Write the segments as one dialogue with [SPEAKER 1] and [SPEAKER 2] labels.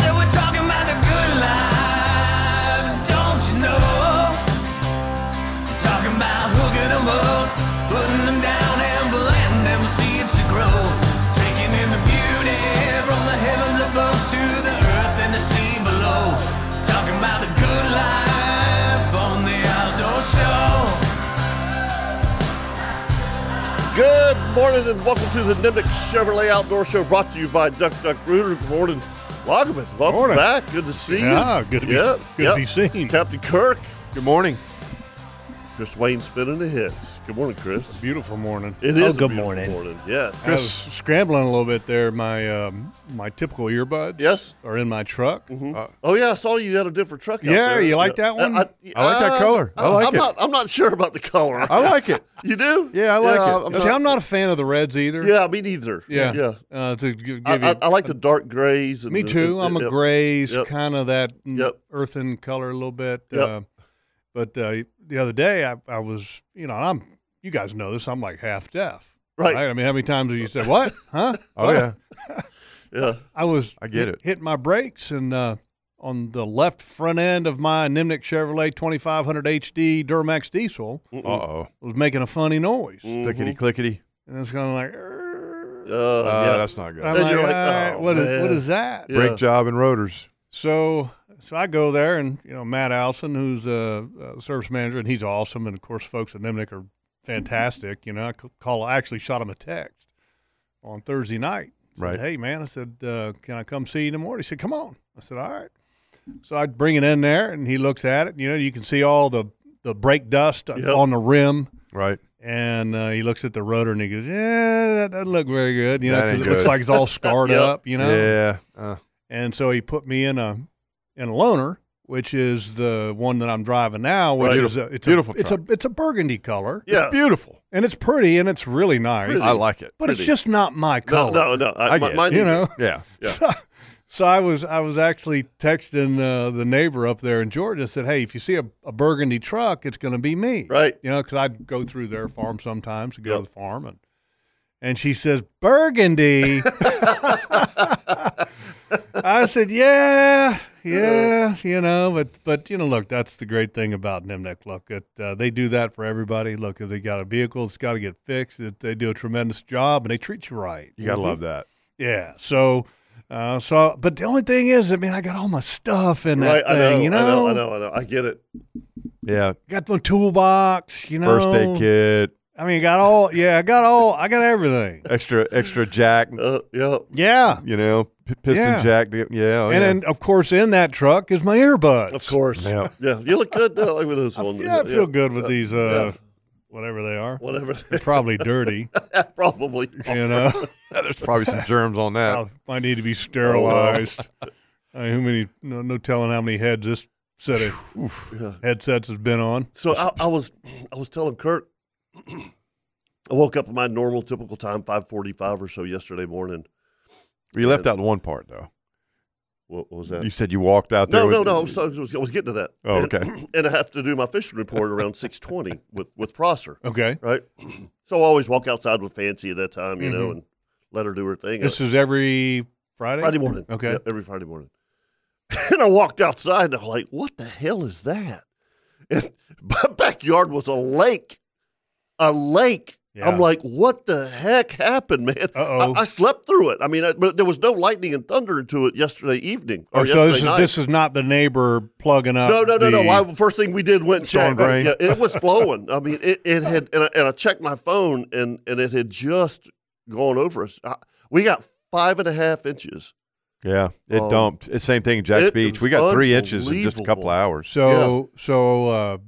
[SPEAKER 1] So we're talking about the good life, don't you know? Talking about hooking 'em up, putting them down and planting them seeds to grow. Taking in the beauty from the heavens above to the earth and the sea below. Talking about the good life on the outdoor show.
[SPEAKER 2] Good morning and welcome to the Nimnik Chevrolet Outdoor Show brought to you by Duck Duck Rooter. Good morning, Loggeman. Welcome
[SPEAKER 3] Morning.
[SPEAKER 2] back. Good to see you.
[SPEAKER 3] Yeah, good to be- good to be seen.
[SPEAKER 2] Captain Kirk,
[SPEAKER 4] Good morning.
[SPEAKER 2] Chris Wayne spinning the hits. Good morning, Chris.
[SPEAKER 3] Beautiful morning.
[SPEAKER 2] It is
[SPEAKER 5] Oh,
[SPEAKER 2] a
[SPEAKER 5] good
[SPEAKER 2] beautiful
[SPEAKER 5] morning.
[SPEAKER 2] Yes.
[SPEAKER 3] I was scrambling a little bit there. My um, my typical earbuds.
[SPEAKER 2] Yes.
[SPEAKER 3] Are in my truck. Uh,
[SPEAKER 2] Oh yeah, I saw you had a different truck. out
[SPEAKER 3] Yeah,
[SPEAKER 2] there. uh,
[SPEAKER 3] you like that one?
[SPEAKER 4] I like that color. I
[SPEAKER 2] I'm-
[SPEAKER 4] like
[SPEAKER 2] I'm
[SPEAKER 4] it.
[SPEAKER 2] Not, I'm not sure about the color.
[SPEAKER 4] I like it.
[SPEAKER 2] you do?
[SPEAKER 4] Yeah, I like it.
[SPEAKER 2] I'm
[SPEAKER 3] See,
[SPEAKER 2] not-
[SPEAKER 3] I'm not a fan of the reds either.
[SPEAKER 2] yeah, me neither.
[SPEAKER 3] Yeah.
[SPEAKER 2] yeah.
[SPEAKER 3] Uh, to gi- give,
[SPEAKER 2] I,
[SPEAKER 3] you.
[SPEAKER 2] I, I like the dark grays. And
[SPEAKER 3] me
[SPEAKER 2] the-
[SPEAKER 3] too.
[SPEAKER 2] and-
[SPEAKER 3] I'm a
[SPEAKER 2] yep.
[SPEAKER 3] grays
[SPEAKER 2] Yep.
[SPEAKER 3] kind of that mm,
[SPEAKER 2] Yep.
[SPEAKER 3] earthen color a little bit.
[SPEAKER 2] Yep.
[SPEAKER 3] Uh, but uh, the other day, I, I was you know I'm you guys know this. I'm like half deaf.
[SPEAKER 2] Right.
[SPEAKER 3] I mean, how many times have you said what? Huh?
[SPEAKER 4] Oh yeah.
[SPEAKER 2] Yeah.
[SPEAKER 3] I was
[SPEAKER 4] I get
[SPEAKER 3] hit-
[SPEAKER 4] it.
[SPEAKER 3] hitting my brakes and uh, on the left front end of my Nimnik Chevrolet 2500 HD Duramax diesel
[SPEAKER 4] Uh oh.
[SPEAKER 3] was making a funny noise,
[SPEAKER 4] Clickety clickety.
[SPEAKER 3] and it's kind of like, "Err."
[SPEAKER 2] Uh,
[SPEAKER 4] Uh,
[SPEAKER 2] Mm-hmm. yeah.
[SPEAKER 4] That's not good.
[SPEAKER 3] I'm
[SPEAKER 2] Then
[SPEAKER 3] like,
[SPEAKER 2] you're like,
[SPEAKER 3] "All right,
[SPEAKER 2] "Oh,
[SPEAKER 3] what is what
[SPEAKER 2] man."
[SPEAKER 3] is that?
[SPEAKER 2] Yeah.
[SPEAKER 4] Brake job and rotors.
[SPEAKER 3] So so I go there and you know Matt Allison, who's a, a service manager, and he's awesome, and of course folks at Nimnik are fantastic. You know, I c- call I actually shot him a text on Thursday night. Said,
[SPEAKER 4] Right.
[SPEAKER 3] Hey man, I said, uh, can I come see you tomorrow? He said, come on. I said, all right. So I bring it in there, and he looks at it. And, you know, you can see all the the brake dust on the rim.
[SPEAKER 4] Right.
[SPEAKER 3] And uh, he looks at the rotor and he goes, "Yeah, that doesn't look very good." You know,
[SPEAKER 4] That
[SPEAKER 3] 'cause
[SPEAKER 4] ain't
[SPEAKER 3] it looks
[SPEAKER 4] good.
[SPEAKER 3] like it's all scarred
[SPEAKER 2] Yep.
[SPEAKER 3] up. You know,
[SPEAKER 4] Yeah. Uh,
[SPEAKER 3] and so he put me in a in a loaner, which is the one that I'm driving now, which
[SPEAKER 4] Right.
[SPEAKER 3] is a, it's
[SPEAKER 4] Beautiful
[SPEAKER 3] a, it's a it's a burgundy color,
[SPEAKER 2] Yeah.
[SPEAKER 4] Beautiful.
[SPEAKER 3] and it's pretty and it's really nice,
[SPEAKER 2] Pretty.
[SPEAKER 4] I like it.
[SPEAKER 3] but it's
[SPEAKER 2] pretty.
[SPEAKER 3] just not my
[SPEAKER 2] No,
[SPEAKER 3] color.
[SPEAKER 2] no, no. I,
[SPEAKER 4] I
[SPEAKER 2] my,
[SPEAKER 4] get it.
[SPEAKER 2] mine
[SPEAKER 3] you
[SPEAKER 2] neither.
[SPEAKER 3] know.
[SPEAKER 4] Yeah.
[SPEAKER 3] So I was I was actually texting uh, the neighbor up there in Georgia. Said, hey, if you see a, a burgundy truck, it's going to be me,
[SPEAKER 2] Right.
[SPEAKER 3] You know, because I'd go through their farm sometimes to go
[SPEAKER 2] Yep.
[SPEAKER 3] to the farm and. And she says, Burgundy. I said, Yeah, yeah, you know, but but you know, look, that's the great thing about Nimnik. Look, it, uh, they do that for everybody. Look, if they got a vehicle, it's got to get fixed. It, they do a tremendous job, and they treat you right. Mm-hmm.
[SPEAKER 4] You gotta love that.
[SPEAKER 3] Yeah. So, uh, so, but the only thing is, I mean, I got all my stuff in
[SPEAKER 2] Right,
[SPEAKER 3] that
[SPEAKER 2] I
[SPEAKER 3] thing,
[SPEAKER 2] know,
[SPEAKER 3] you know?
[SPEAKER 2] I know, I know, I know. I get it.
[SPEAKER 4] Yeah.
[SPEAKER 3] Got my toolbox, you know.
[SPEAKER 4] First aid kit.
[SPEAKER 3] I mean, got all. Yeah, I got all. I got everything.
[SPEAKER 4] Extra extra jack.
[SPEAKER 2] Uh, yeah,
[SPEAKER 3] Yeah.
[SPEAKER 4] You know, p- piston
[SPEAKER 3] Yeah.
[SPEAKER 4] jack. to- Yeah. Oh,
[SPEAKER 3] and then, of course, in that truck is my earbuds.
[SPEAKER 2] of course.
[SPEAKER 4] Yeah.
[SPEAKER 2] yeah. You look good though, like with this
[SPEAKER 3] I,
[SPEAKER 2] one.
[SPEAKER 3] yeah, I feel good with these,
[SPEAKER 2] yeah.
[SPEAKER 3] uh, whatever they are.
[SPEAKER 2] Whatever.
[SPEAKER 3] They're probably dirty,
[SPEAKER 2] Probably.
[SPEAKER 3] you know.
[SPEAKER 4] yeah. There's probably some germs on that.
[SPEAKER 3] I might need to
[SPEAKER 2] Oh,
[SPEAKER 3] be sterilized. I mean, who many? No, no telling how many heads this set of headsets has been on.
[SPEAKER 2] So I, I was, I was telling Kurt, I woke up at my normal typical time, five forty-five or so yesterday morning.
[SPEAKER 4] you left out one part though.
[SPEAKER 2] What, what was that?
[SPEAKER 4] You said you walked out there.
[SPEAKER 2] no,
[SPEAKER 4] with-
[SPEAKER 2] no, no. I was, I was I was getting to that.
[SPEAKER 4] Oh,
[SPEAKER 2] And-
[SPEAKER 4] okay.
[SPEAKER 2] And I have to do my fishing report around six twenty with with Prosser,
[SPEAKER 3] Okay.
[SPEAKER 2] right? So I always walk outside with Fancy at that time, you know, and let her do her thing.
[SPEAKER 3] Mm-hmm. This is every Friday.
[SPEAKER 2] Friday morning.
[SPEAKER 3] Okay.
[SPEAKER 2] Yeah, every Friday morning. And I walked outside and I'm like, what the hell is that? And my backyard was a lake, a lake.
[SPEAKER 3] Yeah.
[SPEAKER 2] I'm like, what the heck happened, man?
[SPEAKER 3] Uh-oh.
[SPEAKER 2] I, I slept through it. I mean, I, but there was no lightning and thunder into it yesterday evening or
[SPEAKER 3] Or Oh, so
[SPEAKER 2] yesterday
[SPEAKER 3] this is,
[SPEAKER 2] night.
[SPEAKER 3] this is not the neighbor plugging up.
[SPEAKER 2] No, no, no,
[SPEAKER 3] the-
[SPEAKER 2] no. I, first thing we did went and
[SPEAKER 4] Storm
[SPEAKER 2] checked.
[SPEAKER 4] drain.
[SPEAKER 2] Yeah, it was flowing. I mean, it, it had, and I, and I checked my phone, and and it had just gone over us. I, we got five and a half inches.
[SPEAKER 4] Yeah, it
[SPEAKER 2] Oh.
[SPEAKER 4] dumped. It's same thing, in Jack's
[SPEAKER 2] It
[SPEAKER 4] Beach.
[SPEAKER 2] was
[SPEAKER 4] We got three inches in just a
[SPEAKER 2] unbelievable.
[SPEAKER 4] couple of hours.
[SPEAKER 3] So so uh,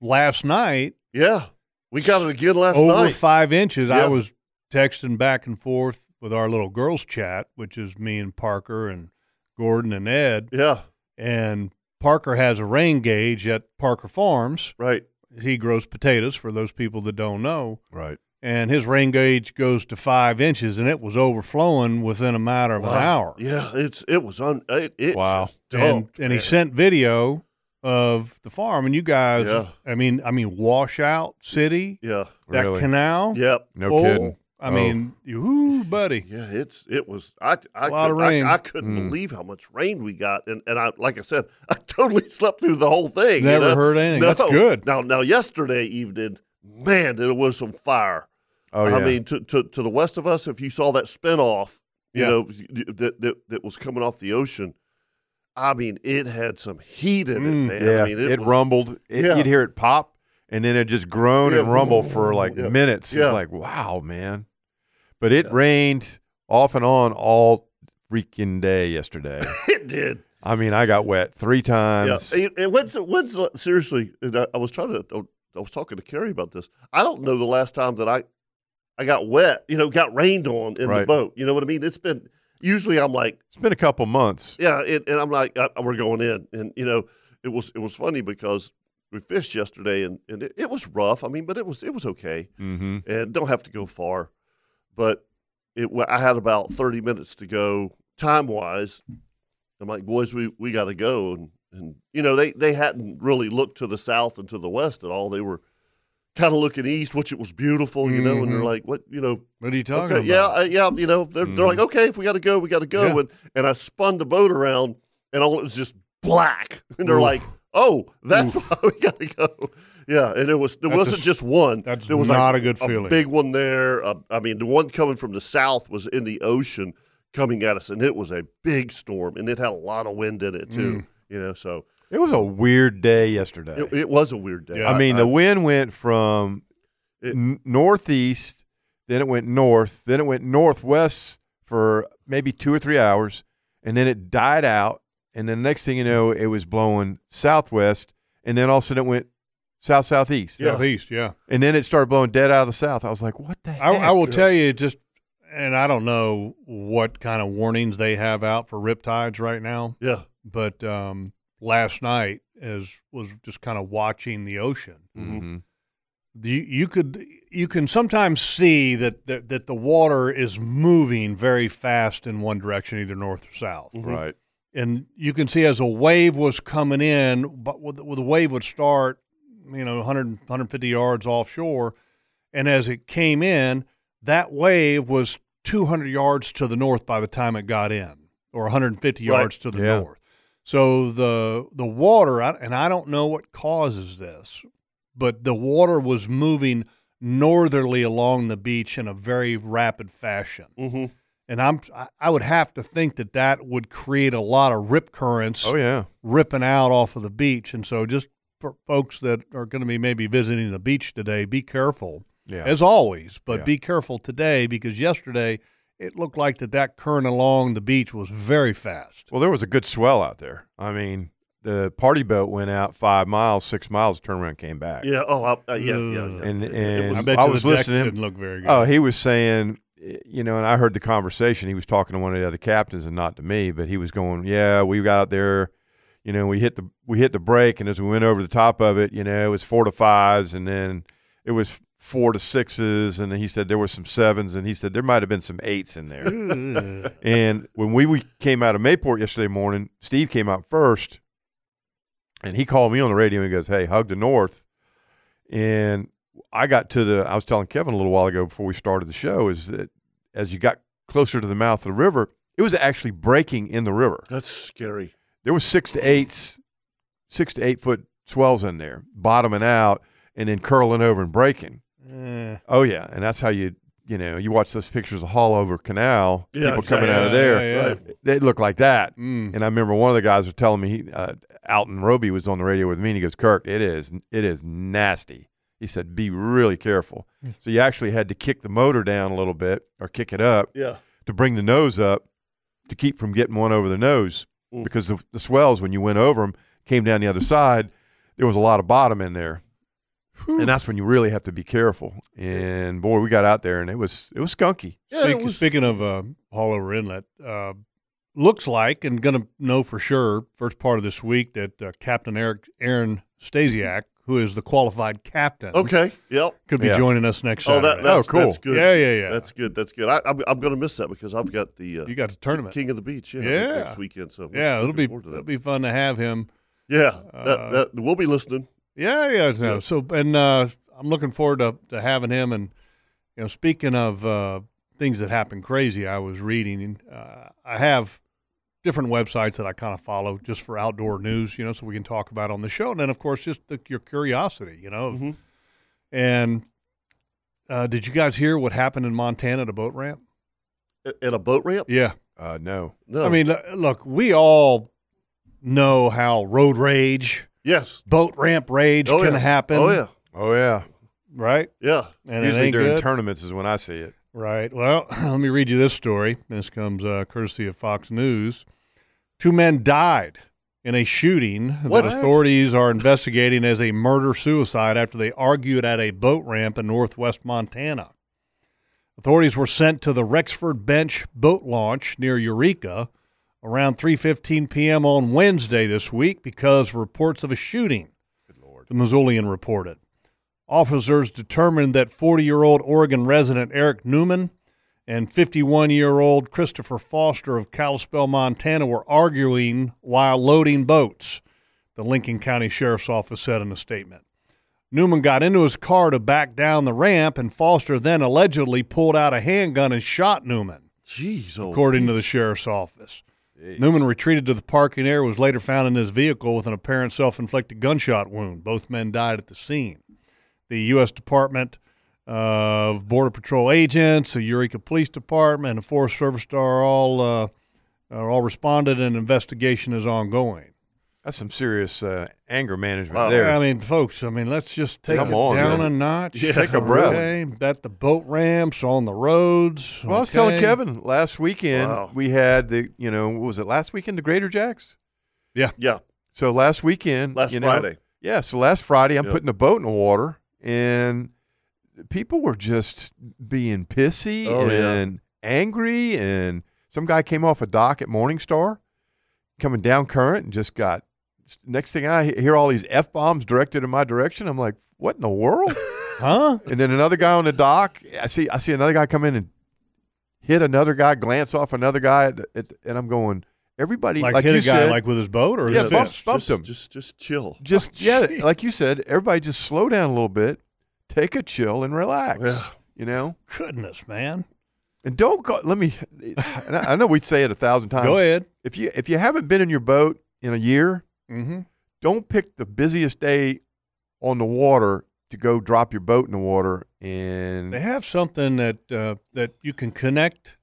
[SPEAKER 3] last night
[SPEAKER 2] Yeah, we got it again last
[SPEAKER 3] over
[SPEAKER 2] night.
[SPEAKER 3] five inches. I
[SPEAKER 2] Yeah.
[SPEAKER 3] was texting back and forth with our little girls chat, which is me and Parker and Gordon and Ed.
[SPEAKER 2] Yeah,
[SPEAKER 3] And Parker has a rain gauge at Parker Farms.
[SPEAKER 2] right.
[SPEAKER 3] He grows potatoes for those people that don't know.
[SPEAKER 4] Right.
[SPEAKER 3] And his rain gauge goes to five inches, and it was overflowing within a matter of an hour.
[SPEAKER 2] Yeah, it's it was un. It, it
[SPEAKER 4] Wow.
[SPEAKER 2] just
[SPEAKER 3] and,
[SPEAKER 2] dumped,
[SPEAKER 3] and he
[SPEAKER 2] man.
[SPEAKER 3] sent video of the farm and you guys
[SPEAKER 2] Yeah.
[SPEAKER 3] i mean i mean washout city
[SPEAKER 2] Yeah.
[SPEAKER 3] that
[SPEAKER 4] Really?
[SPEAKER 3] canal
[SPEAKER 2] Yep.
[SPEAKER 4] No
[SPEAKER 3] full.
[SPEAKER 4] kidding.
[SPEAKER 3] i
[SPEAKER 4] Oh.
[SPEAKER 3] mean ooh buddy
[SPEAKER 2] Yeah, it's it was I I,
[SPEAKER 3] Lot
[SPEAKER 2] could,
[SPEAKER 3] of rain.
[SPEAKER 2] I, I couldn't
[SPEAKER 4] Mm.
[SPEAKER 2] believe how much rain we got and, and I like I said I totally slept through the whole thing.
[SPEAKER 3] Never
[SPEAKER 2] you know?
[SPEAKER 3] heard anything.
[SPEAKER 2] No.
[SPEAKER 3] That's good.
[SPEAKER 2] Now now yesterday evening, man, there was some fire.
[SPEAKER 4] Oh yeah.
[SPEAKER 2] I mean to, to to the west of us, if you saw that spinoff, you
[SPEAKER 3] Yeah.
[SPEAKER 2] know that, that that was coming off the ocean, I mean it had some heat in
[SPEAKER 3] Mm.
[SPEAKER 2] it, man.
[SPEAKER 4] yeah.
[SPEAKER 2] I mean,
[SPEAKER 4] it,
[SPEAKER 2] was-
[SPEAKER 4] rumbled. It,
[SPEAKER 2] Yeah.
[SPEAKER 4] You'd hear it pop, and then it just groan and
[SPEAKER 2] Yeah.
[SPEAKER 4] rumble for like
[SPEAKER 2] Yeah.
[SPEAKER 4] minutes.
[SPEAKER 2] Yeah.
[SPEAKER 4] It's like wow, man. But it rained off and on all freaking day yesterday.
[SPEAKER 2] It did.
[SPEAKER 4] I mean, I got wet three
[SPEAKER 2] Yeah.
[SPEAKER 4] times.
[SPEAKER 2] It, it, when's, when's the- seriously? and I, I was trying to. oh, I was talking to Carrie about this. I don't know the last time that I, I got wet. You know, got rained on in the
[SPEAKER 4] Right.
[SPEAKER 2] boat. You know what I mean? It's been usually I'm like,
[SPEAKER 4] It's been a couple months.
[SPEAKER 2] yeah, it, and I'm like, uh we're going in, and you know, it was it was funny because we fished yesterday, and and it, it was rough. I mean, but it was it was okay,
[SPEAKER 4] Mm-hmm.
[SPEAKER 2] and don't have to go far, but it. wa- I had about thirty minutes to go time wise, I'm like, boys, we, we got to go. And, and, you know, they, they hadn't really looked to the south and to the west at all. They were kind of looking east, which it was beautiful, you know, and they're
[SPEAKER 3] Mhm.
[SPEAKER 2] like, what, you know,
[SPEAKER 3] what are you talking
[SPEAKER 2] okay, yeah,
[SPEAKER 3] about
[SPEAKER 2] uh, yeah, you know, they're, they're like, okay, if we got to go, we got to go.
[SPEAKER 3] Mm. Yeah.
[SPEAKER 2] And, and I spun the boat around and all it was just black. And they're
[SPEAKER 3] Oof.
[SPEAKER 2] like, oh, that's why we got to go. Yeah. And it was, there
[SPEAKER 3] That's a
[SPEAKER 2] wasn't
[SPEAKER 3] s-
[SPEAKER 2] just one.
[SPEAKER 3] that's
[SPEAKER 2] there was
[SPEAKER 3] not
[SPEAKER 2] like
[SPEAKER 3] a good feeling.
[SPEAKER 2] big one there. Uh, I mean, the one coming from the south was in the ocean coming at us, and it was a big storm, and it had a lot of wind in it
[SPEAKER 3] Mm.
[SPEAKER 2] too. You know, so
[SPEAKER 4] It was a weird day yesterday.
[SPEAKER 2] it, it was a weird day.
[SPEAKER 3] Yeah.
[SPEAKER 4] I mean, the wind went from
[SPEAKER 2] It-
[SPEAKER 4] n- northeast, then it went north, then it went northwest for maybe two or three hours, and then it died out. And then next thing you know, it was blowing southwest, and then all of a sudden it went south southeast,
[SPEAKER 2] Yeah.
[SPEAKER 3] southeast yeah
[SPEAKER 4] and then it started blowing dead out of the south. I was like, "What the
[SPEAKER 3] I,
[SPEAKER 4] heck?"
[SPEAKER 3] I will tell you just and i don't know what kind of warnings they have out for riptides right now
[SPEAKER 2] yeah,
[SPEAKER 3] but um last night as was just kind of watching the ocean
[SPEAKER 4] Mhm.
[SPEAKER 3] you, you could you can sometimes see that, that that the water is moving very fast in one direction, either north or south,
[SPEAKER 4] Right.
[SPEAKER 3] and you can see as a wave was coming in, but with, with the wave would start, you know, 100 150 yards offshore, and as it came in, that wave was 200 yards to the north by the time it got in, or 150
[SPEAKER 2] Right.
[SPEAKER 3] yards to the
[SPEAKER 4] Yeah.
[SPEAKER 3] north. So the the water, I- and I don't know what causes this, but the water was moving northerly along the beach in a very rapid fashion.
[SPEAKER 4] Mm-hmm.
[SPEAKER 2] hmm
[SPEAKER 3] And I'm I- I would have to think that that would create a lot of rip currents
[SPEAKER 4] Oh yeah.
[SPEAKER 3] ripping out off of the beach. And so just for folks that are going to be maybe visiting the beach today, be careful
[SPEAKER 4] Yeah.
[SPEAKER 3] as always, but
[SPEAKER 4] Yeah.
[SPEAKER 3] be careful today because yesterday it looked like that that current along the beach was very fast.
[SPEAKER 4] Well, there was a good swell out there. I mean, the party boat went out five miles, six miles, turned around, came back.
[SPEAKER 2] yeah. Oh, I, uh, yeah, yeah, yeah.
[SPEAKER 4] And-
[SPEAKER 2] It- it
[SPEAKER 4] and-
[SPEAKER 2] was-
[SPEAKER 3] I bet
[SPEAKER 4] I
[SPEAKER 3] you
[SPEAKER 4] was
[SPEAKER 3] the deck
[SPEAKER 4] listening.
[SPEAKER 3] didn't look very good.
[SPEAKER 4] Oh, he was saying, eh, you know, and I heard the conversation. He was talking to one of the other captains and not to me, but he was going, "Yeah, we got out there, you know, we hit the we hit the break, and as we went over the top of it, you know, it was four to fives, and then it was four to sixes, and then he said there were some sevens, and he said there might have been some eights in there." And when we, we came out of Mayport yesterday morning, Steve came out first, and he called me on the radio and he goes, "Hey, hug the North." And I got to the. I was telling Kevin a little while ago before we started the show is that as you got closer to the mouth of the river, it was actually breaking in the river.
[SPEAKER 2] that's scary.
[SPEAKER 4] There was six to eights, six to eight foot swells in there, bottoming out, and then curling over and breaking.
[SPEAKER 3] Eh.
[SPEAKER 4] Oh yeah, and that's how you you know you watch those pictures of Hall over Canal,
[SPEAKER 2] Yeah,
[SPEAKER 4] people
[SPEAKER 2] exactly.
[SPEAKER 4] coming out of
[SPEAKER 3] Yeah,
[SPEAKER 4] there.
[SPEAKER 3] yeah, yeah.
[SPEAKER 4] They look like that.
[SPEAKER 3] Mm.
[SPEAKER 4] And I remember one of the guys was telling me, he, uh, Alton Roby was on the radio with me, and he goes, "Kirk, it is it is nasty." He said, "Be really careful." so you actually had to kick the motor down a little bit or kick it up
[SPEAKER 2] Yeah.
[SPEAKER 4] to bring the nose up to keep from getting one over the nose
[SPEAKER 2] Mm.
[SPEAKER 4] because the, the swells when you went over them came down the other side. There was a lot of bottom in there, and that's when you really have to be careful. And boy, we got out there, and it was it was skunky.
[SPEAKER 2] Yeah, it
[SPEAKER 3] Speak-
[SPEAKER 2] was-
[SPEAKER 3] Speaking of uh, Hall Over Inlet, uh, looks like and going to know for sure first part of this week that uh, Captain Eric Aaron Stasiak, who is the qualified captain,
[SPEAKER 2] okay. Yep.
[SPEAKER 3] could be
[SPEAKER 4] Yeah.
[SPEAKER 3] joining us next
[SPEAKER 2] Oh, that,
[SPEAKER 3] Saturday.
[SPEAKER 2] that's,
[SPEAKER 4] cool.
[SPEAKER 2] That's good.
[SPEAKER 3] Yeah, yeah, yeah.
[SPEAKER 2] That's good. That's good. I, I'm, I'm going to miss that because I've got the uh,
[SPEAKER 3] you got the tournament.
[SPEAKER 2] King of the Beach. Yeah,
[SPEAKER 3] Yeah.
[SPEAKER 2] next weekend. So
[SPEAKER 3] yeah, it'll
[SPEAKER 2] looking
[SPEAKER 3] be
[SPEAKER 2] forward to
[SPEAKER 3] it'll
[SPEAKER 2] that.
[SPEAKER 3] be fun to have him.
[SPEAKER 2] yeah.
[SPEAKER 3] uh,
[SPEAKER 2] that, that we'll be listening.
[SPEAKER 3] Yeah, yeah. so-
[SPEAKER 2] Yeah.
[SPEAKER 3] So and uh, I'm looking forward to, to having him. And you know, speaking of uh, things that happen crazy, I was reading. Uh, I have different websites that I kind of follow just for outdoor news, you know, so we can talk about on the show. And then of course, just the, your curiosity, you know.
[SPEAKER 2] Mhm.
[SPEAKER 3] And uh, did you guys hear what happened in Montana at a boat ramp?
[SPEAKER 2] At, at a boat ramp.
[SPEAKER 3] Yeah.
[SPEAKER 4] Uh, no,
[SPEAKER 2] No.
[SPEAKER 3] I mean, l- look, we all know how road rage,
[SPEAKER 2] yes.
[SPEAKER 3] boat ramp rage
[SPEAKER 2] Oh,
[SPEAKER 3] can
[SPEAKER 2] yeah.
[SPEAKER 3] happen.
[SPEAKER 2] Oh yeah.
[SPEAKER 4] oh yeah.
[SPEAKER 3] Right.
[SPEAKER 2] Yeah.
[SPEAKER 3] And it
[SPEAKER 4] Usually
[SPEAKER 3] ain't
[SPEAKER 4] during
[SPEAKER 3] good.
[SPEAKER 4] tournaments is when I see it.
[SPEAKER 3] Right. Well, let me read you this story. This comes uh, courtesy of Fox News. Two men died in a shooting
[SPEAKER 2] What?
[SPEAKER 3] that authorities are investigating as a murder suicide after they argued at a boat ramp in northwest Montana. Authorities were sent to the Rexford Bench boat launch near Eureka around 3:15 p.m. on Wednesday this week because of reports of a shooting. The Missoulian reported. Officers determined that 40 year old Oregon resident Eric Newman and 51 year old Christopher Foster of Kalispell, Montana were arguing while loading boats, the Lincoln County Sheriff's Office said in a statement. Newman got into his car to back down the ramp, and Foster then allegedly pulled out a handgun and shot Newman
[SPEAKER 2] Jeez. oh,
[SPEAKER 3] according to
[SPEAKER 2] Pete.
[SPEAKER 3] the sheriff's office. Newman retreated to the parking area, was later found in his vehicle with an apparent self inflicted gunshot wound. Both men died at the scene. The U.S. Department of Border Patrol agents, the Eureka Police Department, and the Forest Service are all, uh, are all responded, and an investigation is ongoing.
[SPEAKER 4] That's some serious uh, anger management
[SPEAKER 2] Wow.
[SPEAKER 4] there.
[SPEAKER 3] I mean, folks, I mean, let's just take
[SPEAKER 4] Come
[SPEAKER 3] it
[SPEAKER 4] on,
[SPEAKER 3] down
[SPEAKER 4] man.
[SPEAKER 3] a notch.
[SPEAKER 2] Yeah. Take
[SPEAKER 4] a breath.
[SPEAKER 3] Okay? At the boat ramps, on the roads.
[SPEAKER 4] well, I was telling
[SPEAKER 3] okay?
[SPEAKER 4] Kevin last weekend
[SPEAKER 2] Wow.
[SPEAKER 4] we had the you know what was it last weekend the Greater Jacks.
[SPEAKER 2] Yeah.
[SPEAKER 4] So last weekend,
[SPEAKER 2] Last
[SPEAKER 4] you know-
[SPEAKER 2] Friday.
[SPEAKER 4] yeah. So last Friday, I'm
[SPEAKER 2] Yeah.
[SPEAKER 4] putting a boat in the water, and people were just being pissy
[SPEAKER 2] Oh, yeah.
[SPEAKER 4] and angry, and some guy came off a dock at Morningstar, coming down current, and just got. Next thing I hear, all these f bombs directed in my direction. I'm like, what in the world?
[SPEAKER 3] Huh?
[SPEAKER 4] and then another guy on the dock. I see, I see another guy come in and hit another guy, glance off another guy, at, at, and I'm going, everybody,
[SPEAKER 3] Like,
[SPEAKER 4] like,
[SPEAKER 3] hit
[SPEAKER 4] you
[SPEAKER 3] a guy
[SPEAKER 4] said,
[SPEAKER 3] like with his boat or
[SPEAKER 4] Yeah,
[SPEAKER 3] his
[SPEAKER 4] bump-
[SPEAKER 3] fist?
[SPEAKER 4] bumped
[SPEAKER 2] just,
[SPEAKER 4] him.
[SPEAKER 2] Just, just chill.
[SPEAKER 4] just yeah,
[SPEAKER 3] Oh, Jeez.
[SPEAKER 4] like you said, everybody just slow down a little bit, take a chill and relax.
[SPEAKER 2] Yeah.
[SPEAKER 4] You know,
[SPEAKER 3] Goodness, man.
[SPEAKER 4] and don't go. Let me. And I, I know we say it a thousand times.
[SPEAKER 3] Go ahead.
[SPEAKER 4] If you if you haven't been in your boat in a year,
[SPEAKER 3] Mm-hmm.
[SPEAKER 4] don't pick the busiest day on the water to go drop your boat in the water and
[SPEAKER 3] They have something that uh, that you can connect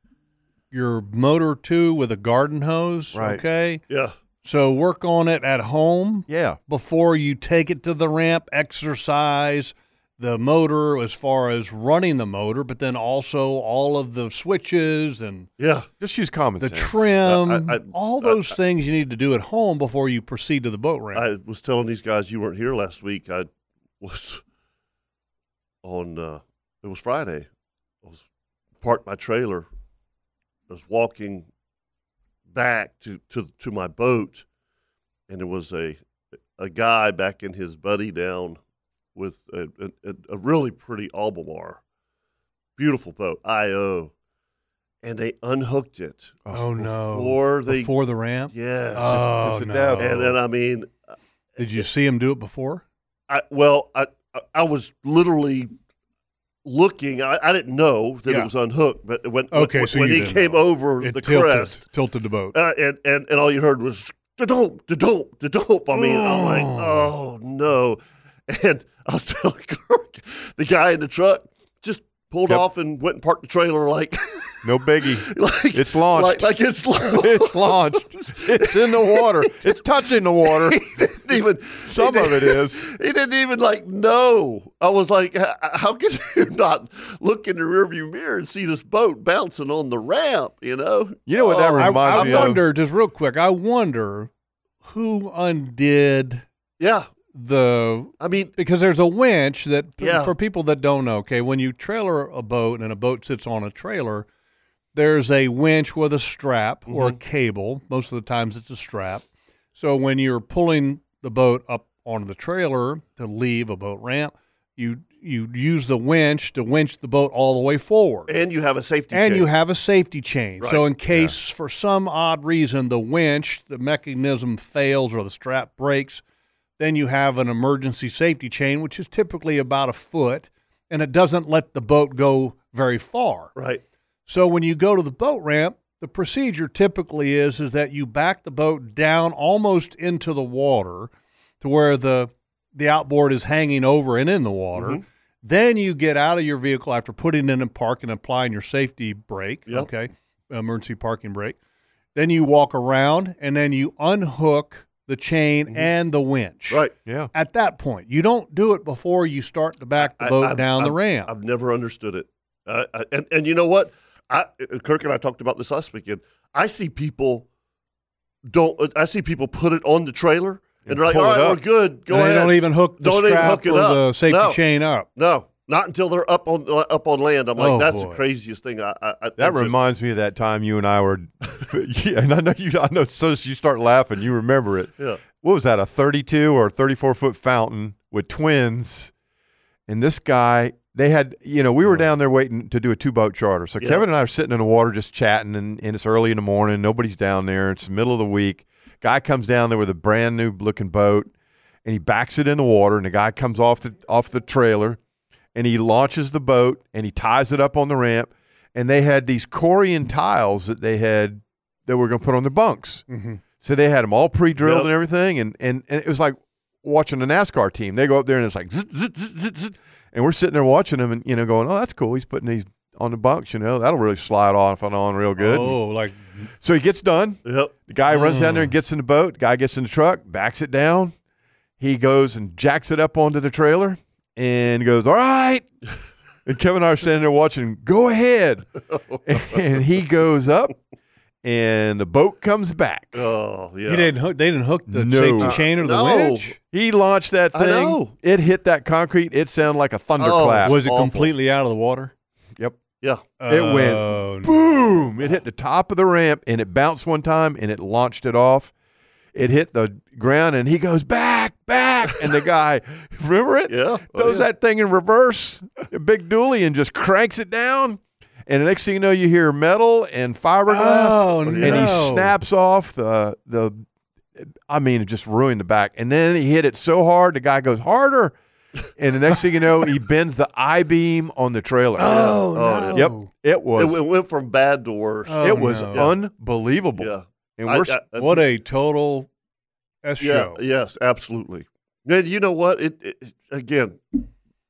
[SPEAKER 3] your motor to with a garden hose.
[SPEAKER 4] Right.
[SPEAKER 3] Okay,
[SPEAKER 2] Yeah.
[SPEAKER 3] so work on it at home
[SPEAKER 4] yeah.
[SPEAKER 3] before you take it to the ramp. Exercise the motor as far as running the motor, but then also all of the switches and
[SPEAKER 2] Yeah.
[SPEAKER 4] Just use common
[SPEAKER 3] the
[SPEAKER 4] sense.
[SPEAKER 3] trim,
[SPEAKER 2] Uh, I- I-
[SPEAKER 3] all those things you need to do at home before you proceed to the boat ramp.
[SPEAKER 2] I was telling these guys you weren't here last week. I was on. Uh, it was Friday. I was parked my trailer. I was walking back to to to my boat, and there was a a guy backing his buddy down with a a, a- a really pretty Albemarle, beautiful boat, IO, and they unhooked it.
[SPEAKER 3] oh no!
[SPEAKER 2] before they-
[SPEAKER 3] before the ramp.
[SPEAKER 2] Yes.
[SPEAKER 3] Oh
[SPEAKER 4] It's the
[SPEAKER 3] no!
[SPEAKER 4] devil.
[SPEAKER 2] And then I mean,
[SPEAKER 3] Did you see him do it before?
[SPEAKER 2] I well, I I- I was literally looking. I, I didn't know that
[SPEAKER 3] Yeah.
[SPEAKER 2] it was unhooked, but when
[SPEAKER 3] Okay,
[SPEAKER 2] when,
[SPEAKER 3] so
[SPEAKER 2] when
[SPEAKER 3] you
[SPEAKER 2] he
[SPEAKER 3] didn't
[SPEAKER 2] came
[SPEAKER 3] know.
[SPEAKER 2] over
[SPEAKER 3] It
[SPEAKER 2] the
[SPEAKER 3] tilted,
[SPEAKER 2] crest,
[SPEAKER 3] tilted the boat.
[SPEAKER 2] uh, and, and and all you heard was da-dum, da-dum, da-dum. I mean, I'm like,
[SPEAKER 4] Mm.
[SPEAKER 2] oh no. And I was telling Kirk, the guy in the truck just pulled
[SPEAKER 4] Yep.
[SPEAKER 2] off and went and parked the trailer like
[SPEAKER 4] No biggie.
[SPEAKER 2] like
[SPEAKER 4] It's launched.
[SPEAKER 2] Like, like it's launched.
[SPEAKER 4] it's launched. It's in the water. It's touching the water.
[SPEAKER 2] Didn't even
[SPEAKER 4] Some of it is.
[SPEAKER 2] He didn't even like know. I was like, "H- how could you not look in the rearview mirror and see this boat bouncing on the ramp? You know.
[SPEAKER 4] You know what that
[SPEAKER 2] Oh,
[SPEAKER 3] I,
[SPEAKER 4] reminds
[SPEAKER 3] I
[SPEAKER 4] me of?
[SPEAKER 3] wonder, just real quick, I wonder who undid
[SPEAKER 2] Yeah.
[SPEAKER 3] the
[SPEAKER 2] I mean,
[SPEAKER 3] because there's a winch that
[SPEAKER 2] Yeah.
[SPEAKER 3] for people that don't know okay when you trailer a boat and a boat sits on a trailer there's a winch with a strap or a
[SPEAKER 2] Mm-hmm.
[SPEAKER 3] cable most of the times it's a strap so when you're pulling the boat up onto the trailer to leave a boat ramp you you use the winch to winch the boat all the way forward
[SPEAKER 2] and you have a safety.
[SPEAKER 3] and
[SPEAKER 2] check.
[SPEAKER 3] you have a safety chain. So
[SPEAKER 2] Right.
[SPEAKER 3] in case for some odd reason the winch, the mechanism fails or the strap breaks, then you have an emergency safety chain, which is typically about a foot, and it doesn't let the boat go very far.
[SPEAKER 2] right.
[SPEAKER 3] So when you go to the boat ramp, the procedure typically is is that you back the boat down almost into the water to where the the outboard is hanging over and in the water.
[SPEAKER 2] Mm-hmm.
[SPEAKER 3] Then you get out of your vehicle after putting it in park and applying your safety brake,
[SPEAKER 2] Yep.
[SPEAKER 3] okay, emergency parking brake. Then you walk around and then you unhook the chain and the winch.
[SPEAKER 2] Right.
[SPEAKER 4] Mm-hmm. Yeah.
[SPEAKER 3] At that point, you don't do it before you start to back the
[SPEAKER 2] I-
[SPEAKER 3] boat
[SPEAKER 2] I've-
[SPEAKER 3] down the
[SPEAKER 2] I've-
[SPEAKER 3] ramp.
[SPEAKER 2] I've never understood it. Uh, I- and and you know what? I Kirk and I talked about this last weekend. I see people don't. I see people put it on the trailer and,
[SPEAKER 4] And
[SPEAKER 2] they're like,
[SPEAKER 4] pull
[SPEAKER 2] "All
[SPEAKER 4] it
[SPEAKER 2] right,
[SPEAKER 4] up."
[SPEAKER 2] we're good. Go
[SPEAKER 3] And they
[SPEAKER 2] ahead."
[SPEAKER 3] don't even hook the
[SPEAKER 2] Don't even
[SPEAKER 3] strap
[SPEAKER 2] hook it
[SPEAKER 3] or
[SPEAKER 2] up.
[SPEAKER 3] the safety
[SPEAKER 2] No.
[SPEAKER 3] chain up.
[SPEAKER 2] No, not until they're up on uh, up on land. I'm like,
[SPEAKER 3] Oh,
[SPEAKER 2] that's
[SPEAKER 3] boy.
[SPEAKER 2] the craziest thing. I, I, I
[SPEAKER 4] That
[SPEAKER 2] that's just-
[SPEAKER 4] reminds me of that time you and I were, Yeah, and I know you. I know. So you start laughing, you remember it.
[SPEAKER 2] Yeah.
[SPEAKER 4] What was that? A thirty-two or thirty-four foot fountain with twins, and this guy. They had, you know, we were down there waiting to do a two boat charter. So
[SPEAKER 2] Yeah.
[SPEAKER 4] Kevin and I are sitting in the water just chatting, and, and it's early in the morning. Nobody's down there. It's the middle of the week. Guy comes down there with a brand new looking boat, and he backs it in the water. And the guy comes off the off the trailer, and he launches the boat and he ties it up on the ramp. And they had these Corian tiles that they had that were going to put on their bunks. So they had them all pre drilled
[SPEAKER 2] Yep.
[SPEAKER 4] and everything. And, and, and it was like watching a NASCAR team. They go up there and it's like, zzz, zzz, zzz, zzz, zzz. and we're sitting there watching them and, you know, going, oh, that's cool. He's putting these on the bunks, you know, that'll really slide off and on real good.
[SPEAKER 3] Oh, like
[SPEAKER 4] So he gets done.
[SPEAKER 2] Yep.
[SPEAKER 4] The guy runs down there and gets in the boat. Guy gets in the truck, backs it down. He goes and jacks it up onto the trailer and goes, All right. And Kevin and I are standing there watching, Go ahead. And he goes up and the boat comes back.
[SPEAKER 2] Oh yeah. Uh,
[SPEAKER 3] you didn't hook. They didn't hook the
[SPEAKER 4] No.
[SPEAKER 3] safety chain or the
[SPEAKER 2] No.
[SPEAKER 3] winch.
[SPEAKER 4] He launched that
[SPEAKER 2] I
[SPEAKER 4] thing.
[SPEAKER 2] know. Oh,
[SPEAKER 4] It hit that concrete. It sounded like a thunderclap.
[SPEAKER 3] Was it
[SPEAKER 2] Awful.
[SPEAKER 3] completely out of the water?
[SPEAKER 4] yep.
[SPEAKER 2] Yeah.
[SPEAKER 4] It went
[SPEAKER 3] Oh, no.
[SPEAKER 4] boom. It hit the top of the ramp and it bounced one time and it launched it off. It hit the ground and he goes back, back. And the guy, remember it?
[SPEAKER 2] Yeah. Oh,
[SPEAKER 4] Throws
[SPEAKER 2] yeah.
[SPEAKER 4] that thing in reverse, a big dually, and just cranks it down. And the next thing you know, you hear metal and fiberglass.
[SPEAKER 3] Oh,
[SPEAKER 4] and
[SPEAKER 3] no.
[SPEAKER 4] he snaps off the, the, I mean, it just ruined the back. And then he hit it so hard, the guy goes harder. And the next thing you know, he bends the I beam on the trailer.
[SPEAKER 3] Oh,
[SPEAKER 2] Oh,
[SPEAKER 3] no.
[SPEAKER 4] Yep. It
[SPEAKER 2] It,
[SPEAKER 4] was
[SPEAKER 2] w- it went from bad to worse.
[SPEAKER 3] Oh,
[SPEAKER 4] it was
[SPEAKER 3] no.
[SPEAKER 4] unbelievable.
[SPEAKER 2] yeah.
[SPEAKER 4] And
[SPEAKER 2] I-
[SPEAKER 4] we're
[SPEAKER 2] I- I-
[SPEAKER 3] What a total S
[SPEAKER 2] yeah.
[SPEAKER 3] show.
[SPEAKER 2] Yes. Absolutely. And you know what? It, it it- again.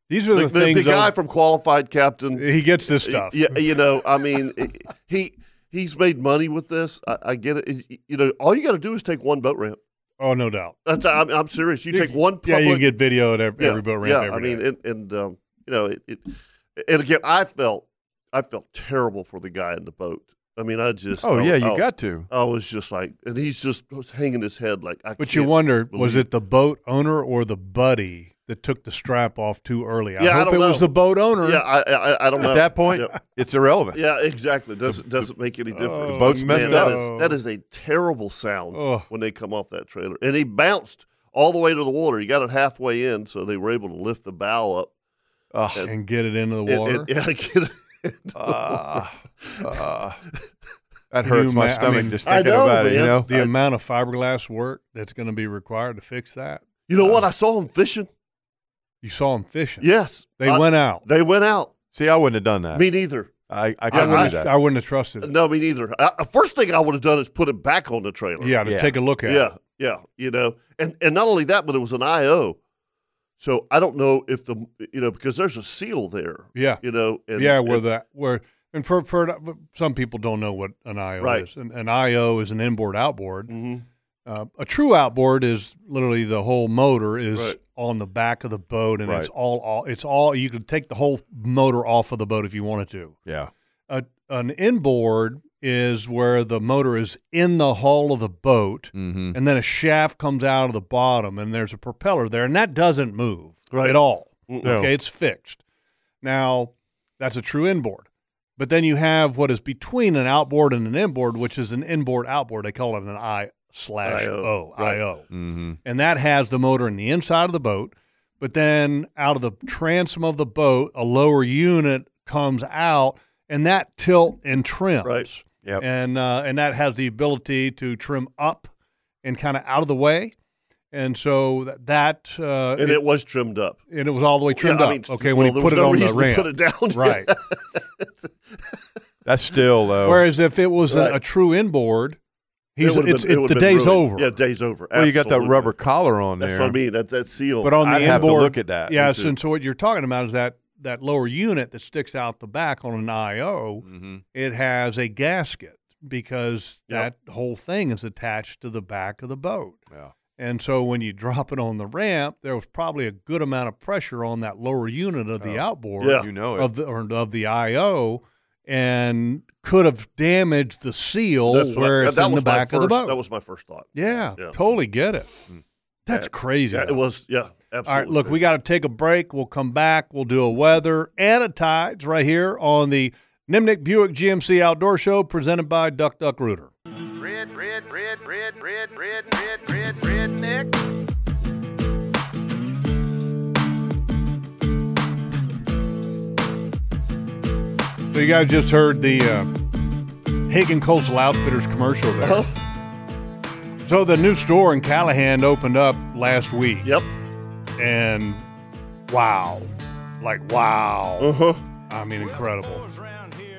[SPEAKER 3] These are
[SPEAKER 2] The,
[SPEAKER 3] the,
[SPEAKER 2] the- the
[SPEAKER 3] things.
[SPEAKER 2] guy
[SPEAKER 3] I'll-
[SPEAKER 2] from qualified captain. uh,
[SPEAKER 3] he gets this stuff.
[SPEAKER 2] Yeah. You know. I mean, it- he he's made money with this. I, I get it. It- You know, all you got to do is take one boat ramp.
[SPEAKER 3] Oh, no doubt.
[SPEAKER 2] That's, I'm, I'm serious. You take one.
[SPEAKER 3] Yeah, you
[SPEAKER 2] public-
[SPEAKER 3] get video at every, every boat ramp.
[SPEAKER 2] Yeah,
[SPEAKER 3] every
[SPEAKER 2] I mean,
[SPEAKER 3] day.
[SPEAKER 2] and, and um, you know, it, it, and again, I felt, I felt terrible for the guy in the boat. I mean, I just,
[SPEAKER 4] oh
[SPEAKER 2] I-
[SPEAKER 4] yeah, you
[SPEAKER 2] I-
[SPEAKER 4] got to.
[SPEAKER 2] I was just like, and he's just hanging his head like, I.
[SPEAKER 3] but
[SPEAKER 2] can't.
[SPEAKER 3] you wonder, was
[SPEAKER 2] believe-
[SPEAKER 3] it the boat owner or the buddy that took the strap off too early? I
[SPEAKER 2] Yeah, I
[SPEAKER 3] hope
[SPEAKER 2] don't
[SPEAKER 3] it was
[SPEAKER 2] know.
[SPEAKER 3] the boat owner.
[SPEAKER 2] Yeah, I, I, I don't know.
[SPEAKER 4] At that point,
[SPEAKER 2] Yeah,
[SPEAKER 4] it's irrelevant.
[SPEAKER 2] yeah, exactly. Doesn't doesn't make any difference.
[SPEAKER 3] Oh,
[SPEAKER 4] boat's
[SPEAKER 2] Man,
[SPEAKER 4] messed
[SPEAKER 2] that
[SPEAKER 4] up.
[SPEAKER 2] is- that is a terrible sound
[SPEAKER 3] Ugh.
[SPEAKER 2] when they come off that trailer, and he bounced all the way to the water. He got it halfway in, so they were able to lift the bow up.
[SPEAKER 4] Ugh.
[SPEAKER 3] And get it into the
[SPEAKER 2] and-
[SPEAKER 3] water.
[SPEAKER 2] and- yeah, get it-
[SPEAKER 4] Ah. Ah. that
[SPEAKER 3] Can
[SPEAKER 4] hurts
[SPEAKER 3] you
[SPEAKER 4] my
[SPEAKER 3] ima- I
[SPEAKER 4] stomach
[SPEAKER 3] mean-
[SPEAKER 4] just
[SPEAKER 2] I
[SPEAKER 4] thinking
[SPEAKER 2] know,
[SPEAKER 4] about it. You
[SPEAKER 2] man.
[SPEAKER 4] know,
[SPEAKER 3] the
[SPEAKER 2] I-
[SPEAKER 3] amount of fiberglass work that's going to be required to fix that.
[SPEAKER 2] You know what? I saw him fishing.
[SPEAKER 3] You saw them fishing.
[SPEAKER 2] Yes,
[SPEAKER 3] They
[SPEAKER 2] I-
[SPEAKER 3] went out.
[SPEAKER 2] They went out.
[SPEAKER 4] see, I wouldn't have done that.
[SPEAKER 2] Me neither.
[SPEAKER 4] I, I
[SPEAKER 3] I,
[SPEAKER 4] couldn't
[SPEAKER 3] wouldn't
[SPEAKER 4] do that.
[SPEAKER 3] I wouldn't have trusted it.
[SPEAKER 2] No, me neither. I, the first thing I would have done is put it back on the trailer.
[SPEAKER 3] Yeah, to
[SPEAKER 4] Yeah.
[SPEAKER 3] take a look at. it.
[SPEAKER 2] yeah, yeah. You know, and and not only that, but it was an IO. So I don't know if the you know because there's a seal there.
[SPEAKER 3] Yeah.
[SPEAKER 2] You know. And,
[SPEAKER 3] yeah, where
[SPEAKER 2] and-
[SPEAKER 3] that where and for for some people don't know what an IO
[SPEAKER 2] Right.
[SPEAKER 3] is. An, an IO is an inboard outboard.
[SPEAKER 2] Mhm.
[SPEAKER 3] Uh, a true outboard is literally the whole motor is
[SPEAKER 2] Right.
[SPEAKER 3] on the back of the boat, and it's
[SPEAKER 4] Right.
[SPEAKER 3] all, all it's all you could take the whole motor off of the boat if you wanted to.
[SPEAKER 4] yeah.
[SPEAKER 3] A, an inboard is where the motor is in the hull of the boat,
[SPEAKER 4] Mm-hmm.
[SPEAKER 3] and then a shaft comes out of the bottom, and there's a propeller there, and that doesn't move
[SPEAKER 2] Right.
[SPEAKER 3] at all.
[SPEAKER 2] Mm-mm.
[SPEAKER 3] Okay, it's fixed. Now, that's a true inboard. But then you have what is between an outboard and an inboard, which is an inboard outboard. They call it an I slash
[SPEAKER 2] IO,
[SPEAKER 3] O,
[SPEAKER 2] right.
[SPEAKER 3] IO.
[SPEAKER 4] Mm-hmm.
[SPEAKER 3] And that has the motor in the inside of the boat. But then out of the transom of the boat, a lower unit comes out and that tilt and trims.
[SPEAKER 2] Right.
[SPEAKER 4] Yep.
[SPEAKER 3] And, uh, and that has the ability to trim up and kind of out of the way. And so that, that uh,
[SPEAKER 2] And it was trimmed up.
[SPEAKER 3] and it was all the way trimmed
[SPEAKER 2] Yeah,
[SPEAKER 3] up.
[SPEAKER 2] I mean,
[SPEAKER 3] okay,
[SPEAKER 2] well,
[SPEAKER 3] when you
[SPEAKER 2] there
[SPEAKER 3] put
[SPEAKER 2] was
[SPEAKER 3] it
[SPEAKER 2] no
[SPEAKER 3] on the
[SPEAKER 2] reason
[SPEAKER 3] ramp,
[SPEAKER 2] to put it down.
[SPEAKER 3] right?
[SPEAKER 4] That's still though.
[SPEAKER 3] Whereas if it was an-
[SPEAKER 2] Right.
[SPEAKER 3] a true inboard,
[SPEAKER 2] It
[SPEAKER 3] he's
[SPEAKER 2] would've
[SPEAKER 3] it's,
[SPEAKER 2] been- it
[SPEAKER 3] it, the
[SPEAKER 2] would've been
[SPEAKER 3] day's
[SPEAKER 2] ruined.
[SPEAKER 3] over.
[SPEAKER 2] Yeah, day's over.
[SPEAKER 4] well, you got that
[SPEAKER 2] Absolutely.
[SPEAKER 4] rubber collar on
[SPEAKER 2] That's
[SPEAKER 4] there.
[SPEAKER 2] what I mean. That that seal.
[SPEAKER 3] but on the
[SPEAKER 4] I'd
[SPEAKER 3] inboard,
[SPEAKER 4] have to look at that.
[SPEAKER 3] Yeah,
[SPEAKER 4] Me too.
[SPEAKER 3] and so what you're talking about is that that lower unit that sticks out the back on an IO.
[SPEAKER 4] Mhm.
[SPEAKER 3] It has a gasket because
[SPEAKER 2] Yep.
[SPEAKER 3] that whole thing is attached to the back of the boat.
[SPEAKER 4] Yeah.
[SPEAKER 3] And so when you drop it on the ramp, there was probably a good amount of pressure on that lower unit of the outboard.
[SPEAKER 2] Oh. Yeah.
[SPEAKER 4] You know it.
[SPEAKER 3] of the or of the IO and could have damaged the seal
[SPEAKER 2] That's what I-
[SPEAKER 3] where
[SPEAKER 2] that-
[SPEAKER 3] it's
[SPEAKER 2] that
[SPEAKER 3] in the
[SPEAKER 2] was my
[SPEAKER 3] back of the
[SPEAKER 2] first-
[SPEAKER 3] boat.
[SPEAKER 2] That was my first thought.
[SPEAKER 3] yeah,
[SPEAKER 2] Yeah.
[SPEAKER 3] totally get it. That's crazy.
[SPEAKER 2] Yeah,
[SPEAKER 3] though.
[SPEAKER 2] it was. Yeah, absolutely.
[SPEAKER 3] All right, look, we got to take a break. We'll come back. We'll do a weather and a tides right here on the Nimnik Buick GMC Outdoor Show presented by Duck Duck Rooter.
[SPEAKER 6] Oh,
[SPEAKER 1] Red, red, red, red, red, red, red, red, redneck.
[SPEAKER 3] So you guys just heard the uh, Hagen Coastal Outfitters commercial there.
[SPEAKER 2] Uh-huh.
[SPEAKER 3] So the new store in Callahan opened up last week.
[SPEAKER 2] Yep.
[SPEAKER 3] and wow, like wow.
[SPEAKER 2] Uh huh.
[SPEAKER 3] I mean, incredible.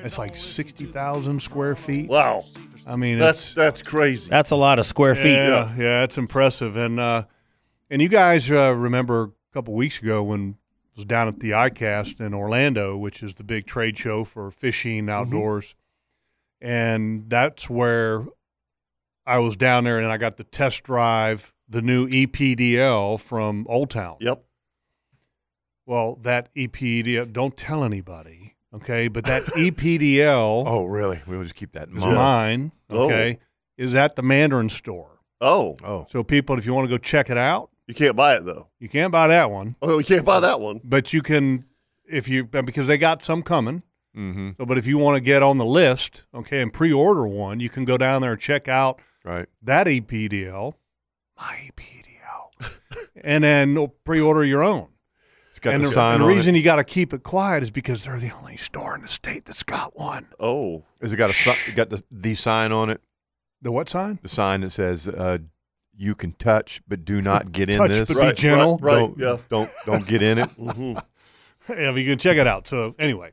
[SPEAKER 3] It's like sixty thousand square feet.
[SPEAKER 2] Wow.
[SPEAKER 3] I mean,
[SPEAKER 2] Oh, That's
[SPEAKER 3] it's-
[SPEAKER 2] that's crazy.
[SPEAKER 5] That's a lot of square feet.
[SPEAKER 3] yeah, yeah, it's impressive. And uh, and you guys uh, remember a couple weeks ago when I was down at the ICAST in Orlando, which is the big trade show for fishing
[SPEAKER 5] Mm-hmm.
[SPEAKER 3] outdoors, and that's where I was down there and I got to test drive the new E EPDL from Old Town.
[SPEAKER 2] Yep.
[SPEAKER 3] Well, that E EPDL, don't tell anybody, okay? But that E EPDL
[SPEAKER 4] oh, really? We'll just keep that in
[SPEAKER 3] is
[SPEAKER 4] mind.
[SPEAKER 3] mine,
[SPEAKER 2] Oh.
[SPEAKER 3] okay? Is at the Mandarin store.
[SPEAKER 2] Oh,
[SPEAKER 4] Oh,
[SPEAKER 3] So, people, if you want to go check it out,
[SPEAKER 2] you can't buy it though.
[SPEAKER 3] you can't buy that one,
[SPEAKER 2] Oh, you can't buy that one.
[SPEAKER 3] but you can, if you, because they got some coming.
[SPEAKER 4] mm-hmm.
[SPEAKER 3] So, but if you want to get on the list, okay, and pre order one, you can go down there and check out
[SPEAKER 4] right. E
[SPEAKER 3] that E EPDL, my EPDL, and then pre order your own.
[SPEAKER 4] It's got
[SPEAKER 3] and
[SPEAKER 4] the,
[SPEAKER 3] the,
[SPEAKER 4] sign
[SPEAKER 3] and the
[SPEAKER 4] on
[SPEAKER 3] reason you got to keep it quiet is because they're the only store in the state that's got one.
[SPEAKER 2] Oh,
[SPEAKER 4] it. Has it got a si- got the, the sign on it?
[SPEAKER 3] The what sign?
[SPEAKER 4] The sign that says uh, "You can touch, but do not get in
[SPEAKER 3] Touch,
[SPEAKER 4] this."
[SPEAKER 3] but Be gentle.
[SPEAKER 2] Right.
[SPEAKER 4] Don't,
[SPEAKER 2] yeah.
[SPEAKER 4] don't don't get in it.
[SPEAKER 2] Mhm.
[SPEAKER 3] yeah, but you can check it out. So anyway,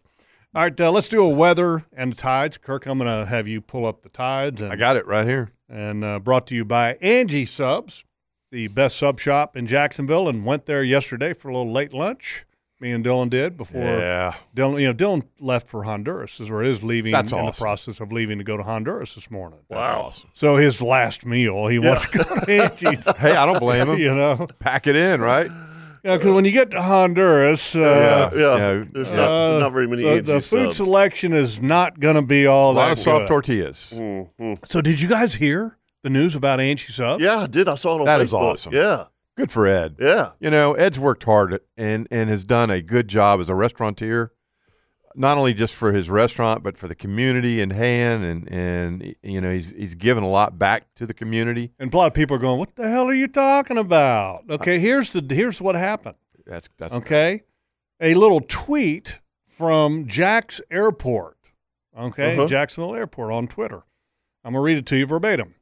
[SPEAKER 3] all right, uh, let's do a weather and the tides. Kirk, I'm going to have you pull up the tides. And,
[SPEAKER 4] I got it right here.
[SPEAKER 3] and uh, brought to you by Angie Subs, the best sub shop in Jacksonville, and went there yesterday for a little late lunch. Me and Dylan did before Dylan. You know, Dylan left for Honduras, or is leaving.
[SPEAKER 4] That's
[SPEAKER 3] in the
[SPEAKER 4] awesome.
[SPEAKER 3] process of leaving to go to Honduras this morning.
[SPEAKER 2] wow.
[SPEAKER 3] So his last meal, he wants to go to Angie's.
[SPEAKER 4] Hey, I don't blame him.
[SPEAKER 3] you know,
[SPEAKER 4] Pack it in, right?
[SPEAKER 3] yeah, because when you get to Honduras, uh,
[SPEAKER 2] Yeah.
[SPEAKER 4] No,
[SPEAKER 2] There's
[SPEAKER 4] uh,
[SPEAKER 2] not,
[SPEAKER 3] uh,
[SPEAKER 2] not very many.
[SPEAKER 3] the, the
[SPEAKER 2] Angie's
[SPEAKER 3] food
[SPEAKER 2] subs.
[SPEAKER 3] selection is not going to be
[SPEAKER 4] a
[SPEAKER 3] all that
[SPEAKER 4] lot of soft
[SPEAKER 3] good.
[SPEAKER 4] tortillas.
[SPEAKER 2] Mhm.
[SPEAKER 3] So, did you guys hear the news about Angie Subs?
[SPEAKER 2] Yeah, I did. I saw it on
[SPEAKER 4] That
[SPEAKER 2] Facebook.
[SPEAKER 4] is awesome.
[SPEAKER 2] Yeah.
[SPEAKER 4] Good for Ed.
[SPEAKER 2] Yeah.
[SPEAKER 4] You know, Ed's worked hard and and has done a good job as a restaurateur, not only just for his restaurant but for the community in hand and and you know he's he's given a lot back to the community.
[SPEAKER 3] And a lot of people are going, "What the hell are you talking about?" Okay, here's the here's what happened.
[SPEAKER 4] That's that's
[SPEAKER 3] Okay, a little tweet from Jack's Airport. Okay,
[SPEAKER 2] Uh-huh.
[SPEAKER 3] Jacksonville Airport on Twitter. I'm gonna read it to you verbatim.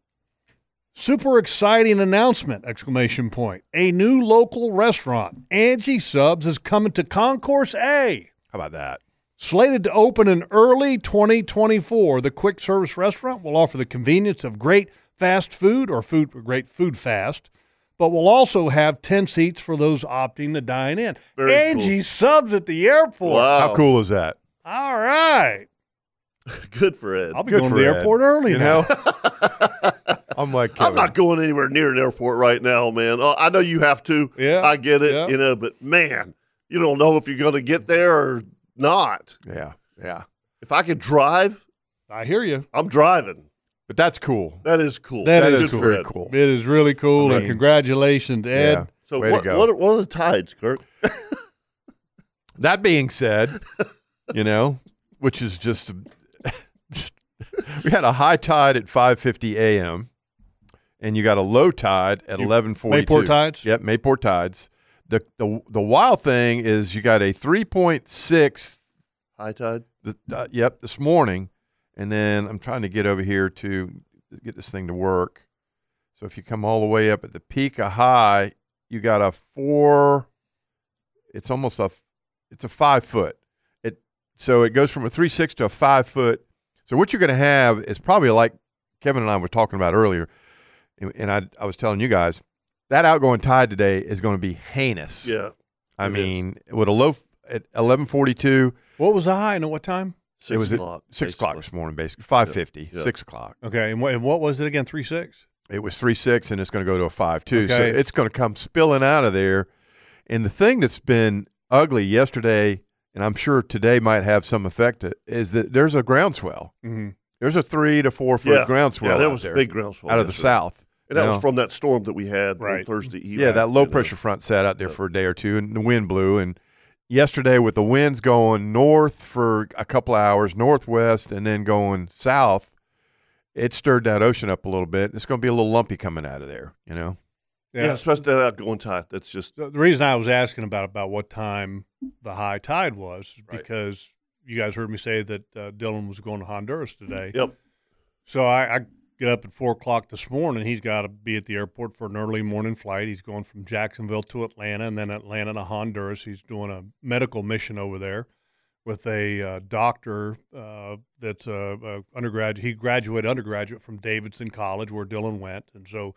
[SPEAKER 3] Super exciting announcement! Exclamation point. A new local restaurant, Angie Subs, is coming to Concourse A.
[SPEAKER 4] How about that?
[SPEAKER 3] Slated to open in early 2024, the quick service restaurant will offer the convenience of great fast food or food great food fast, but will also have 10 seats for those opting to dine in.
[SPEAKER 2] Very cool.
[SPEAKER 3] Angie subs at the airport.
[SPEAKER 4] How cool is that?
[SPEAKER 3] All right.
[SPEAKER 2] Good for Ed.
[SPEAKER 3] I'll be
[SPEAKER 4] Good
[SPEAKER 3] going
[SPEAKER 4] for
[SPEAKER 3] to the
[SPEAKER 4] Ed.
[SPEAKER 3] airport early
[SPEAKER 4] You
[SPEAKER 3] now.
[SPEAKER 4] know, I'm like,
[SPEAKER 2] I'm
[SPEAKER 4] Kevin,
[SPEAKER 2] not going anywhere near an airport right now, man. Uh, I know you have to.
[SPEAKER 3] Yeah,
[SPEAKER 2] I get it.
[SPEAKER 3] yeah.
[SPEAKER 2] You know, but man, you don't know if you're going to get there or not.
[SPEAKER 4] yeah, yeah.
[SPEAKER 2] If I could drive,
[SPEAKER 3] I hear you.
[SPEAKER 2] I'm driving.
[SPEAKER 4] But that's cool.
[SPEAKER 2] That is cool.
[SPEAKER 3] That
[SPEAKER 4] that
[SPEAKER 3] is
[SPEAKER 4] is,
[SPEAKER 2] Good for
[SPEAKER 4] very
[SPEAKER 2] Ed.
[SPEAKER 4] cool.
[SPEAKER 3] It is really cool.
[SPEAKER 4] I
[SPEAKER 3] and
[SPEAKER 4] mean,
[SPEAKER 3] congratulations, Ed.
[SPEAKER 4] Yeah.
[SPEAKER 2] So
[SPEAKER 4] Way to
[SPEAKER 2] what,
[SPEAKER 4] go.
[SPEAKER 2] what, are, what are the tides, Kirk?
[SPEAKER 4] That being said, you know, which is just, we had a high tide at 5:50 a.m. and you got a low tide at 11:42.
[SPEAKER 3] Mayport tides?
[SPEAKER 4] Yep, Mayport tides. The the the wild thing is you got a 3.6
[SPEAKER 2] High tide.
[SPEAKER 4] th- uh, yep, this morning and then I'm trying to get over here to get this thing to work. So if you come all the way up at the peak of high, you got a 4 it's almost a f- it's a five foot. It so it goes from a three six to a five foot. So what you're going to have is probably like Kevin and I were talking about earlier, and, and I I was telling you guys that outgoing tide today is going to be heinous.
[SPEAKER 2] Yeah.
[SPEAKER 4] I
[SPEAKER 2] it is.
[SPEAKER 4] mean with a low f- at eleven forty two.
[SPEAKER 3] What was the high and at what time?
[SPEAKER 2] Six
[SPEAKER 4] it was
[SPEAKER 2] o'clock.
[SPEAKER 4] At six o'clock
[SPEAKER 2] basically.
[SPEAKER 4] this morning, basically five fifty,
[SPEAKER 2] Yeah.
[SPEAKER 4] six o'clock.
[SPEAKER 3] Okay, and what, and what was it again? Three six.
[SPEAKER 4] It was three six, and it's going to go to a five two. So
[SPEAKER 3] Okay.
[SPEAKER 4] it's going to come spilling out of there. And the thing that's been ugly yesterday, and I'm sure today might have some effect, is that there's a groundswell.
[SPEAKER 3] Mm-hmm.
[SPEAKER 4] There's a three to four foot
[SPEAKER 2] Yeah.
[SPEAKER 4] groundswell.
[SPEAKER 2] Yeah, that
[SPEAKER 4] out
[SPEAKER 2] was a
[SPEAKER 4] there,
[SPEAKER 2] big groundswell
[SPEAKER 4] out of the
[SPEAKER 2] yesterday.
[SPEAKER 4] south.
[SPEAKER 2] And that
[SPEAKER 4] you
[SPEAKER 2] was
[SPEAKER 4] know?
[SPEAKER 2] from that storm that we had on
[SPEAKER 3] Right.
[SPEAKER 2] Thursday evening.
[SPEAKER 4] yeah, that
[SPEAKER 2] you
[SPEAKER 4] low
[SPEAKER 2] know.
[SPEAKER 4] pressure front sat out there for a day or two, and the wind blew. And yesterday, with the winds going north for a couple of hours, northwest, and then going south, it stirred that ocean up a little bit. It's going to be a little lumpy coming out of there, you know.
[SPEAKER 2] Yeah, especially that outgoing tide. That's just
[SPEAKER 3] The the reason I was asking about about what time the high tide was is
[SPEAKER 4] Right.
[SPEAKER 3] because you guys heard me say that uh, Dylan was going to Honduras today.
[SPEAKER 2] yep.
[SPEAKER 3] So I, I get up at four o'clock this morning. He's got to be at the airport for an early morning flight. He's going from Jacksonville to Atlanta and then Atlanta to Honduras. He's doing a medical mission over there with a uh, doctor uh, that's a, a undergraduate. He graduated undergraduate from Davidson College where Dylan went, and so.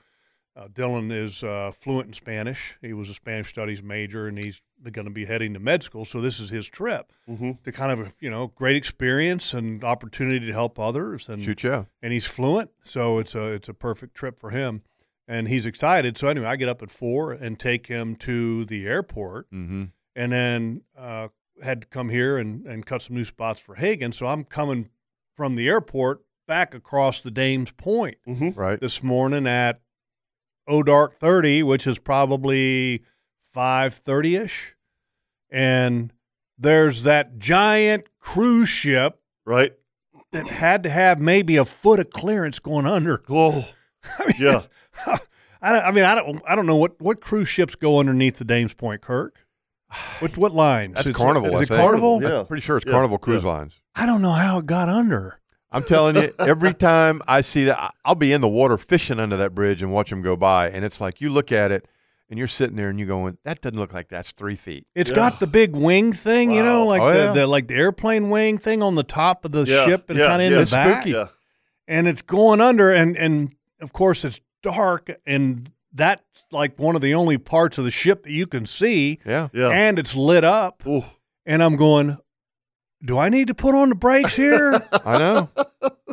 [SPEAKER 3] Uh, Dylan is uh, fluent in Spanish. He was a Spanish studies major, and he's going to be heading to med school. So this is his trip
[SPEAKER 4] Mm-hmm.
[SPEAKER 2] Mhm.
[SPEAKER 3] to kind of you know great experience and opportunity to help others. And
[SPEAKER 4] Shoot, yeah.
[SPEAKER 3] and he's fluent, so it's a it's a perfect trip for him, and he's excited. So anyway, I get up at four and take him to the airport,
[SPEAKER 4] Mm-hmm.
[SPEAKER 3] and then uh, had to come here and and cut some new spots for Hagen. So I'm coming from the airport back across the Dames Point
[SPEAKER 2] Mm-hmm.
[SPEAKER 4] Right.
[SPEAKER 3] this morning at oh dark thirty, which is probably five thirty ish, and there's that giant cruise ship
[SPEAKER 2] Right.
[SPEAKER 3] that had to have maybe a foot of clearance going under.
[SPEAKER 2] Oh, yeah.
[SPEAKER 3] I, don't- I mean, I don't, I don't know what, what cruise ships go underneath the Dames Point, Kirk. What what lines?
[SPEAKER 4] That's
[SPEAKER 3] It's-
[SPEAKER 4] Carnival,
[SPEAKER 3] Is
[SPEAKER 4] I
[SPEAKER 3] it
[SPEAKER 4] think.
[SPEAKER 3] Carnival?
[SPEAKER 2] Yeah.
[SPEAKER 4] I'm pretty sure it's
[SPEAKER 2] Yeah,
[SPEAKER 4] Carnival Cruise
[SPEAKER 2] yeah.
[SPEAKER 4] Lines.
[SPEAKER 3] I don't know how it got under.
[SPEAKER 4] I'm telling you, every time I see that, I- I'll be in the water fishing under that bridge and watch them go by. And it's like you look at it, and you're sitting there, and you're going, "That doesn't look like that's three feet."
[SPEAKER 3] It's
[SPEAKER 2] Yeah.
[SPEAKER 3] got the big wing thing, you know,
[SPEAKER 2] Wow.
[SPEAKER 3] like
[SPEAKER 4] Oh,
[SPEAKER 3] the,
[SPEAKER 4] yeah.
[SPEAKER 3] the like the airplane wing thing on the top of the
[SPEAKER 2] Yeah,
[SPEAKER 3] ship and
[SPEAKER 2] yeah,
[SPEAKER 3] kind of in
[SPEAKER 2] yeah.
[SPEAKER 3] the
[SPEAKER 4] It's
[SPEAKER 3] back.
[SPEAKER 4] spooky.
[SPEAKER 2] Yeah.
[SPEAKER 3] and it's going under and and of course it's dark and that's like one of the only parts of the ship that you can see
[SPEAKER 4] Yeah.
[SPEAKER 2] Yeah.
[SPEAKER 3] and it's lit up
[SPEAKER 2] Ooh.
[SPEAKER 3] and I'm going do I need to put on the brakes here
[SPEAKER 4] I know.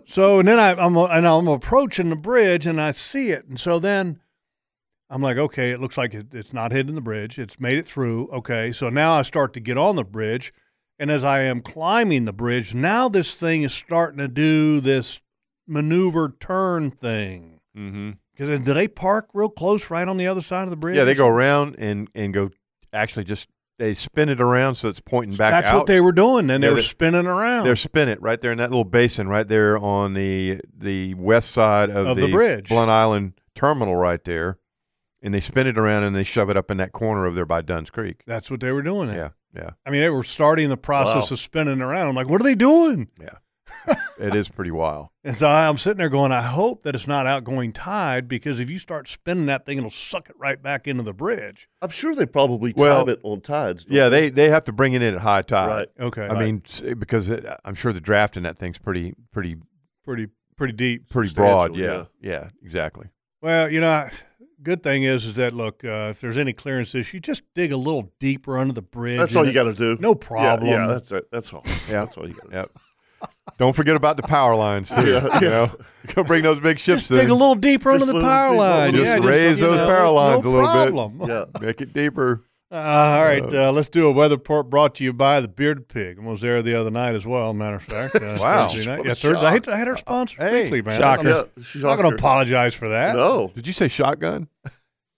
[SPEAKER 3] so and then I, I'm and I'm approaching the bridge and I see it and so then I'm like okay it looks like it, it's not hitting the bridge it's made it through okay so now I start to get on the bridge and as I am climbing the bridge now this thing is starting to do this maneuver turn thing
[SPEAKER 4] Mm-hmm.
[SPEAKER 3] because do they park real close right on the other side of the bridge
[SPEAKER 4] Yeah, they go around and and go. Actually, just they spin it around so it's pointing back
[SPEAKER 3] that's
[SPEAKER 4] out.
[SPEAKER 3] what they were doing and they
[SPEAKER 4] Yeah,
[SPEAKER 3] were
[SPEAKER 4] they-
[SPEAKER 3] spinning around
[SPEAKER 4] They're spin it right there in that little basin right there on the the west side of,
[SPEAKER 3] Of the bridge.
[SPEAKER 4] Blunt Island terminal right there, and they spin it around and they shove it up in that corner over there by Dunn's Creek.
[SPEAKER 3] that's what they were doing there.
[SPEAKER 4] Yeah, yeah,
[SPEAKER 3] I mean they were starting the process
[SPEAKER 2] Wow.
[SPEAKER 3] of spinning around I'm like what are they doing
[SPEAKER 4] yeah. it is pretty wild.
[SPEAKER 3] And so I'm sitting there going, I hope that it's not outgoing tide because if you start spinning that thing, it'll suck it right back into the bridge.
[SPEAKER 2] I'm sure they probably time
[SPEAKER 4] Well,
[SPEAKER 2] it on tides. don't
[SPEAKER 4] Yeah, they they have to bring it in at high tide.
[SPEAKER 2] Right.
[SPEAKER 3] Okay.
[SPEAKER 4] I mean, s- because it, I'm sure the draft in that thing's pretty pretty
[SPEAKER 3] pretty pretty deep.
[SPEAKER 4] pretty broad.
[SPEAKER 2] Substantial,
[SPEAKER 4] Yeah. yeah, exactly.
[SPEAKER 3] Well, you know, I- good thing is is that look, uh, if there's any clearance issue, just dig a little deeper under the bridge.
[SPEAKER 2] That's all you
[SPEAKER 3] and
[SPEAKER 2] got to do.
[SPEAKER 3] No problem.
[SPEAKER 2] Yeah, yeah, that's it. That's all.
[SPEAKER 4] Yeah.
[SPEAKER 2] That's all you got. to do.
[SPEAKER 4] Yep. Don't forget about the power lines. Too,
[SPEAKER 2] Yeah,
[SPEAKER 4] You know, go bring those big ships
[SPEAKER 3] Dig a
[SPEAKER 4] in.
[SPEAKER 3] little deeper
[SPEAKER 2] Just
[SPEAKER 3] under the
[SPEAKER 2] little
[SPEAKER 3] power
[SPEAKER 2] deep-
[SPEAKER 3] line.
[SPEAKER 2] little
[SPEAKER 3] yeah,
[SPEAKER 2] deep.
[SPEAKER 4] Raise
[SPEAKER 3] you
[SPEAKER 4] those power
[SPEAKER 3] no
[SPEAKER 4] lines a little bit.
[SPEAKER 3] problem.
[SPEAKER 2] Yeah.
[SPEAKER 4] Make it deeper.
[SPEAKER 3] Uh, all right, uh, let's do a weather report brought to you by the Bearded Pig. I was there the other night as well. Matter of fact, uh,
[SPEAKER 4] Wow.
[SPEAKER 3] Thursday night.
[SPEAKER 2] What a
[SPEAKER 3] Yeah, Thursday. I hate, to- I hate our sponsors
[SPEAKER 4] Hey,
[SPEAKER 3] weekly, man.
[SPEAKER 5] shocker.
[SPEAKER 3] I'm,
[SPEAKER 2] Yeah,
[SPEAKER 3] I'm not going
[SPEAKER 2] shocker.
[SPEAKER 3] to apologize for that.
[SPEAKER 2] No.
[SPEAKER 4] Did you say shotgun?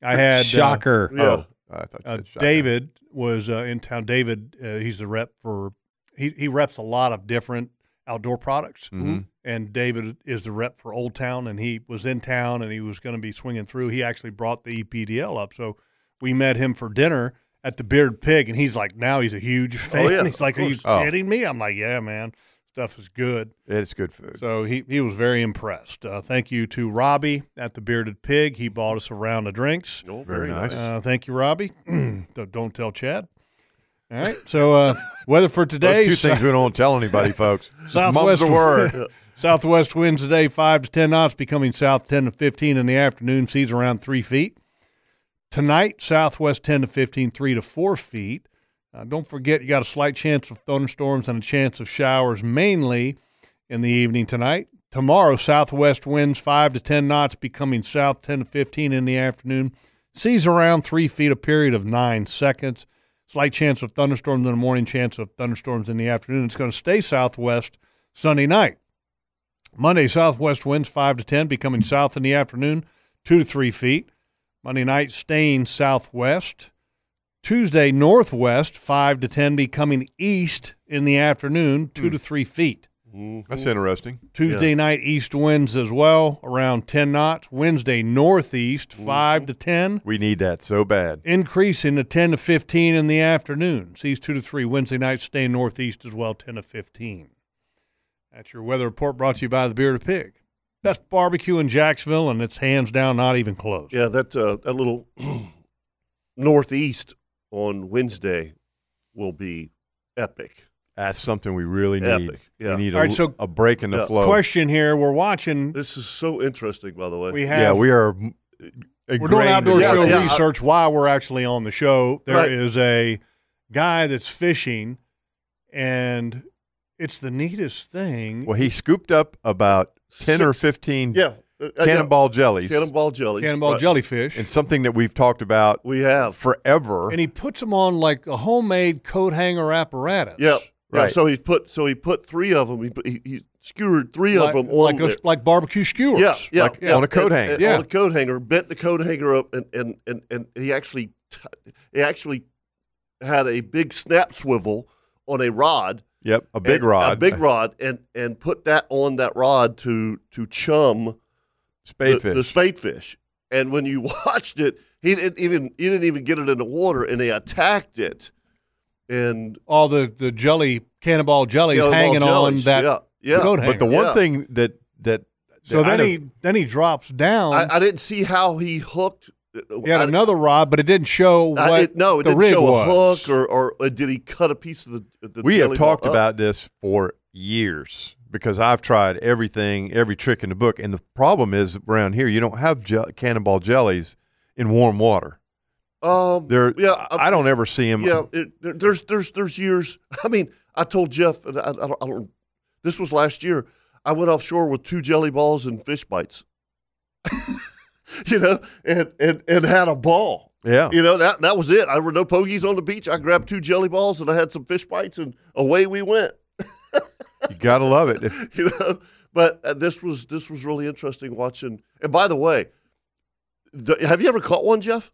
[SPEAKER 3] I had uh,
[SPEAKER 5] Shocker.
[SPEAKER 2] Yeah.
[SPEAKER 4] Oh, I thought you
[SPEAKER 3] uh,
[SPEAKER 4] said shotgun.
[SPEAKER 3] David was uh, in town. David, uh, he's the rep for he he reps a lot of different outdoor products,
[SPEAKER 4] Mhm.
[SPEAKER 3] and David is the rep for Old Town, and he was in town and he was going to be swinging through. He actually brought the E EPDL up, so we met him for dinner at the Bearded Pig, and he's like, now he's a huge fan.
[SPEAKER 2] yeah,
[SPEAKER 3] he's like,
[SPEAKER 2] of
[SPEAKER 3] are you
[SPEAKER 2] course.
[SPEAKER 4] Oh.
[SPEAKER 3] kidding me? I'm like, yeah, man, stuff is good.
[SPEAKER 4] It's good food.
[SPEAKER 3] So he, he was very impressed. Uh, thank you to Robbie at the Bearded Pig. He bought us a round of drinks.
[SPEAKER 2] No,
[SPEAKER 4] Oh, Very nice.
[SPEAKER 3] Uh, thank you, Robbie. don't, don't tell Chad. All right. So uh, weather for today:
[SPEAKER 4] Those two things
[SPEAKER 3] sou-
[SPEAKER 4] we don't tell anybody, folks. Just mum's
[SPEAKER 3] Southwest
[SPEAKER 4] a word.
[SPEAKER 3] southwest winds today five to ten knots, becoming south ten to fifteen in the afternoon. Seas around three feet. Tonight, southwest ten to 15, 3 to four feet. Uh, don't forget, you got a slight chance of thunderstorms and a chance of showers, mainly in the evening tonight. Tomorrow, southwest winds five to ten knots, becoming south ten to fifteen in the afternoon. Seas around three feet, a period of nine seconds. Slight chance of thunderstorms in the morning, chance of thunderstorms in the afternoon. It's going to stay southwest Sunday night. Monday, southwest winds 5 to 10, becoming south in the afternoon, 2 to 3 feet. Monday night, staying southwest. Tuesday, northwest 5 to 10, becoming east in the afternoon, 2 to 3 feet.
[SPEAKER 4] That's interesting.
[SPEAKER 3] Tuesday night, east winds as well, around 10 knots. Wednesday, northeast 5 to 10
[SPEAKER 4] We need that so bad.
[SPEAKER 3] increasing to 10 to 15 in the afternoon. Seas 2 to 3 Wednesday night, staying northeast as well, 10 to 15. That's your weather report brought to you by the Bearded Pig. Best barbecue in Jacksonville, and it's hands down not even close.
[SPEAKER 2] Yeah, that uh, that little northeast on Wednesday will be epic.
[SPEAKER 4] That's something we really need.
[SPEAKER 2] Epic, yeah.
[SPEAKER 4] We need a,
[SPEAKER 3] All right, so-
[SPEAKER 4] a break in the
[SPEAKER 2] Yeah.
[SPEAKER 4] flow.
[SPEAKER 3] Question here we're watching.
[SPEAKER 2] This is so interesting, by the way.
[SPEAKER 3] We have.
[SPEAKER 4] Yeah, we are. m-
[SPEAKER 3] We're doing
[SPEAKER 4] ingrained
[SPEAKER 3] outdoor
[SPEAKER 4] in
[SPEAKER 2] Yeah,
[SPEAKER 3] show
[SPEAKER 4] that.
[SPEAKER 2] yeah.
[SPEAKER 3] research while we're actually on the show. There
[SPEAKER 2] Right.
[SPEAKER 3] is a guy that's fishing, and it's the neatest thing.
[SPEAKER 4] Well, he scooped up about ten or
[SPEAKER 2] Six-
[SPEAKER 4] fifteen
[SPEAKER 2] yeah, uh, uh,
[SPEAKER 4] cannonball jellies
[SPEAKER 2] yeah. cannonball jelly,
[SPEAKER 3] Cannonball jellyfish.
[SPEAKER 4] and something that we've talked about
[SPEAKER 2] We have
[SPEAKER 4] forever.
[SPEAKER 3] and he puts them on like a homemade coat hanger apparatus.
[SPEAKER 2] yeah, yeah.
[SPEAKER 4] Right.
[SPEAKER 2] So he put so he put three of them. He put, he, he skewered three
[SPEAKER 3] like,
[SPEAKER 2] of them on
[SPEAKER 3] like,
[SPEAKER 2] there.
[SPEAKER 3] those- like barbecue skewers.
[SPEAKER 2] yeah, yeah,
[SPEAKER 4] like
[SPEAKER 2] yeah.
[SPEAKER 4] on a coat
[SPEAKER 2] And-
[SPEAKER 4] hanger.
[SPEAKER 2] and
[SPEAKER 3] Yeah.
[SPEAKER 2] on a coat hanger. Bent the coat hanger up, and and and, and he actually t- he actually had a big snap swivel on a rod.
[SPEAKER 4] yep, a big
[SPEAKER 2] and-
[SPEAKER 4] rod,
[SPEAKER 2] a big rod, and and put that on that rod to to chum the,
[SPEAKER 4] spadefish.
[SPEAKER 2] the spadefish. And when you watched it, he didn't even he didn't even get it in the water, and they attacked it, and
[SPEAKER 4] Oh,
[SPEAKER 3] All the, the jelly, cannonball jellies
[SPEAKER 2] Cannonball
[SPEAKER 3] hanging
[SPEAKER 2] jellies,
[SPEAKER 3] on that
[SPEAKER 2] yeah, yeah.
[SPEAKER 3] coat hanger.
[SPEAKER 4] but the one
[SPEAKER 2] Yeah.
[SPEAKER 4] thing that that
[SPEAKER 3] so
[SPEAKER 4] that I
[SPEAKER 3] then
[SPEAKER 4] don't-
[SPEAKER 3] he then he drops down.
[SPEAKER 2] I, I didn't see how he hooked. uh,
[SPEAKER 3] he had
[SPEAKER 2] I-
[SPEAKER 3] another rod, but it didn't show what
[SPEAKER 2] I didn't- no, it
[SPEAKER 3] the
[SPEAKER 2] didn't
[SPEAKER 3] rig
[SPEAKER 2] show a
[SPEAKER 3] was.
[SPEAKER 2] hook, or, or uh, did he cut a piece of the? the
[SPEAKER 4] we have
[SPEAKER 2] jelly ball
[SPEAKER 4] talked
[SPEAKER 2] up?
[SPEAKER 4] about this for years because I've tried everything, every trick in the book, and the problem is around here you don't have je- cannonball jellies in warm water.
[SPEAKER 2] Um,
[SPEAKER 4] They're
[SPEAKER 2] yeah,
[SPEAKER 4] I, I don't ever see them.
[SPEAKER 2] Yeah, it, there- there's there's there's years. I mean, I told Jeff, and I, I, don't, I don't. This was last year. I went offshore with two jelly balls and fish bites. you know, and and and had a ball.
[SPEAKER 4] yeah.
[SPEAKER 2] You know that that was it. I were no pogies on the beach. I grabbed two jelly balls and I had some fish bites, and away we went.
[SPEAKER 4] You gotta love it. If-
[SPEAKER 2] You know, but uh, this was this was really interesting watching. And by the way, the, have you ever caught one, Jeff?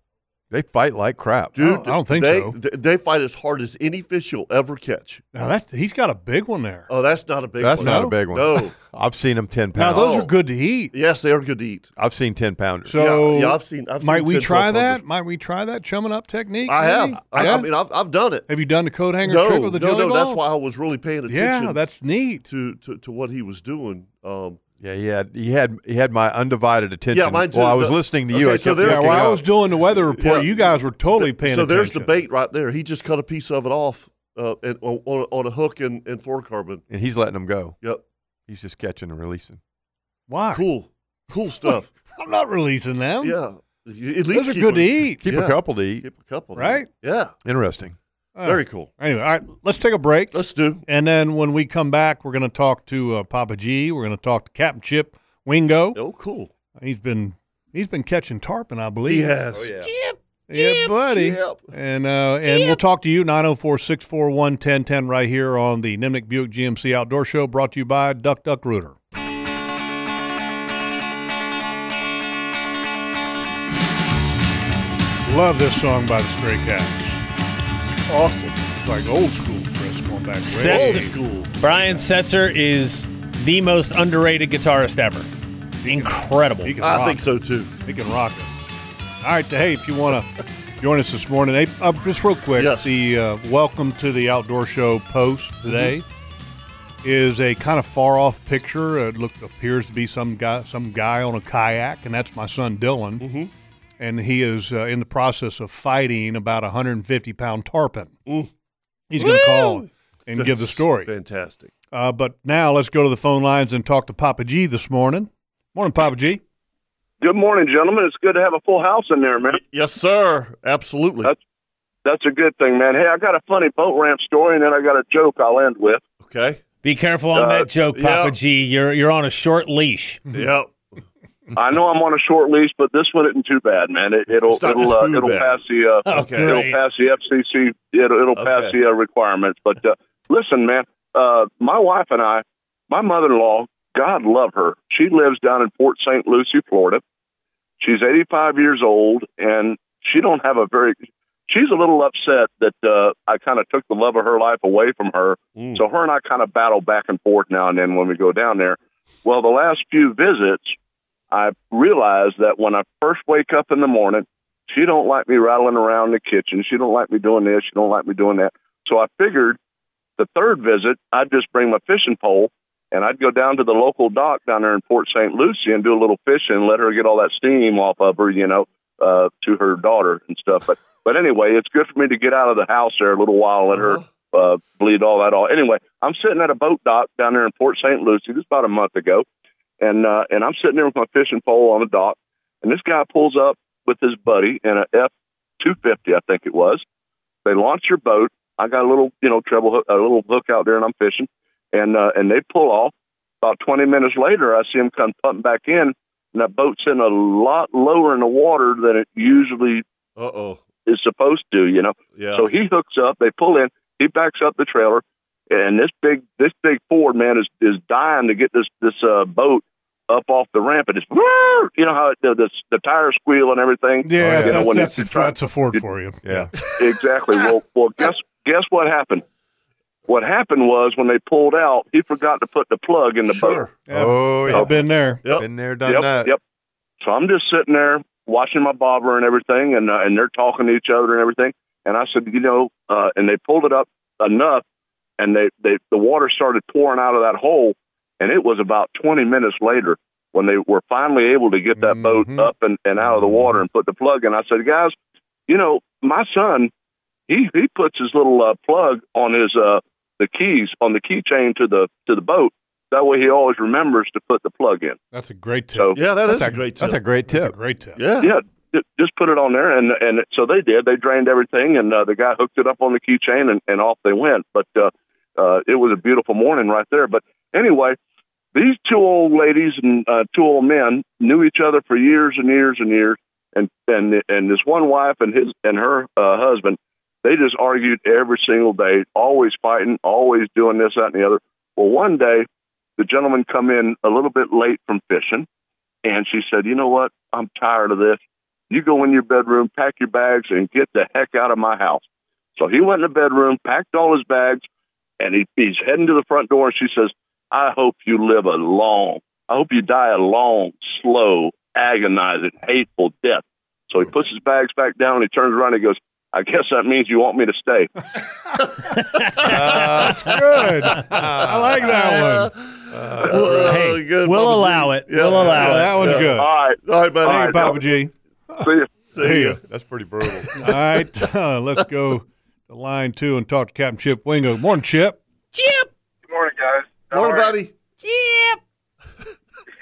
[SPEAKER 4] They fight like crap.
[SPEAKER 3] I don't- I don't think
[SPEAKER 2] they,
[SPEAKER 3] so.
[SPEAKER 2] th- They fight as hard as any fish you'll ever catch.
[SPEAKER 3] Now that he's got a big one there.
[SPEAKER 2] Oh, that's not a big.
[SPEAKER 4] That's
[SPEAKER 2] one.
[SPEAKER 4] not a big one.
[SPEAKER 2] No.
[SPEAKER 4] I've seen them ten
[SPEAKER 3] Now
[SPEAKER 4] pounds.
[SPEAKER 3] those are good to eat.
[SPEAKER 2] yes, they are good to eat.
[SPEAKER 4] I've seen ten pounders.
[SPEAKER 3] So
[SPEAKER 2] yeah, I've seen- I've
[SPEAKER 3] might
[SPEAKER 2] seen
[SPEAKER 3] we
[SPEAKER 2] 10,
[SPEAKER 3] try
[SPEAKER 2] 12
[SPEAKER 3] that?
[SPEAKER 2] pounders.
[SPEAKER 3] Might we try that chumming up technique?
[SPEAKER 2] I
[SPEAKER 3] maybe?
[SPEAKER 2] have. I,
[SPEAKER 3] Yeah?
[SPEAKER 2] I mean, I've, I've done it.
[SPEAKER 3] have you done the coat hanger
[SPEAKER 2] No,
[SPEAKER 3] trick with
[SPEAKER 2] no,
[SPEAKER 3] the jelly
[SPEAKER 2] no. That's
[SPEAKER 3] balls?
[SPEAKER 2] why I was really paying attention.
[SPEAKER 3] Yeah, that's neat.
[SPEAKER 2] to, to, to what he was doing. Um,
[SPEAKER 4] Yeah, he had he had he had my undivided attention.
[SPEAKER 2] Yeah, mine too.
[SPEAKER 4] Well, I was
[SPEAKER 2] The-
[SPEAKER 4] listening to you.
[SPEAKER 2] okay,
[SPEAKER 4] I
[SPEAKER 2] so
[SPEAKER 4] kept
[SPEAKER 2] there's-
[SPEAKER 3] Yeah,
[SPEAKER 4] looking
[SPEAKER 3] while I
[SPEAKER 4] up.
[SPEAKER 3] was doing the weather report,
[SPEAKER 2] Yeah.
[SPEAKER 3] you guys were totally paying
[SPEAKER 2] so
[SPEAKER 3] attention.
[SPEAKER 2] there's the bait right there. He just cut a piece of it off uh, and on, on on a hook and, and fluorocarbon.
[SPEAKER 4] and he's letting them go.
[SPEAKER 2] Yep.
[SPEAKER 4] He's just catching and releasing.
[SPEAKER 3] Why?
[SPEAKER 2] Cool. Cool stuff.
[SPEAKER 3] I'm not releasing them.
[SPEAKER 2] yeah. You- At least
[SPEAKER 3] Those are
[SPEAKER 2] keep
[SPEAKER 3] good to
[SPEAKER 2] a-
[SPEAKER 3] eat.
[SPEAKER 4] Keep
[SPEAKER 2] Yeah.
[SPEAKER 4] a couple to eat.
[SPEAKER 2] Keep a couple.
[SPEAKER 3] Right?
[SPEAKER 2] Yeah.
[SPEAKER 4] Interesting.
[SPEAKER 3] Uh,
[SPEAKER 2] Very cool.
[SPEAKER 3] Anyway, all right, let's take a break.
[SPEAKER 2] Let's do.
[SPEAKER 3] And then when we come back, we're going to talk to uh, Papa G. We're going to talk to Captain Chip Wingo.
[SPEAKER 2] Oh, cool.
[SPEAKER 3] He's been he's been catching tarpon, I believe.
[SPEAKER 2] He has.
[SPEAKER 1] Oh,
[SPEAKER 3] Oh, Yeah, buddy.
[SPEAKER 2] Chip.
[SPEAKER 3] And uh, and we'll talk to you 904-641-1010 right here on the Nimnik Buick GMC Outdoor Show brought to you by Duck Duck Rooter. Love this song by the Stray Cats.
[SPEAKER 2] It's awesome.
[SPEAKER 3] It's like old school, Chris, going back. way-
[SPEAKER 2] Old
[SPEAKER 5] Setzer.
[SPEAKER 2] school.
[SPEAKER 5] Brian Setzer is the most underrated guitarist ever. Incredible.
[SPEAKER 3] He can
[SPEAKER 2] I
[SPEAKER 3] rock.
[SPEAKER 2] think so too.
[SPEAKER 3] He can rock it. All right, hey, if you want to join us this morning, hey, uh, just real quick,
[SPEAKER 2] Yes.
[SPEAKER 3] the uh, welcome to the outdoor show post today
[SPEAKER 2] Mm-hmm.
[SPEAKER 3] is a kind of far off picture. It looked appears to be some guy, some guy on a kayak, and that's my son Dylan, mm-hmm. and he is uh, in the process of fighting about a 150 pound tarpon. He's going to call and give the story.
[SPEAKER 2] Mm. Fantastic.
[SPEAKER 3] Uh, but now let's go to the phone lines and talk to Papa G this morning. Morning, Papa G.
[SPEAKER 7] Good morning, gentlemen. It's good to have a full house in there, man.
[SPEAKER 2] Y- yes, sir. Absolutely.
[SPEAKER 7] That's- That's a good thing, man. Hey, I got a funny boat ramp story, and then I got a joke I'll end with.
[SPEAKER 2] okay.
[SPEAKER 5] Be careful on
[SPEAKER 7] Uh,
[SPEAKER 5] that joke, Papa
[SPEAKER 2] yeah.
[SPEAKER 5] G. You're you're on a short leash.
[SPEAKER 2] Yep.
[SPEAKER 7] I know I'm on a short leash, but this one isn't too bad, man. It, it'll
[SPEAKER 2] It's not
[SPEAKER 7] it'll uh,
[SPEAKER 2] too
[SPEAKER 7] it'll
[SPEAKER 2] bad.
[SPEAKER 7] pass the uh,
[SPEAKER 5] Oh,
[SPEAKER 2] Okay.
[SPEAKER 5] great.
[SPEAKER 7] it'll pass the FCC it'll, it'll pass
[SPEAKER 2] Okay.
[SPEAKER 7] the uh, requirements. But uh, listen, man, uh, my wife and I, my mother-in-law, God love her. She lives down in Port St. Lucie, Florida. She's 85 years old, and she don't have a very. She's a little upset that uh, I kind of took the love of her life away from her.
[SPEAKER 2] Mm.
[SPEAKER 7] So her and I kind of battle back and forth now and then when we go down there. Well, the last few visits, I realized that when I first wake up in the morning, she don't like me rattling around the kitchen. She don't like me doing this. She don't like me doing that. So I figured the third visit, I'd just bring my fishing pole and I'd go down to the local dock down there in Port St. Lucie and do a little fishing and let her get all that steam off of her, you know, uh, to her daughter and stuff. But but anyway, it's good for me to get out of the house there a little while, let her uh, bleed all that off. Anyway, I'm sitting at a boat dock down there in Port St. Lucie. This is about a month ago, and uh, and I'm sitting there with my fishing pole on the dock, and this guy pulls up with his buddy in a F two fifty, I think it was. They launch your boat. I got a little you know treble hook, a little hook out there, and I'm fishing, and uh, and they pull off. About 20 minutes later, I see him come pumping back in, and that boat's in a lot lower in the water than it usually
[SPEAKER 2] Uh oh.
[SPEAKER 7] is supposed to, you know.
[SPEAKER 2] Yeah.
[SPEAKER 7] So he hooks up, they pull in, he backs up the trailer, and this big this big Ford man is is dying to get this this uh, boat up off the ramp, and it's "Woo!" you know how it, the, the the tires squeal and everything.
[SPEAKER 3] Oh,
[SPEAKER 4] Oh,
[SPEAKER 3] Yeah,
[SPEAKER 4] yeah.
[SPEAKER 3] that's,
[SPEAKER 7] You know, when
[SPEAKER 3] that's,
[SPEAKER 7] it's-
[SPEAKER 3] that's, that's a Ford for you.
[SPEAKER 4] Yeah.
[SPEAKER 7] Exactly. well, well, guess guess what happened. What happened was when they pulled out, he forgot to put the plug in the boat.
[SPEAKER 2] sure.
[SPEAKER 3] Yeah.
[SPEAKER 4] Oh yeah.
[SPEAKER 3] I've been there.
[SPEAKER 2] Yep.
[SPEAKER 4] Been there, done
[SPEAKER 7] yep,
[SPEAKER 4] that.
[SPEAKER 7] Yep. So I'm just sitting there watching my bobber and everything, and uh, and they're talking to each other and everything. And I said, you know, uh, and they pulled it up enough, and they, they the water started pouring out of that hole, and it was about 20 minutes later when they were finally able to get that
[SPEAKER 3] Mhm.
[SPEAKER 4] Mm-hmm.
[SPEAKER 7] boat up and, and out of the water and put the plug in. I said, guys, you know, my son, he he puts his little uh, plug on his uh the keys on the keychain to the to the boat. That way, he always remembers to put the plug in.
[SPEAKER 3] That's a great tip.
[SPEAKER 7] So
[SPEAKER 2] Yeah, that's a,
[SPEAKER 4] a
[SPEAKER 2] great tip.
[SPEAKER 4] That's a great
[SPEAKER 3] That's a
[SPEAKER 4] tip.
[SPEAKER 3] great tip.
[SPEAKER 2] yeah.
[SPEAKER 7] yeah, ju- just put it on there, and and so they did. They drained everything, and uh, the guy hooked it up on the keychain, and, and off they went. But uh, uh, it was a beautiful morning right there. But anyway, these two old ladies and uh, two old men knew each other for years and years and years, and and and this one wife and his and her uh, husband, they just argued every single day, always fighting, always doing this, that, and the other. Well, one day, the gentleman come in a little bit late from fishing, and she said, "You know what? I'm tired of this. You go in your bedroom, pack your bags, and get the heck out of my house. So he went in the bedroom, packed all his bags, and he, he's heading to the front door. And she says, I hope you live a long, I hope you die a long, slow, agonizing, hateful death. So he puts his bags back down. And he turns around and he goes, I guess that means you want me to stay.
[SPEAKER 3] Good. I like that one.
[SPEAKER 2] Uh,
[SPEAKER 5] hey,
[SPEAKER 2] good,
[SPEAKER 5] we'll
[SPEAKER 2] Papa G.
[SPEAKER 5] allow it.
[SPEAKER 2] Yeah,
[SPEAKER 5] We'll allow
[SPEAKER 2] yeah,
[SPEAKER 5] it.
[SPEAKER 3] That one's
[SPEAKER 2] yeah.
[SPEAKER 3] good.
[SPEAKER 7] All right.
[SPEAKER 2] All right, buddy.
[SPEAKER 7] All
[SPEAKER 3] Hey,
[SPEAKER 7] right.
[SPEAKER 3] Papa G.
[SPEAKER 7] See you.
[SPEAKER 2] See ya.
[SPEAKER 4] That's pretty brutal.
[SPEAKER 3] All right, uh, let's go to line two and talk to Captain Chip Wingo. Morning, Chip.
[SPEAKER 8] Good morning, guys. How
[SPEAKER 2] Morning,
[SPEAKER 8] are
[SPEAKER 2] buddy.
[SPEAKER 8] you?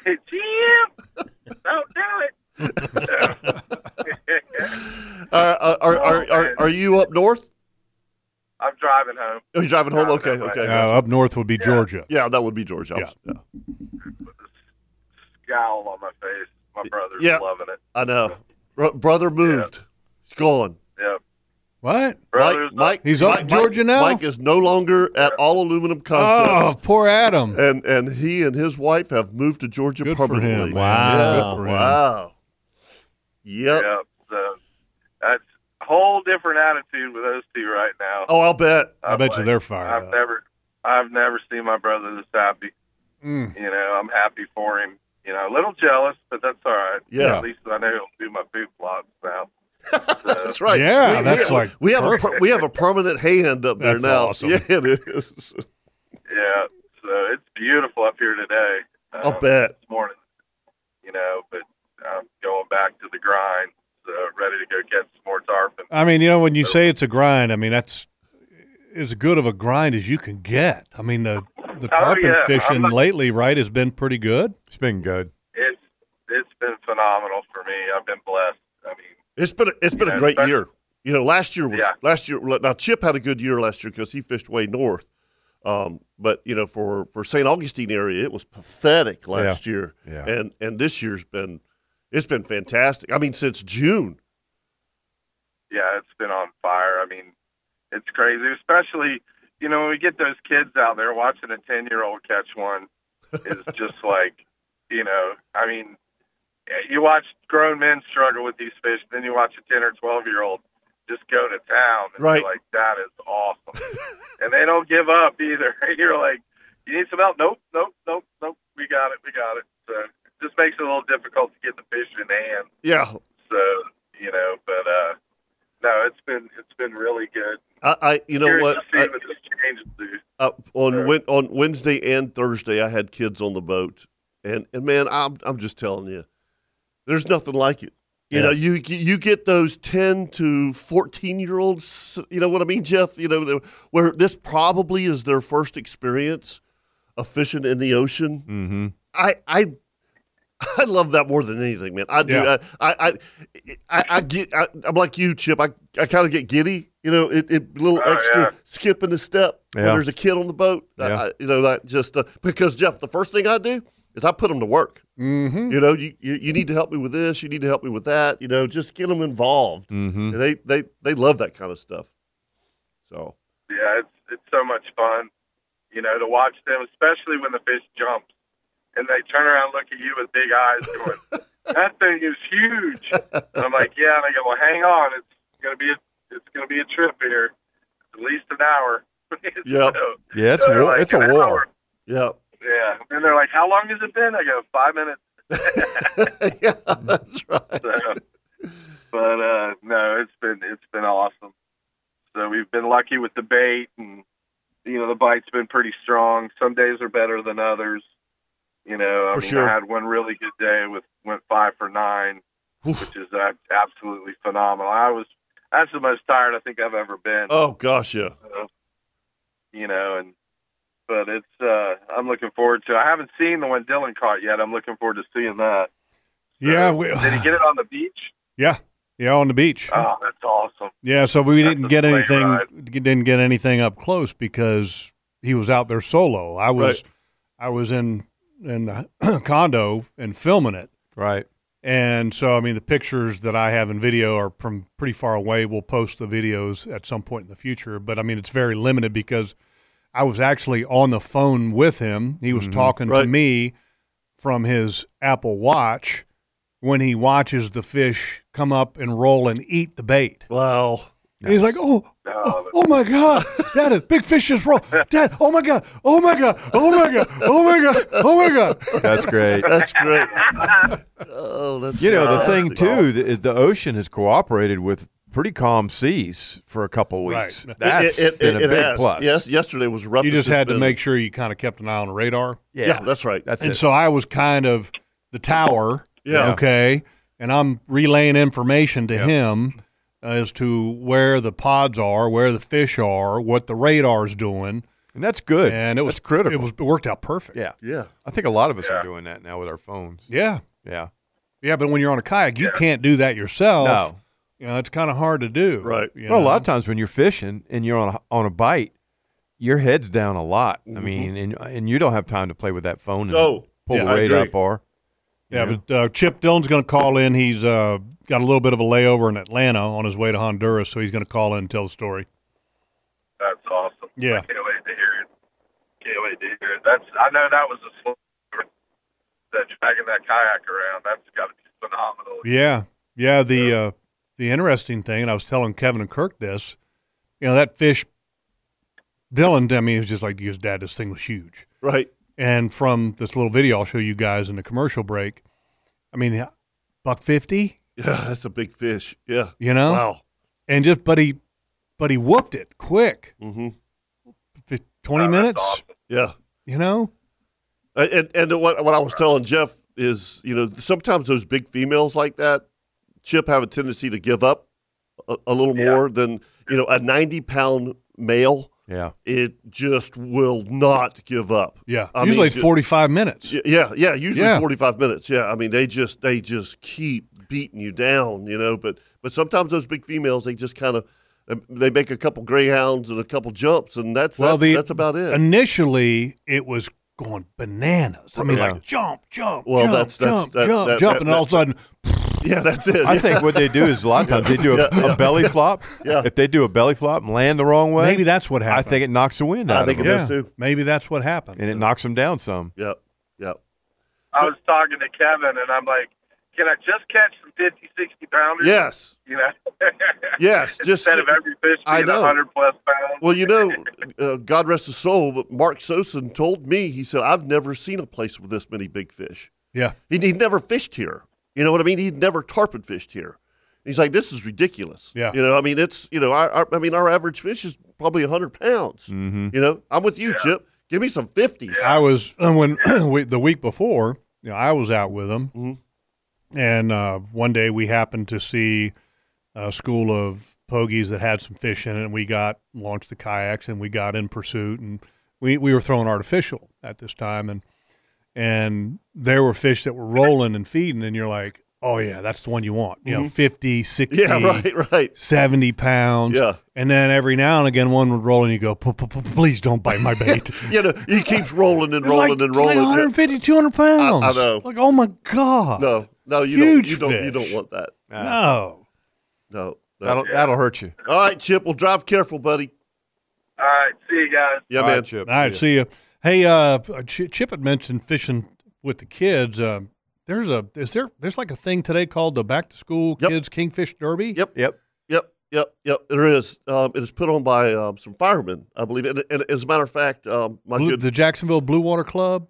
[SPEAKER 8] Jim, don't do it.
[SPEAKER 2] Uh, uh, are, are, are, are you up north?
[SPEAKER 8] I'm driving home.
[SPEAKER 2] Are you Oh, driving home?
[SPEAKER 8] No,
[SPEAKER 2] Okay,
[SPEAKER 8] no,
[SPEAKER 2] okay.
[SPEAKER 3] Uh,
[SPEAKER 2] gotcha.
[SPEAKER 3] up north would be Georgia.
[SPEAKER 2] yeah, that would be George. I, was- yeah.
[SPEAKER 8] Scowl on my face. My brother's
[SPEAKER 2] Yeah.
[SPEAKER 8] loving it.
[SPEAKER 2] I know. Bro- brother moved. He's gone.
[SPEAKER 8] Yep.
[SPEAKER 3] What?
[SPEAKER 8] Brother's
[SPEAKER 2] Mike, Mike,
[SPEAKER 3] He's up
[SPEAKER 2] Mike-
[SPEAKER 3] in Georgia now?
[SPEAKER 2] Mike is no longer at All Aluminum
[SPEAKER 3] Oh,
[SPEAKER 2] Concepts,
[SPEAKER 3] poor Adam.
[SPEAKER 2] and and he and his wife have moved to Georgia
[SPEAKER 3] Good for
[SPEAKER 2] permanently.
[SPEAKER 3] him. man.
[SPEAKER 5] Wow.
[SPEAKER 2] Yeah,
[SPEAKER 3] Good for him.
[SPEAKER 2] wow. Yep.
[SPEAKER 8] Yep. So that's a whole different attitude with those two right now.
[SPEAKER 2] Oh, I'll bet.
[SPEAKER 3] I bet you
[SPEAKER 8] like,
[SPEAKER 3] they're fired
[SPEAKER 8] I've
[SPEAKER 3] up.
[SPEAKER 8] never, I've never seen my brother this happy.
[SPEAKER 3] Mm.
[SPEAKER 8] You know, I'm happy for him. You know, a little jealous, but that's all right.
[SPEAKER 2] Yeah.
[SPEAKER 8] At least I know he'll do my boot blocks now.
[SPEAKER 2] That's right.
[SPEAKER 3] Yeah,
[SPEAKER 2] we,
[SPEAKER 3] that's
[SPEAKER 2] we,
[SPEAKER 3] like
[SPEAKER 2] we have a per, we have a permanent hand up there
[SPEAKER 3] That's
[SPEAKER 2] now.
[SPEAKER 3] awesome.
[SPEAKER 2] Yeah, it is.
[SPEAKER 8] Yeah. So it's beautiful up here today.
[SPEAKER 2] I'll
[SPEAKER 8] Um,
[SPEAKER 2] bet.
[SPEAKER 8] this morning, you know, but I'm going back to the grind, so ready to go catch some more tarpon.
[SPEAKER 3] Oh, I mean, you know, when you say it's a grind, I mean that's as good of a grind as you can get. I mean, the the
[SPEAKER 8] Oh,
[SPEAKER 3] tarpon
[SPEAKER 8] yeah.
[SPEAKER 3] fishing
[SPEAKER 8] I'm not-
[SPEAKER 3] lately, right, has been pretty good.
[SPEAKER 4] it's been good.
[SPEAKER 8] It's it's been phenomenal for me. I've been blessed. I mean,
[SPEAKER 2] It's been a, it's been a
[SPEAKER 8] Yeah,
[SPEAKER 2] great
[SPEAKER 8] but-
[SPEAKER 2] year. You know, last year was
[SPEAKER 8] Yeah.
[SPEAKER 2] last year. Now Chip had a good year last year because he fished way north. Um, but you know, for for St. Augustine area, it was pathetic last year,
[SPEAKER 4] Yeah.
[SPEAKER 2] and and this year's been it's been fantastic. I mean, since June.
[SPEAKER 8] yeah, it's been on fire. I mean, it's crazy, especially you know when we get those kids out there watching a ten year old catch one is just like you know. I mean, you watch grown men struggle with these fish, then you watch a ten or twelve year old just go to town, and
[SPEAKER 2] Right.
[SPEAKER 8] you're like that is awesome, and they don't give up either. You're like, you need some help? Nope, nope, nope, nope. We got it, we got it. So it just makes it a little difficult to get the fish in hand.
[SPEAKER 2] Yeah,
[SPEAKER 8] So you know, but uh, no, it's been it's been really good.
[SPEAKER 2] I, I you know
[SPEAKER 8] Curious
[SPEAKER 2] what
[SPEAKER 8] To see
[SPEAKER 2] I,
[SPEAKER 8] what this changes to.
[SPEAKER 2] uh, on
[SPEAKER 8] Sure.
[SPEAKER 2] Wed- on Wednesday and Thursday, I had kids on the boat, and and man, I'm I'm just telling you, there's nothing like it. You
[SPEAKER 5] Yeah.
[SPEAKER 2] know, you you get those ten to fourteen year olds. You know what I mean, Jeff? You know the- where this probably is their first experience of fishing in the ocean.
[SPEAKER 4] Mm-hmm.
[SPEAKER 2] I I I love that more than anything, man. I do.
[SPEAKER 3] Yeah.
[SPEAKER 2] I, I I I get. I, I'm like you, Chip. I I kind of get giddy. You know, it, it little
[SPEAKER 8] Oh,
[SPEAKER 2] extra
[SPEAKER 8] yeah.
[SPEAKER 2] skipping a step when
[SPEAKER 4] Yeah.
[SPEAKER 2] there's a kid on the boat. I-
[SPEAKER 4] Yeah.
[SPEAKER 2] I, you know, that just uh, because Jeff, the first thing I do is I put them to work.
[SPEAKER 3] Mm-hmm.
[SPEAKER 2] You know, you, you you need to help me with this. You need to help me with that. You know, just get them involved.
[SPEAKER 4] Mm-hmm.
[SPEAKER 2] And They they they love that kind of stuff. So
[SPEAKER 8] Yeah, it's it's so much fun, you know, to watch them, especially when the fish jumps and they turn around, and look at you with big eyes, going, "That thing is huge." And I'm like, "Yeah," and I go, "Well, hang on, it's gonna be a it's gonna be a trip here, at least an hour."
[SPEAKER 2] Yep.
[SPEAKER 8] So
[SPEAKER 4] Yeah, it's
[SPEAKER 8] they're
[SPEAKER 4] war.
[SPEAKER 8] like,
[SPEAKER 4] it's a
[SPEAKER 8] "An
[SPEAKER 4] war.
[SPEAKER 8] hour."
[SPEAKER 2] yeah,
[SPEAKER 8] Yeah, and they're like, "How long has it been?" I go, five minutes."
[SPEAKER 2] yeah, that's right.
[SPEAKER 8] so, but uh, no, it's been it's been awesome. So we've been lucky with the bait, and you know the bite's been pretty strong. Some days are better than others. You know, I,
[SPEAKER 2] For
[SPEAKER 8] mean,
[SPEAKER 2] sure.
[SPEAKER 8] I had one really good day with went five for nine,
[SPEAKER 2] Oof.
[SPEAKER 8] which is uh, absolutely phenomenal. I was that's the most tired I think I've ever been.
[SPEAKER 2] Oh gosh, yeah.
[SPEAKER 8] So, Uh, you know, and but it's uh, I'm looking forward to. I haven't seen the one Dylan caught yet. I'm looking forward to seeing that.
[SPEAKER 2] Oh,
[SPEAKER 3] Yeah, we,
[SPEAKER 8] Did he get it on the beach?
[SPEAKER 3] yeah, yeah, on the beach.
[SPEAKER 8] Oh, that's awesome.
[SPEAKER 3] Yeah, so we
[SPEAKER 8] That's
[SPEAKER 3] didn't
[SPEAKER 8] a
[SPEAKER 3] get
[SPEAKER 8] plane
[SPEAKER 3] anything.
[SPEAKER 8] ride.
[SPEAKER 3] Didn't get anything up close because he was out there solo. I was, I was in in the condo and filming it,
[SPEAKER 4] Right.
[SPEAKER 3] and so I mean the pictures that I have in video are from pretty far away. We'll post the videos at some point in the future, but I mean it's very limited because I was actually on the phone with him. He was talking to
[SPEAKER 2] Right.
[SPEAKER 3] me from his Apple Watch, when he watches the fish come up and roll and eat the bait.
[SPEAKER 2] Wow.
[SPEAKER 3] And he's like, oh, oh, oh my God, Dad, a big fish just rolled. Dad, oh my God, oh my God, oh my God, oh my God, oh my God.
[SPEAKER 4] That's great.
[SPEAKER 2] That's great. oh, that's
[SPEAKER 4] you know the thing
[SPEAKER 2] fantastic.
[SPEAKER 4] too. The, the ocean has cooperated with pretty calm seas for a couple weeks.
[SPEAKER 3] Right.
[SPEAKER 4] That's been a
[SPEAKER 2] it
[SPEAKER 4] big
[SPEAKER 2] has.
[SPEAKER 4] plus.
[SPEAKER 2] Yes, yesterday was rough.
[SPEAKER 3] You
[SPEAKER 2] It's
[SPEAKER 3] just had to
[SPEAKER 2] been-
[SPEAKER 3] make sure you kind of kept an eye on the radar.
[SPEAKER 2] Yeah, that's right.
[SPEAKER 4] that's
[SPEAKER 3] and
[SPEAKER 4] it.
[SPEAKER 3] so I was kind of the tower.
[SPEAKER 2] Yeah.
[SPEAKER 3] Okay. And I'm relaying information to him as to where the pods are, where the fish are, what the radar's doing,
[SPEAKER 4] and that's good.
[SPEAKER 3] and it was
[SPEAKER 4] that's critical.
[SPEAKER 3] It was it worked out perfect.
[SPEAKER 4] yeah,
[SPEAKER 2] yeah.
[SPEAKER 4] I think a lot of us
[SPEAKER 8] Yeah.
[SPEAKER 4] are doing that now with our phones.
[SPEAKER 3] Yeah.
[SPEAKER 4] Yeah,
[SPEAKER 3] Yeah, but when you're on a kayak, you can't do that yourself.
[SPEAKER 4] No.
[SPEAKER 3] You know, it's kind of hard to do.
[SPEAKER 2] Right.
[SPEAKER 3] you
[SPEAKER 4] well, a
[SPEAKER 3] know?
[SPEAKER 4] lot of times when you're fishing and you're on a, on a bite, your head's down a lot. I mean, and and you don't have time to play with that phone. And
[SPEAKER 2] Mm-hmm. No.
[SPEAKER 4] pull
[SPEAKER 2] Yeah,
[SPEAKER 4] the
[SPEAKER 2] I
[SPEAKER 4] radar
[SPEAKER 2] agree.
[SPEAKER 4] up or
[SPEAKER 3] Yeah, but uh, Chip Dillon's going to call in. He's uh, got a little bit of a layover in Atlanta on his way to Honduras, so he's going to call in and tell the story.
[SPEAKER 8] That's awesome.
[SPEAKER 3] Yeah.
[SPEAKER 8] I can't wait to hear it. Can't wait to hear it. That's I know that was a slow that dragging that kayak around. That's got to be phenomenal.
[SPEAKER 3] Yeah, yeah. The uh, the interesting thing, and I was telling Kevin and Kirk this, you know, that fish, Dylan. I mean, he was just like, "His dad, this thing was huge."
[SPEAKER 2] Right.
[SPEAKER 3] And from this little video I'll show you guys in the commercial break, I mean, buck fifty,
[SPEAKER 2] Yeah, that's a big fish. Yeah.
[SPEAKER 3] you know,
[SPEAKER 2] Wow.
[SPEAKER 3] and just but he, but he whooped it quick,
[SPEAKER 2] Mm-hmm.
[SPEAKER 3] Fif- twenty
[SPEAKER 8] Wow, that's
[SPEAKER 3] minutes,
[SPEAKER 8] awesome.
[SPEAKER 2] Yeah.
[SPEAKER 3] you know.
[SPEAKER 2] And and what what I was telling Jeff is, you know, sometimes those big females like that, Chip, have a tendency to give up a, a little more than you know a ninety pound male.
[SPEAKER 4] yeah,
[SPEAKER 2] It just will not give up.
[SPEAKER 3] Yeah,
[SPEAKER 2] I
[SPEAKER 3] usually
[SPEAKER 2] mean,
[SPEAKER 3] it's
[SPEAKER 2] ju-
[SPEAKER 3] forty five minutes.
[SPEAKER 2] Y- Yeah, yeah, usually
[SPEAKER 3] Yeah.
[SPEAKER 2] 45 minutes. Yeah, I mean they just they just keep beating you down, you know, but but sometimes those big females they just kind of Uh, they make a couple greyhounds and a couple jumps and that's
[SPEAKER 3] Well,
[SPEAKER 2] that's,
[SPEAKER 3] the-
[SPEAKER 2] that's about it.
[SPEAKER 3] Initially, it was going bananas. I mean,
[SPEAKER 4] Yeah.
[SPEAKER 3] like jump, jump,
[SPEAKER 2] Well,
[SPEAKER 3] jump,
[SPEAKER 2] that's- that's-
[SPEAKER 3] jump,
[SPEAKER 2] that-
[SPEAKER 3] jump,
[SPEAKER 2] that-
[SPEAKER 3] jump,
[SPEAKER 2] that-
[SPEAKER 3] and all of a sudden,
[SPEAKER 2] yeah, that's it.
[SPEAKER 4] I
[SPEAKER 2] Yeah.
[SPEAKER 4] think what they do is a lot of times they do a, a belly flop.
[SPEAKER 2] Yeah.
[SPEAKER 4] If they do a belly flop and land the wrong way,
[SPEAKER 3] maybe that's what
[SPEAKER 4] I
[SPEAKER 3] happened.
[SPEAKER 4] think it knocks the wind out
[SPEAKER 2] I
[SPEAKER 4] of
[SPEAKER 2] think it
[SPEAKER 4] them,
[SPEAKER 2] does too.
[SPEAKER 3] Maybe that's what happened.
[SPEAKER 4] and it knocks them down some.
[SPEAKER 2] Yeah. Yeah.
[SPEAKER 8] I was talking to Kevin and I'm like, can I just catch some 50, 60 pounders?
[SPEAKER 2] Yes.
[SPEAKER 8] You know.
[SPEAKER 2] Yes, just-
[SPEAKER 8] instead of every fish
[SPEAKER 2] I
[SPEAKER 8] being
[SPEAKER 2] know.
[SPEAKER 8] 100 plus pounds.
[SPEAKER 2] Well, you know, uh, God rest his soul, but Mark Sosin told me he said I've never seen a place with this many big fish.
[SPEAKER 3] yeah,
[SPEAKER 2] He he'd never fished here. You know what I mean? He'd never tarpon fished here. He's like, this is ridiculous.
[SPEAKER 3] Yeah.
[SPEAKER 2] You know, I mean, it's you know, our, our I mean, our average fish is probably hundred pounds.
[SPEAKER 4] Mm-hmm.
[SPEAKER 2] You know, I'm with you, Chip. Give me some fifties.
[SPEAKER 3] I was when we, the week before. You know, I was out with him,
[SPEAKER 2] Mhm.
[SPEAKER 3] and uh, one day we happened to see a school of pogies that had some fish in it, and we got launched the kayaks and we got in pursuit, and we we were throwing artificial at this time, and and there were fish that were rolling and feeding, and you're like, oh yeah, that's the one you want, you know, 50, 60,
[SPEAKER 2] Mm-hmm. Yeah, right, right.
[SPEAKER 3] 70 pounds.
[SPEAKER 2] Yeah.
[SPEAKER 3] And then every now and again, one would roll and you go, "P- p- p- please don't bite my bait.
[SPEAKER 2] You know, he keeps rolling and
[SPEAKER 3] It's
[SPEAKER 2] rolling
[SPEAKER 3] like,
[SPEAKER 2] and
[SPEAKER 3] it's like
[SPEAKER 2] rolling.
[SPEAKER 3] 150, 200 pounds.
[SPEAKER 2] I- I know.
[SPEAKER 3] Like, oh my God.
[SPEAKER 2] no, no, you
[SPEAKER 3] Huge
[SPEAKER 2] don't. You don't. You
[SPEAKER 3] fish.
[SPEAKER 2] don't want that.
[SPEAKER 3] No.
[SPEAKER 2] No. no.
[SPEAKER 4] That'll that'll hurt you.
[SPEAKER 2] All right, Chip. Well, drive careful, buddy.
[SPEAKER 8] All right, see you guys.
[SPEAKER 2] Yeah,
[SPEAKER 4] All
[SPEAKER 2] man.
[SPEAKER 4] right, Chip.
[SPEAKER 3] All right, see you. Hey, uh, Ch- Chip had mentioned fishing with the kids. Uh, there's a is there there's like a thing today called the back to school
[SPEAKER 2] Yep.
[SPEAKER 3] kids kingfish derby.
[SPEAKER 2] Yep.
[SPEAKER 4] Yep.
[SPEAKER 2] Yep, yep, yep. There is. Um, it is put on by um, some firemen, I believe. And, and as a matter of fact, um, my
[SPEAKER 3] Blue,
[SPEAKER 2] good.
[SPEAKER 3] the Jacksonville Blue Water Club.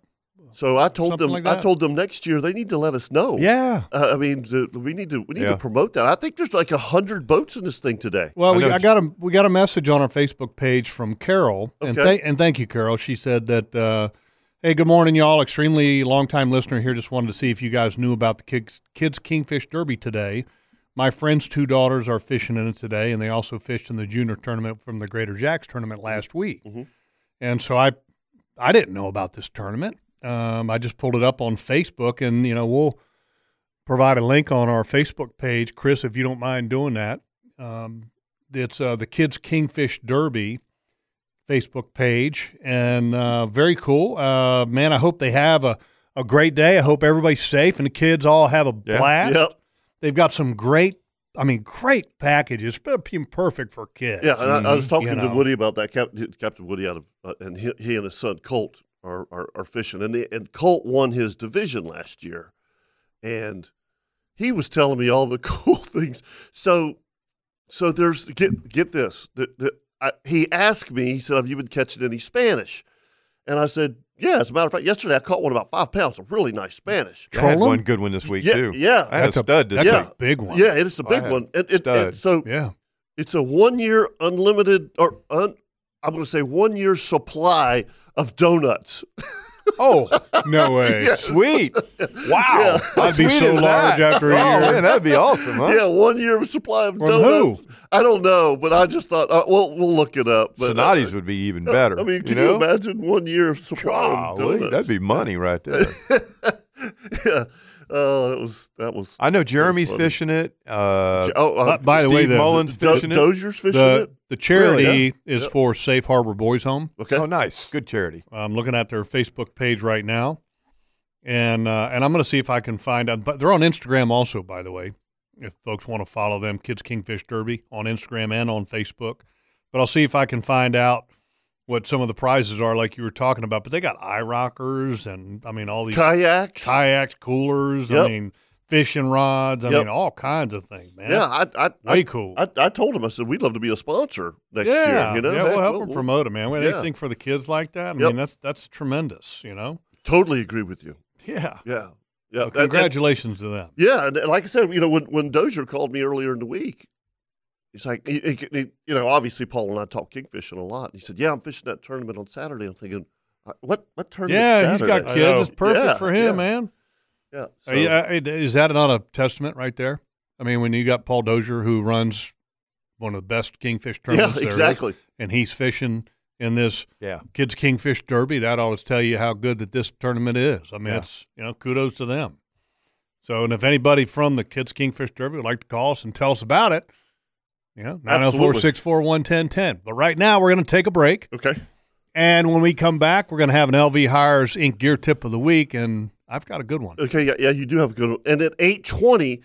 [SPEAKER 2] So I told
[SPEAKER 3] something
[SPEAKER 2] them.
[SPEAKER 3] like
[SPEAKER 2] I
[SPEAKER 3] that?
[SPEAKER 2] told them next year they need to let us know.
[SPEAKER 3] Yeah.
[SPEAKER 2] Uh, I mean, the, we need to we need
[SPEAKER 4] Yeah.
[SPEAKER 2] to promote that. I think there's like a hundred boats in this thing today.
[SPEAKER 3] Well,
[SPEAKER 4] I
[SPEAKER 3] we,
[SPEAKER 4] know-
[SPEAKER 3] I got a we got a message on our Facebook page from Carol, and
[SPEAKER 2] Okay.
[SPEAKER 3] thank and thank you, Carol. She said that, uh, "Hey, good morning, y'all. Extremely long time listener here. Just wanted to see if you guys knew about the kids kids Kingfish Derby today. My friend's two daughters are fishing in it today, and they also fished in the junior tournament from the Greater Jacks tournament last week.
[SPEAKER 4] Mm-hmm.
[SPEAKER 3] And so I I didn't know about this tournament. Um, I just pulled it up on Facebook, and you know we'll provide a link on our Facebook page, Chris, if you don't mind doing that. Um, it's uh, the Kids Kingfish Derby Facebook page, and uh, very cool. Uh, man, I hope they have a, a great day. I hope everybody's safe and the kids all have a
[SPEAKER 4] Yeah.
[SPEAKER 3] blast.
[SPEAKER 2] Yep.
[SPEAKER 3] They've got some great, I mean, great packages, but perfect for kids.
[SPEAKER 2] Yeah, and I, I was
[SPEAKER 3] mm-hmm, You
[SPEAKER 2] talking
[SPEAKER 3] know.
[SPEAKER 2] to Woody about that. Cap, Captain Woody out of uh, and he, he and his son Colt are are, are fishing, and the, and Colt won his division last year, and he was telling me all the cool things. So, so there's get get this. The, the, I, he asked me. He said, "Have you been catching any Spanish?" And I said, "Yeah." As a matter of fact, yesterday I caught one about five pounds. A really nice Spanish.
[SPEAKER 4] I had one good one this week
[SPEAKER 2] yeah,
[SPEAKER 4] too.
[SPEAKER 2] Yeah,
[SPEAKER 4] I had a stud. this week.
[SPEAKER 2] Yeah, it is a
[SPEAKER 4] I
[SPEAKER 2] big
[SPEAKER 4] had
[SPEAKER 2] one. It, it,
[SPEAKER 4] stud.
[SPEAKER 2] it- so
[SPEAKER 3] yeah,
[SPEAKER 2] it's a one year unlimited or un, I'm going to say one year supply of donuts.
[SPEAKER 4] Oh
[SPEAKER 3] no way.
[SPEAKER 4] Sweet! Wow,
[SPEAKER 2] Yeah.
[SPEAKER 4] How
[SPEAKER 3] I'd be
[SPEAKER 4] sweet
[SPEAKER 3] so
[SPEAKER 4] is
[SPEAKER 3] large
[SPEAKER 4] that?
[SPEAKER 3] after a
[SPEAKER 4] oh,
[SPEAKER 3] year.
[SPEAKER 4] Man, that'd be awesome, huh?
[SPEAKER 2] Yeah, one year of supply of
[SPEAKER 3] From
[SPEAKER 2] donuts. I don't know, but I just thought uh, we'll we'll look it up. But uh,
[SPEAKER 4] Sonati's would be even better.
[SPEAKER 2] I mean, can
[SPEAKER 4] you
[SPEAKER 2] you,
[SPEAKER 4] know?
[SPEAKER 2] imagine one year of supply of
[SPEAKER 4] Golly,
[SPEAKER 2] donuts?
[SPEAKER 4] that'd be money right there.
[SPEAKER 2] yeah. Oh, that was that was.
[SPEAKER 4] I know Jeremy's
[SPEAKER 2] funny.
[SPEAKER 4] fishing it. Uh,
[SPEAKER 2] oh, uh,
[SPEAKER 3] But by the
[SPEAKER 4] Steve
[SPEAKER 3] way, the,
[SPEAKER 4] Mullins
[SPEAKER 2] Do-
[SPEAKER 4] fishing it.
[SPEAKER 2] Dozier's fishing
[SPEAKER 3] the,
[SPEAKER 2] it.
[SPEAKER 3] the charity
[SPEAKER 2] Really?
[SPEAKER 3] is
[SPEAKER 2] Yeah.
[SPEAKER 3] for Safe Harbor Boys Home.
[SPEAKER 2] Okay.
[SPEAKER 4] Oh, nice, good charity.
[SPEAKER 3] I'm looking at their Facebook page right now, and uh, and I'm going to see if I can find out. But they're on Instagram also, by the way. If folks want to follow them, Kids Kingfish Derby on Instagram and on Facebook. But I'll see if I can find out what some of the prizes are, like you were talking about. But they got eye rockers and I mean all these
[SPEAKER 2] Kayaks.
[SPEAKER 3] kayaks, coolers. I
[SPEAKER 2] Yep.
[SPEAKER 3] mean fishing rods. I
[SPEAKER 2] Yep.
[SPEAKER 3] mean all kinds of things, man.
[SPEAKER 2] yeah, I, I, I,
[SPEAKER 3] way cool.
[SPEAKER 2] I, I told him I said we'd love to be a sponsor next
[SPEAKER 3] yeah,
[SPEAKER 2] year. You know,
[SPEAKER 3] yeah, we'll
[SPEAKER 2] Heck,
[SPEAKER 3] help them promote it, man. When
[SPEAKER 2] Yeah.
[SPEAKER 3] Anything for the kids like that, I
[SPEAKER 2] Yep.
[SPEAKER 3] mean, that's that's tremendous, you know.
[SPEAKER 2] Totally agree with you.
[SPEAKER 3] Yeah,
[SPEAKER 2] Yeah, yeah.
[SPEAKER 3] Well,
[SPEAKER 2] And- and-
[SPEAKER 3] congratulations to them.
[SPEAKER 2] Yeah, and like I said, you know, when when Dozier called me earlier in the week, he's like, he, he- he- you know, obviously Paul and I talk kingfishing a lot. And he said, "Yeah, I'm fishing that tournament on Saturday." I'm thinking, "Uh, what what tournament?
[SPEAKER 3] Yeah, he's got
[SPEAKER 2] Saturday?"
[SPEAKER 4] I know.
[SPEAKER 3] kids. It's perfect
[SPEAKER 2] Yeah,
[SPEAKER 3] for him,
[SPEAKER 2] yeah.
[SPEAKER 3] man.
[SPEAKER 2] Yeah, so,
[SPEAKER 3] Uh, yeah, uh, is that not a testament right there? I mean, when you got Paul Dozier who runs one of the best kingfish
[SPEAKER 2] yeah,
[SPEAKER 3] tournaments, there is,
[SPEAKER 2] exactly.
[SPEAKER 3] and he's fishing in this
[SPEAKER 4] Yeah,
[SPEAKER 3] kids kingfish derby. That ought to tell you how good that this tournament is. I mean,
[SPEAKER 4] Yeah.
[SPEAKER 3] it's you know kudos to them. So, and if anybody from the kids kingfish derby would like to call us and tell us about it, you know, nine zero four six four one ten ten. But right now, we're going to take a break.
[SPEAKER 2] Okay,
[SPEAKER 3] And when we come back, we're going to have an LV Hires Inc. Gear Tip of the Week, and I've got a good one.
[SPEAKER 2] okay, yeah, yeah, you do have a good. One. And at eight twenty.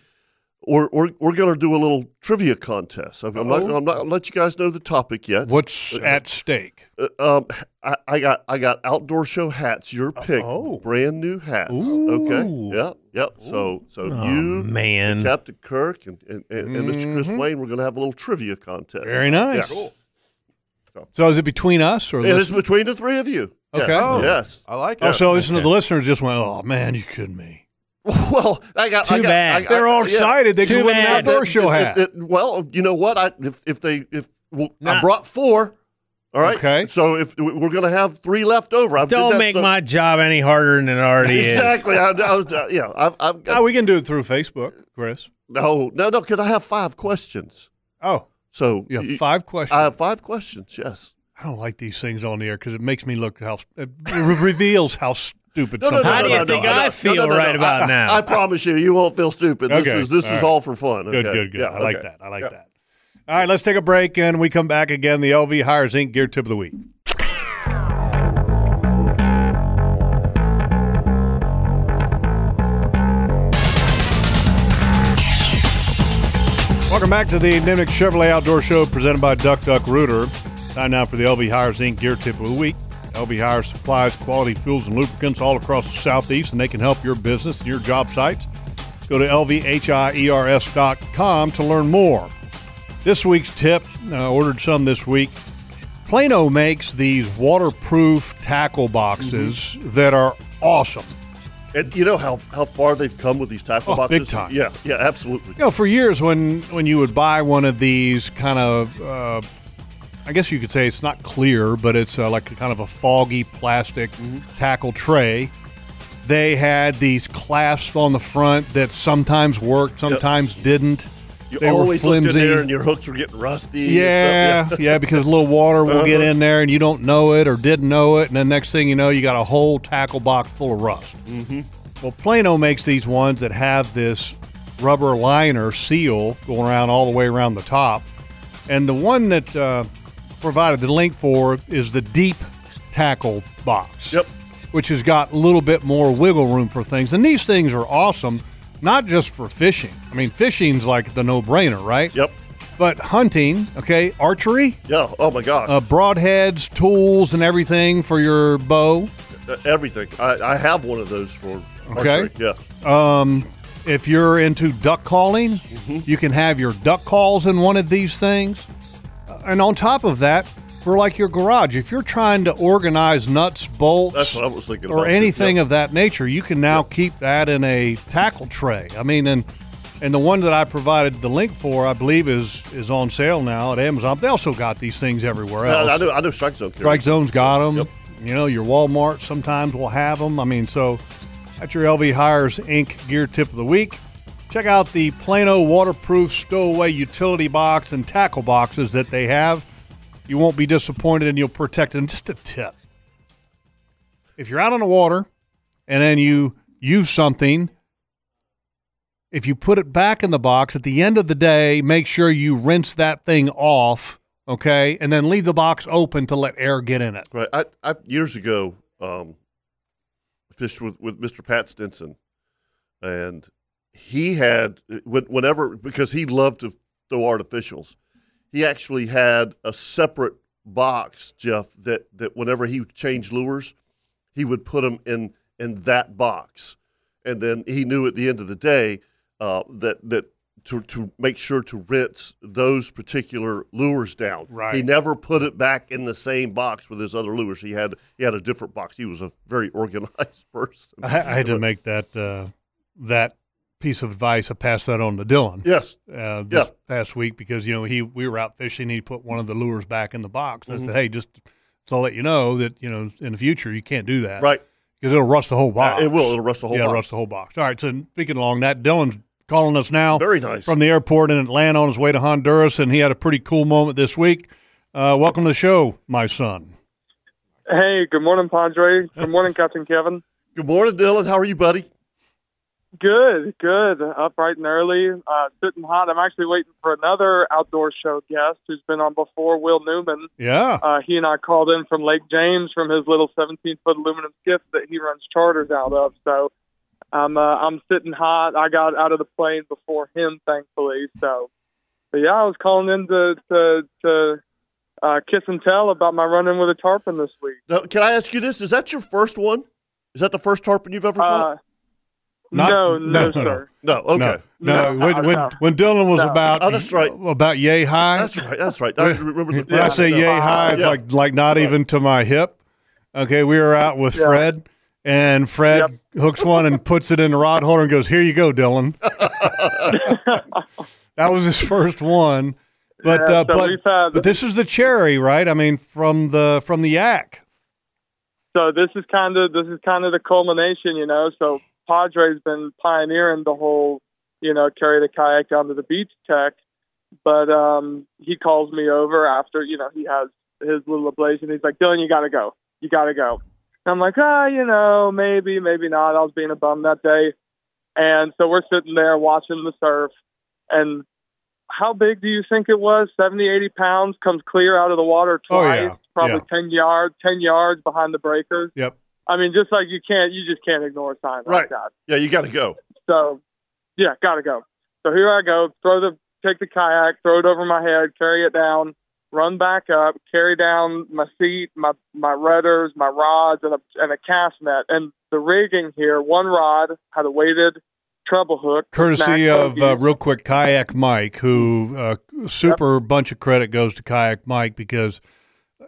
[SPEAKER 2] We're, we're, we're going to do a little trivia contest. I'm, I'm not,
[SPEAKER 3] Oh.
[SPEAKER 2] I'm not I'll let you guys know the topic yet.
[SPEAKER 3] What's at stake?
[SPEAKER 2] Uh, um, I, I got I got outdoor show hats. Your pick,
[SPEAKER 3] Oh.
[SPEAKER 2] brand new hats.
[SPEAKER 3] Ooh.
[SPEAKER 2] Okay. Yep. Yep. So so
[SPEAKER 5] Oh,
[SPEAKER 2] you,
[SPEAKER 5] man.
[SPEAKER 2] and Captain Kirk, and and, and, and Mr. Chris Wayne, we're going to have a little trivia contest.
[SPEAKER 3] Mm-hmm. Very nice.
[SPEAKER 2] Yeah. Cool.
[SPEAKER 3] So is it between us or
[SPEAKER 2] And it's
[SPEAKER 3] listen-
[SPEAKER 2] between the three of you. Yes.
[SPEAKER 3] Okay. Oh.
[SPEAKER 2] Yes.
[SPEAKER 4] I like it.
[SPEAKER 3] oh, so listen to the listeners just went, oh man, you kidding me?
[SPEAKER 2] Well, I got. I
[SPEAKER 5] Too
[SPEAKER 2] got-
[SPEAKER 5] bad.
[SPEAKER 2] I- I-
[SPEAKER 3] They're all
[SPEAKER 2] yeah.
[SPEAKER 3] excited. They
[SPEAKER 5] Too
[SPEAKER 3] can win an
[SPEAKER 5] bad.
[SPEAKER 3] outdoor
[SPEAKER 2] It-
[SPEAKER 3] show
[SPEAKER 2] it-
[SPEAKER 3] hat.
[SPEAKER 2] it- it- well, you know what? I if, if they if well,
[SPEAKER 5] Nah.
[SPEAKER 2] I brought four. All right.
[SPEAKER 3] Okay.
[SPEAKER 2] So if we're going to have three left over, I
[SPEAKER 5] Don't make my job any harder than it already is.
[SPEAKER 2] exactly. I, I was, uh, yeah, I've, I've got
[SPEAKER 3] Oh, we can do it through Facebook, Chris.
[SPEAKER 2] No, no, no, because I have five questions.
[SPEAKER 3] Oh,
[SPEAKER 2] So
[SPEAKER 3] you have
[SPEAKER 2] you-
[SPEAKER 3] five questions.
[SPEAKER 2] I
[SPEAKER 3] I,
[SPEAKER 2] have five questions. Yes.
[SPEAKER 3] don't like these things on the air because it makes me look how it re- reveals how stupid
[SPEAKER 2] No, no,
[SPEAKER 3] something.
[SPEAKER 2] no,
[SPEAKER 5] How
[SPEAKER 2] no,
[SPEAKER 5] do you
[SPEAKER 2] no,
[SPEAKER 5] think
[SPEAKER 2] no,
[SPEAKER 5] I
[SPEAKER 2] no, no,
[SPEAKER 5] feel
[SPEAKER 2] no, no, no.
[SPEAKER 5] right about
[SPEAKER 2] I,
[SPEAKER 5] now?
[SPEAKER 2] I promise you, you won't feel stupid.
[SPEAKER 3] Okay,
[SPEAKER 2] This is this
[SPEAKER 3] all
[SPEAKER 2] is
[SPEAKER 3] right.
[SPEAKER 2] all for fun.
[SPEAKER 3] Good,
[SPEAKER 2] okay?
[SPEAKER 3] good, good.
[SPEAKER 2] Yeah,
[SPEAKER 3] I like
[SPEAKER 2] okay.
[SPEAKER 3] that. I like that. All right, let's take a break and we come back again. The LV Hires Inc. Gear Tip of the Week. Welcome back to the Nimnik Chevrolet Outdoor Show presented by Duck Duck Rooter. Time now for the LV Hires Inc. Gear Tip of the Week. LV Hires supplies quality fuels and lubricants all across the Southeast, and they can help your business and your job sites. Go to E lvhiers.com to learn more. This week's tip, uh, ordered some this week. Plano makes these waterproof tackle boxes that are awesome.
[SPEAKER 2] And you know how how far they've come with these tackle
[SPEAKER 3] Oh,
[SPEAKER 2] boxes.
[SPEAKER 3] big time.
[SPEAKER 2] Yeah, yeah, absolutely.
[SPEAKER 3] You know, for years when when you would buy one of these kind of, uh, I guess you could say it's not clear, but it's uh, like a kind of a foggy plastic
[SPEAKER 2] Mm-hmm.
[SPEAKER 3] tackle tray. They had these clasps on the front that sometimes worked, sometimes didn't.
[SPEAKER 2] You
[SPEAKER 3] they were
[SPEAKER 2] always
[SPEAKER 3] flimsy.
[SPEAKER 2] looked in there and your hooks were getting rusty. and
[SPEAKER 3] Yeah,
[SPEAKER 2] stuff. Uh-huh.
[SPEAKER 3] yeah, because a little water will get in there and you don't know it or didn't know it. And then next thing you know, you got a whole tackle box full of rust. Mm-hmm. Well, Plano makes these ones that have this rubber liner seal going around all the way around the top. And the one that uh, provided the link for is the deep tackle box.
[SPEAKER 2] Yep.
[SPEAKER 3] Which has got a little bit more wiggle room for things. And these things are awesome, not just for fishing. I mean, fishing's like the no brainer, right?
[SPEAKER 2] Yep.
[SPEAKER 3] But hunting, okay, archery,
[SPEAKER 2] Yeah. Oh my gosh.
[SPEAKER 3] uh, broadheads, tools, and everything for your bow.
[SPEAKER 2] e-, Uh, Everything. I, I have one of those for
[SPEAKER 3] Okay. Um,
[SPEAKER 2] archery. Yeah. Mm-hmm.
[SPEAKER 3] If you're into duck calling, you can have your duck calls in one of these things. And on top of that, for like your garage, if you're trying to organize nuts, bolts,
[SPEAKER 2] That's what I was thinking about,
[SPEAKER 3] or
[SPEAKER 2] too.
[SPEAKER 3] anything
[SPEAKER 2] Yep.
[SPEAKER 3] of that nature, you can now keep that in a tackle tray. I mean, and and the one that I provided the link for, I believe, is is on sale now at Amazon. They also got these things everywhere else.
[SPEAKER 2] I, I know. I know. Strike zone. Carries.
[SPEAKER 3] Strike Zone's got them. You know, your Walmart sometimes will have them. I mean, so that's your LV Hires Inc. gear tip of the week. Check out the Plano waterproof stowaway utility box and tackle boxes that they have. You won't be disappointed and you'll protect them. Just a tip if you're out on the water and then you use something, if you put it back in the box at the end of the day, make sure you rinse that thing off, okay, and then leave the box open to let air get in it.
[SPEAKER 2] Right. I, I years ago um, fished with, with Mr. Pat Stinson, and he had when- whenever because he loved to throw artificials, he actually had a separate box, Jeff, that that whenever he changed lures, he would put them in in that box, and then he knew at the end of the day uh, that that. To, to make sure to rinse those particular lures down.
[SPEAKER 3] Right.
[SPEAKER 2] He never put it back in the same box with his other lures. He had he had a different box. He was a very organized person.
[SPEAKER 3] I, I had to make that uh, that piece of advice. I passed that on to Dylan.
[SPEAKER 2] Yes.
[SPEAKER 3] Uh, this
[SPEAKER 2] Yeah.
[SPEAKER 3] past week because you know he we were out fishing. He put one of the lures back in the box. I
[SPEAKER 2] Mhm.
[SPEAKER 3] said, hey, just so I'll let you know that you know in the future you can't do that.
[SPEAKER 2] Right.
[SPEAKER 3] Because it'll rust the whole box.
[SPEAKER 2] Uh, it will. It'll rust the whole
[SPEAKER 3] yeah,
[SPEAKER 2] box.
[SPEAKER 3] rust the whole box. All right. So speaking along that, Dylan's calling us now.
[SPEAKER 2] Very nice.
[SPEAKER 3] From the airport in Atlanta on his way to Honduras, and he had a pretty cool moment this week. Uh, welcome to the show, my son.
[SPEAKER 9] Hey, good morning, Padre. Good morning, Captain Kevin.
[SPEAKER 2] Good morning, Dylan. How are you, buddy?
[SPEAKER 9] Good, good. Up bright and early, uh, sitting hot. I'm actually waiting for another outdoor show guest who's been on before, Will Newman.
[SPEAKER 3] Yeah.
[SPEAKER 9] Uh, he and I called in from Lake James from his little 17 foot aluminum skiff that he runs charters out of. So I'm uh, I'm sitting hot. I got out of the plane before him, thankfully. So, but yeah, I was calling in to to, to uh, kiss and tell about my run in with a tarpon this week.
[SPEAKER 2] Now, can I ask you this? Is that your first one? Is that the first tarpon you've ever caught?
[SPEAKER 9] Uh, no, no, sir.
[SPEAKER 2] No. Okay.
[SPEAKER 3] No,
[SPEAKER 2] No, no.
[SPEAKER 3] when, when, when Dylan was
[SPEAKER 2] No.
[SPEAKER 3] about
[SPEAKER 2] Oh, that's right.
[SPEAKER 3] Uh, about yay high. Uh,
[SPEAKER 2] That's right. That's right. I remember the
[SPEAKER 3] when I say yay high, it's
[SPEAKER 2] Yeah.
[SPEAKER 3] like like not even to my hip. Okay, we were out with
[SPEAKER 2] Yeah.
[SPEAKER 3] Fred, and Fred hooks one and puts it in the rod holder and goes, "Here you go, Dylan." that was his first one, but
[SPEAKER 9] Yeah,
[SPEAKER 3] uh,
[SPEAKER 9] so
[SPEAKER 3] but,
[SPEAKER 9] we've had-
[SPEAKER 3] but this is the cherry, right? I mean, from the from the yak.
[SPEAKER 9] so this is kind of this is kind of the culmination, you know. So Padre's been pioneering the whole, you know, carry the kayak down to the beach tech. But um, he calls me over after, you know, he has his little ablation. He's like, Dylan, you gotta go, you gotta go. And I'm like, ah, you know, maybe, maybe not. I was being a bum that day, and so we're sitting there watching the surf, and how big do you think it was? 70, 80 pounds comes clear out of the water
[SPEAKER 3] Oh,
[SPEAKER 9] twice,
[SPEAKER 3] yeah.
[SPEAKER 9] probably ten yards, ten yards behind the breakers.
[SPEAKER 3] Yep.
[SPEAKER 9] I mean, just like you can't, you just can't ignore a sign
[SPEAKER 2] Right.
[SPEAKER 9] like that.
[SPEAKER 2] Yeah, you got to go.
[SPEAKER 9] So, yeah, gotta go. So here I go. Throw the take the kayak, throw it over my head, carry it down, run back up, carry down my seat, my my rudders, my rods, and a and a cast net. And the rigging here, one rod had a weighted treble hook,
[SPEAKER 3] Courtesy
[SPEAKER 9] Snack
[SPEAKER 3] of uh, real quick kayak Mike, who uh, super bunch of credit goes to kayak Mike because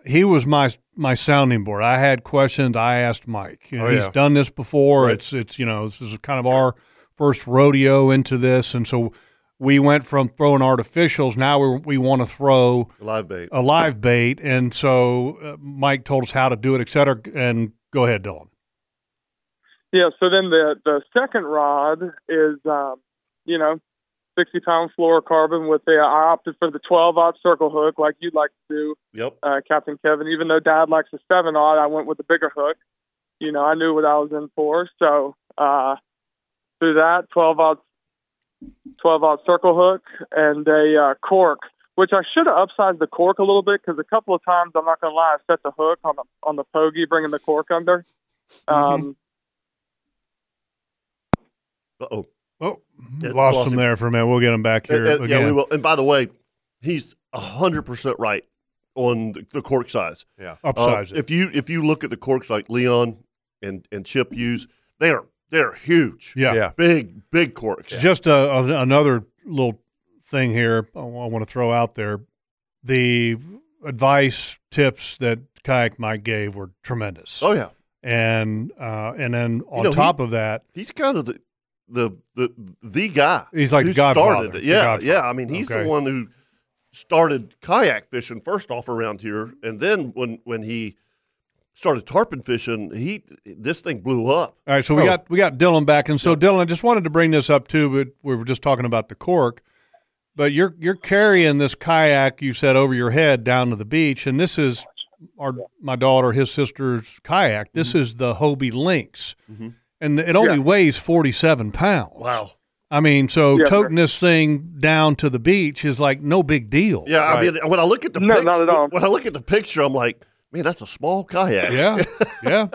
[SPEAKER 3] he was my my sounding board. I had questions I asked Mike. You know,
[SPEAKER 5] Oh,
[SPEAKER 3] he's
[SPEAKER 5] yeah.
[SPEAKER 3] done this before. It's it's you know this is kind of our first rodeo into this, and so we went from throwing artificials. Now we we want to throw
[SPEAKER 2] live bait,
[SPEAKER 3] a live bait, and so uh, Mike told us how to do it, et cetera. And go ahead, Dylan.
[SPEAKER 9] Yeah. So then the the second rod is, um, you know, sixty pound fluorocarbon with the. I opted for the twelve odd circle hook, like you'd like to do,
[SPEAKER 2] Yep.
[SPEAKER 9] uh, Captain Kevin. Even though Dad likes a seven odd, I went with the bigger hook. You know, I knew what I was in for. So uh, through that twelve odd, twelve odd circle hook and a uh, cork. Which I should have upsized the cork a little bit because a couple of times I'm not gonna lie, I set the hook on the on the pogey, bringing the cork under. Um,
[SPEAKER 2] Uh oh.
[SPEAKER 3] Oh, Lost, him there for a minute. We'll get him back here.
[SPEAKER 2] And- and-
[SPEAKER 3] again.
[SPEAKER 2] Uh, Yeah, we will. And by the way, he's hundred percent right on the, the cork size. Uh,
[SPEAKER 3] Yeah. Upsize it.
[SPEAKER 2] If you if you look at the corks like Leon and and Chip use, they are They're huge.
[SPEAKER 3] Yeah.
[SPEAKER 4] Yeah.
[SPEAKER 2] Big, big corks.
[SPEAKER 3] Just a, a, another little thing here I want to throw out there. The advice, tips that Kayak Mike gave were tremendous.
[SPEAKER 2] Oh, yeah.
[SPEAKER 3] And uh, and then on
[SPEAKER 2] know, he-
[SPEAKER 3] top of that,
[SPEAKER 2] He's kind of the the the, the guy.
[SPEAKER 3] He's like
[SPEAKER 2] who
[SPEAKER 3] the Godfather,
[SPEAKER 2] started it.
[SPEAKER 3] the
[SPEAKER 2] Yeah,
[SPEAKER 3] Godfather.
[SPEAKER 2] yeah. I mean, he's
[SPEAKER 3] Okay.
[SPEAKER 2] the one who started kayak fishing first off around here, and then when when he started tarpon fishing, he this thing blew up.
[SPEAKER 3] All right, so we
[SPEAKER 2] Oh.
[SPEAKER 3] got we got Dylan back, and so Dylan, I just wanted to bring this up too, but we were just talking about the cork. But you're you're carrying this kayak you said over your head down to the beach, and this is our my daughter, his sister's kayak. This is the Hobie Lynx, and it only weighs forty seven pounds.
[SPEAKER 2] Wow.
[SPEAKER 3] I mean, so
[SPEAKER 9] Yeah.
[SPEAKER 3] toting this thing down to the beach is like no big deal.
[SPEAKER 2] Yeah, I mean, when I look at the
[SPEAKER 9] No,
[SPEAKER 2] pic-
[SPEAKER 9] not at all.
[SPEAKER 2] When I look at the picture, I'm like, man, that's a small kayak.
[SPEAKER 3] yeah, yeah,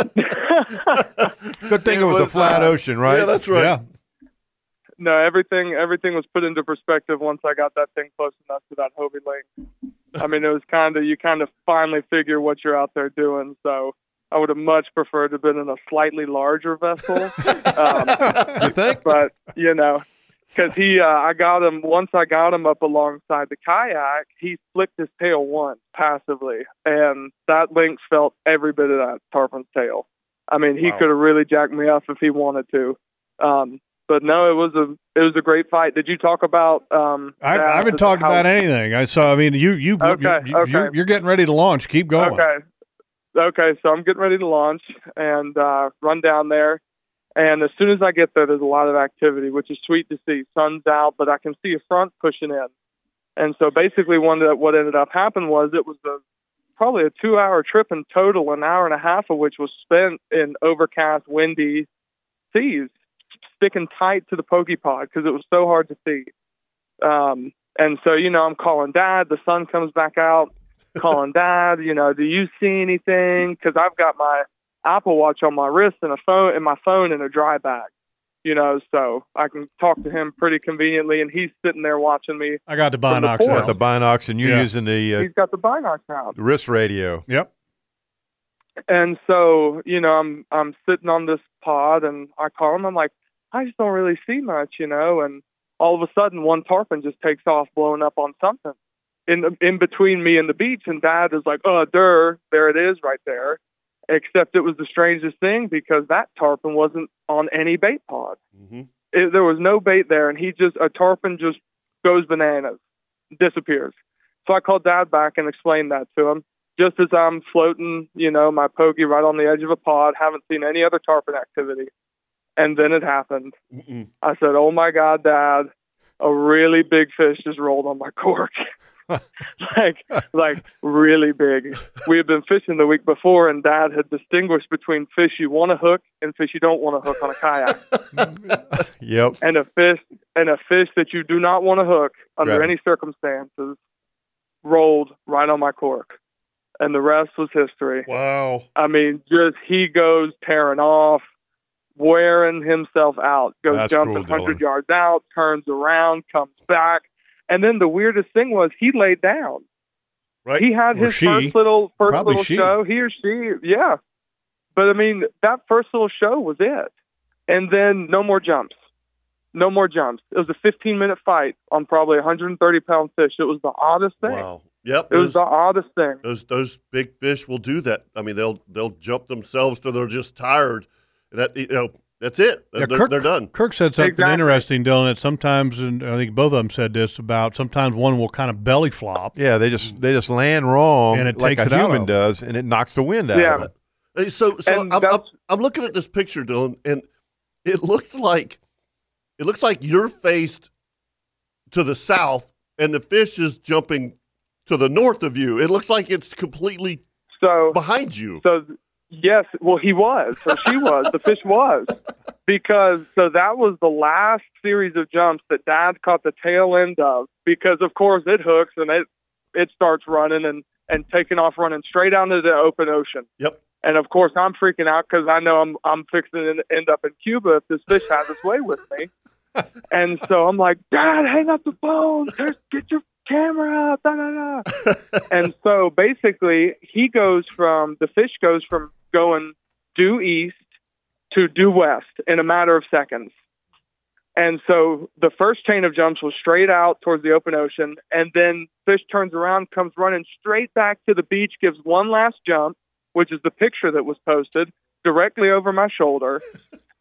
[SPEAKER 4] Good thing it, was, a
[SPEAKER 9] was,
[SPEAKER 4] flat
[SPEAKER 9] uh,
[SPEAKER 4] ocean, right?
[SPEAKER 2] Yeah, that's right.
[SPEAKER 3] yeah.
[SPEAKER 9] No, everything everything was put into perspective once I got that thing close enough to that Hobie Link. I mean, it was kind of you kind of finally figure what you're out there doing. So I would have much preferred to have been in a slightly larger vessel, um,
[SPEAKER 4] you think?
[SPEAKER 9] but you know, because he uh, I got him once I got him up alongside the kayak, he flicked his tail once passively, and that lynx felt every bit of that tarpon's tail. I mean, he
[SPEAKER 2] Wow.
[SPEAKER 9] could have really jacked me up if he wanted to. Um, but no, it was a it was a great fight. Did you talk about? Um,
[SPEAKER 3] I,
[SPEAKER 9] that?
[SPEAKER 3] I haven't talked
[SPEAKER 9] How-
[SPEAKER 3] about anything. I so I mean, you you
[SPEAKER 9] Okay,
[SPEAKER 3] you're, you're,
[SPEAKER 9] okay.
[SPEAKER 3] you're getting ready to launch. Keep going.
[SPEAKER 9] Okay. Okay, so I'm getting ready to launch and uh, run down there. And as soon as I get there, there's a lot of activity, which is sweet to see. Sun's out, but I can see a front pushing in. And so basically, one that what ended up happening was it was a, probably a two-hour trip in total, an hour and a half of which was spent in overcast, windy seas, sticking tight to the pokey pod because it was so hard to see. Um, and so, you know, I'm calling dad. The sun comes back out calling dad, you know, do you see anything? Because I've got my Apple Watch on my wrist and a phone and my phone in a dry bag, you know, so I can talk to him pretty conveniently. And he's sitting there watching me.
[SPEAKER 3] I got the
[SPEAKER 9] From the
[SPEAKER 3] binocs
[SPEAKER 9] forest.
[SPEAKER 4] Got
[SPEAKER 3] out.
[SPEAKER 4] the binocs, and you're
[SPEAKER 3] Yeah.
[SPEAKER 4] using the uh,
[SPEAKER 9] He's got the binocs out.
[SPEAKER 4] the wrist radio.
[SPEAKER 3] Yep.
[SPEAKER 9] And so, you know, I'm I'm sitting on this pod and I call him. I'm like, I just don't really see much, you know. And all of a sudden, one tarpon just takes off, blowing up on something in the, in between me and the beach. And Dad is like, "Oh, there, there it is, right there." Except it was the strangest thing because that tarpon wasn't on any bait pod.
[SPEAKER 2] Mhm.
[SPEAKER 9] It, there was no bait there, and he just a tarpon just goes bananas, disappears. So I called Dad back and explained that to him just as I'm floating, you know, my pokey right on the edge of a pod, haven't seen any other tarpon activity. And then it happened.
[SPEAKER 2] Mm-mm.
[SPEAKER 9] I said, Oh my God, Dad, a really big fish just rolled on my cork. like, like really big. We had been fishing the week before, and Dad had distinguished between fish you want to hook and fish you don't want to hook on a kayak,
[SPEAKER 4] Yep.
[SPEAKER 9] and a fish and a fish that you do not want to hook under
[SPEAKER 4] Right.
[SPEAKER 9] any circumstances rolled right on my cork, and the rest was history.
[SPEAKER 2] Wow.
[SPEAKER 9] I mean, just he goes tearing off, wearing himself out, goes
[SPEAKER 4] That's
[SPEAKER 9] jumping
[SPEAKER 4] cruel,
[SPEAKER 9] 100
[SPEAKER 4] Dylan.
[SPEAKER 9] yards out, turns around, comes back. And then the weirdest thing was he laid down.
[SPEAKER 2] Right.
[SPEAKER 9] He had
[SPEAKER 3] Or
[SPEAKER 9] his
[SPEAKER 3] she.
[SPEAKER 9] first little first
[SPEAKER 3] Probably
[SPEAKER 9] little
[SPEAKER 3] she.
[SPEAKER 9] show. He or she, yeah. But I mean, that first little show was it. And then no more jumps. No more jumps. It was a 15 minute fight on probably a 130 pound fish. It was the oddest thing.
[SPEAKER 2] Wow. Yep.
[SPEAKER 9] It was the oddest thing.
[SPEAKER 2] those those big fish will do that. I mean, they'll they'll jump themselves till they're just tired, and that you know that's it. They're,
[SPEAKER 3] Yeah,
[SPEAKER 2] they're,
[SPEAKER 3] Kirk-
[SPEAKER 2] they're done.
[SPEAKER 3] Kirk said something
[SPEAKER 9] Exactly.
[SPEAKER 3] interesting, Dylan. That sometimes, and I think both of them said this about sometimes one will kind of belly flop.
[SPEAKER 4] Yeah, they just they just land wrong,
[SPEAKER 3] And it
[SPEAKER 4] Um, like
[SPEAKER 3] takes
[SPEAKER 4] a
[SPEAKER 3] it out
[SPEAKER 4] human
[SPEAKER 3] of 'em.
[SPEAKER 4] does, and it knocks the wind out
[SPEAKER 9] Yeah.
[SPEAKER 4] of it.
[SPEAKER 2] Hey, So so I'm,
[SPEAKER 9] And
[SPEAKER 2] I'm,
[SPEAKER 9] that's-
[SPEAKER 2] I'm looking at this picture, Dylan, and it looks like it looks like you're faced to the south, and the fish is jumping to the north of you. It looks like it's completely
[SPEAKER 9] So
[SPEAKER 2] behind you.
[SPEAKER 9] So th- yes, well he was, or she was, the fish was. Because so that was the last series of jumps that dad caught the tail end of because of course it hooks and it it starts running and and taking off running straight out into the open ocean.
[SPEAKER 2] Yep.
[SPEAKER 9] And of course I'm freaking out because I know I'm I'm fixing to end up in Cuba if this fish has its way with me. And so I'm like, Dad, hang up the phone. There's, get your camera out. Da, da, da and so basically he goes from the fish goes from going due east to due west in a matter of seconds. And so the first chain of jumps was straight out towards the open ocean, and then fish turns around, comes running straight back to the beach, gives one last jump, which is the picture that was posted directly over my shoulder,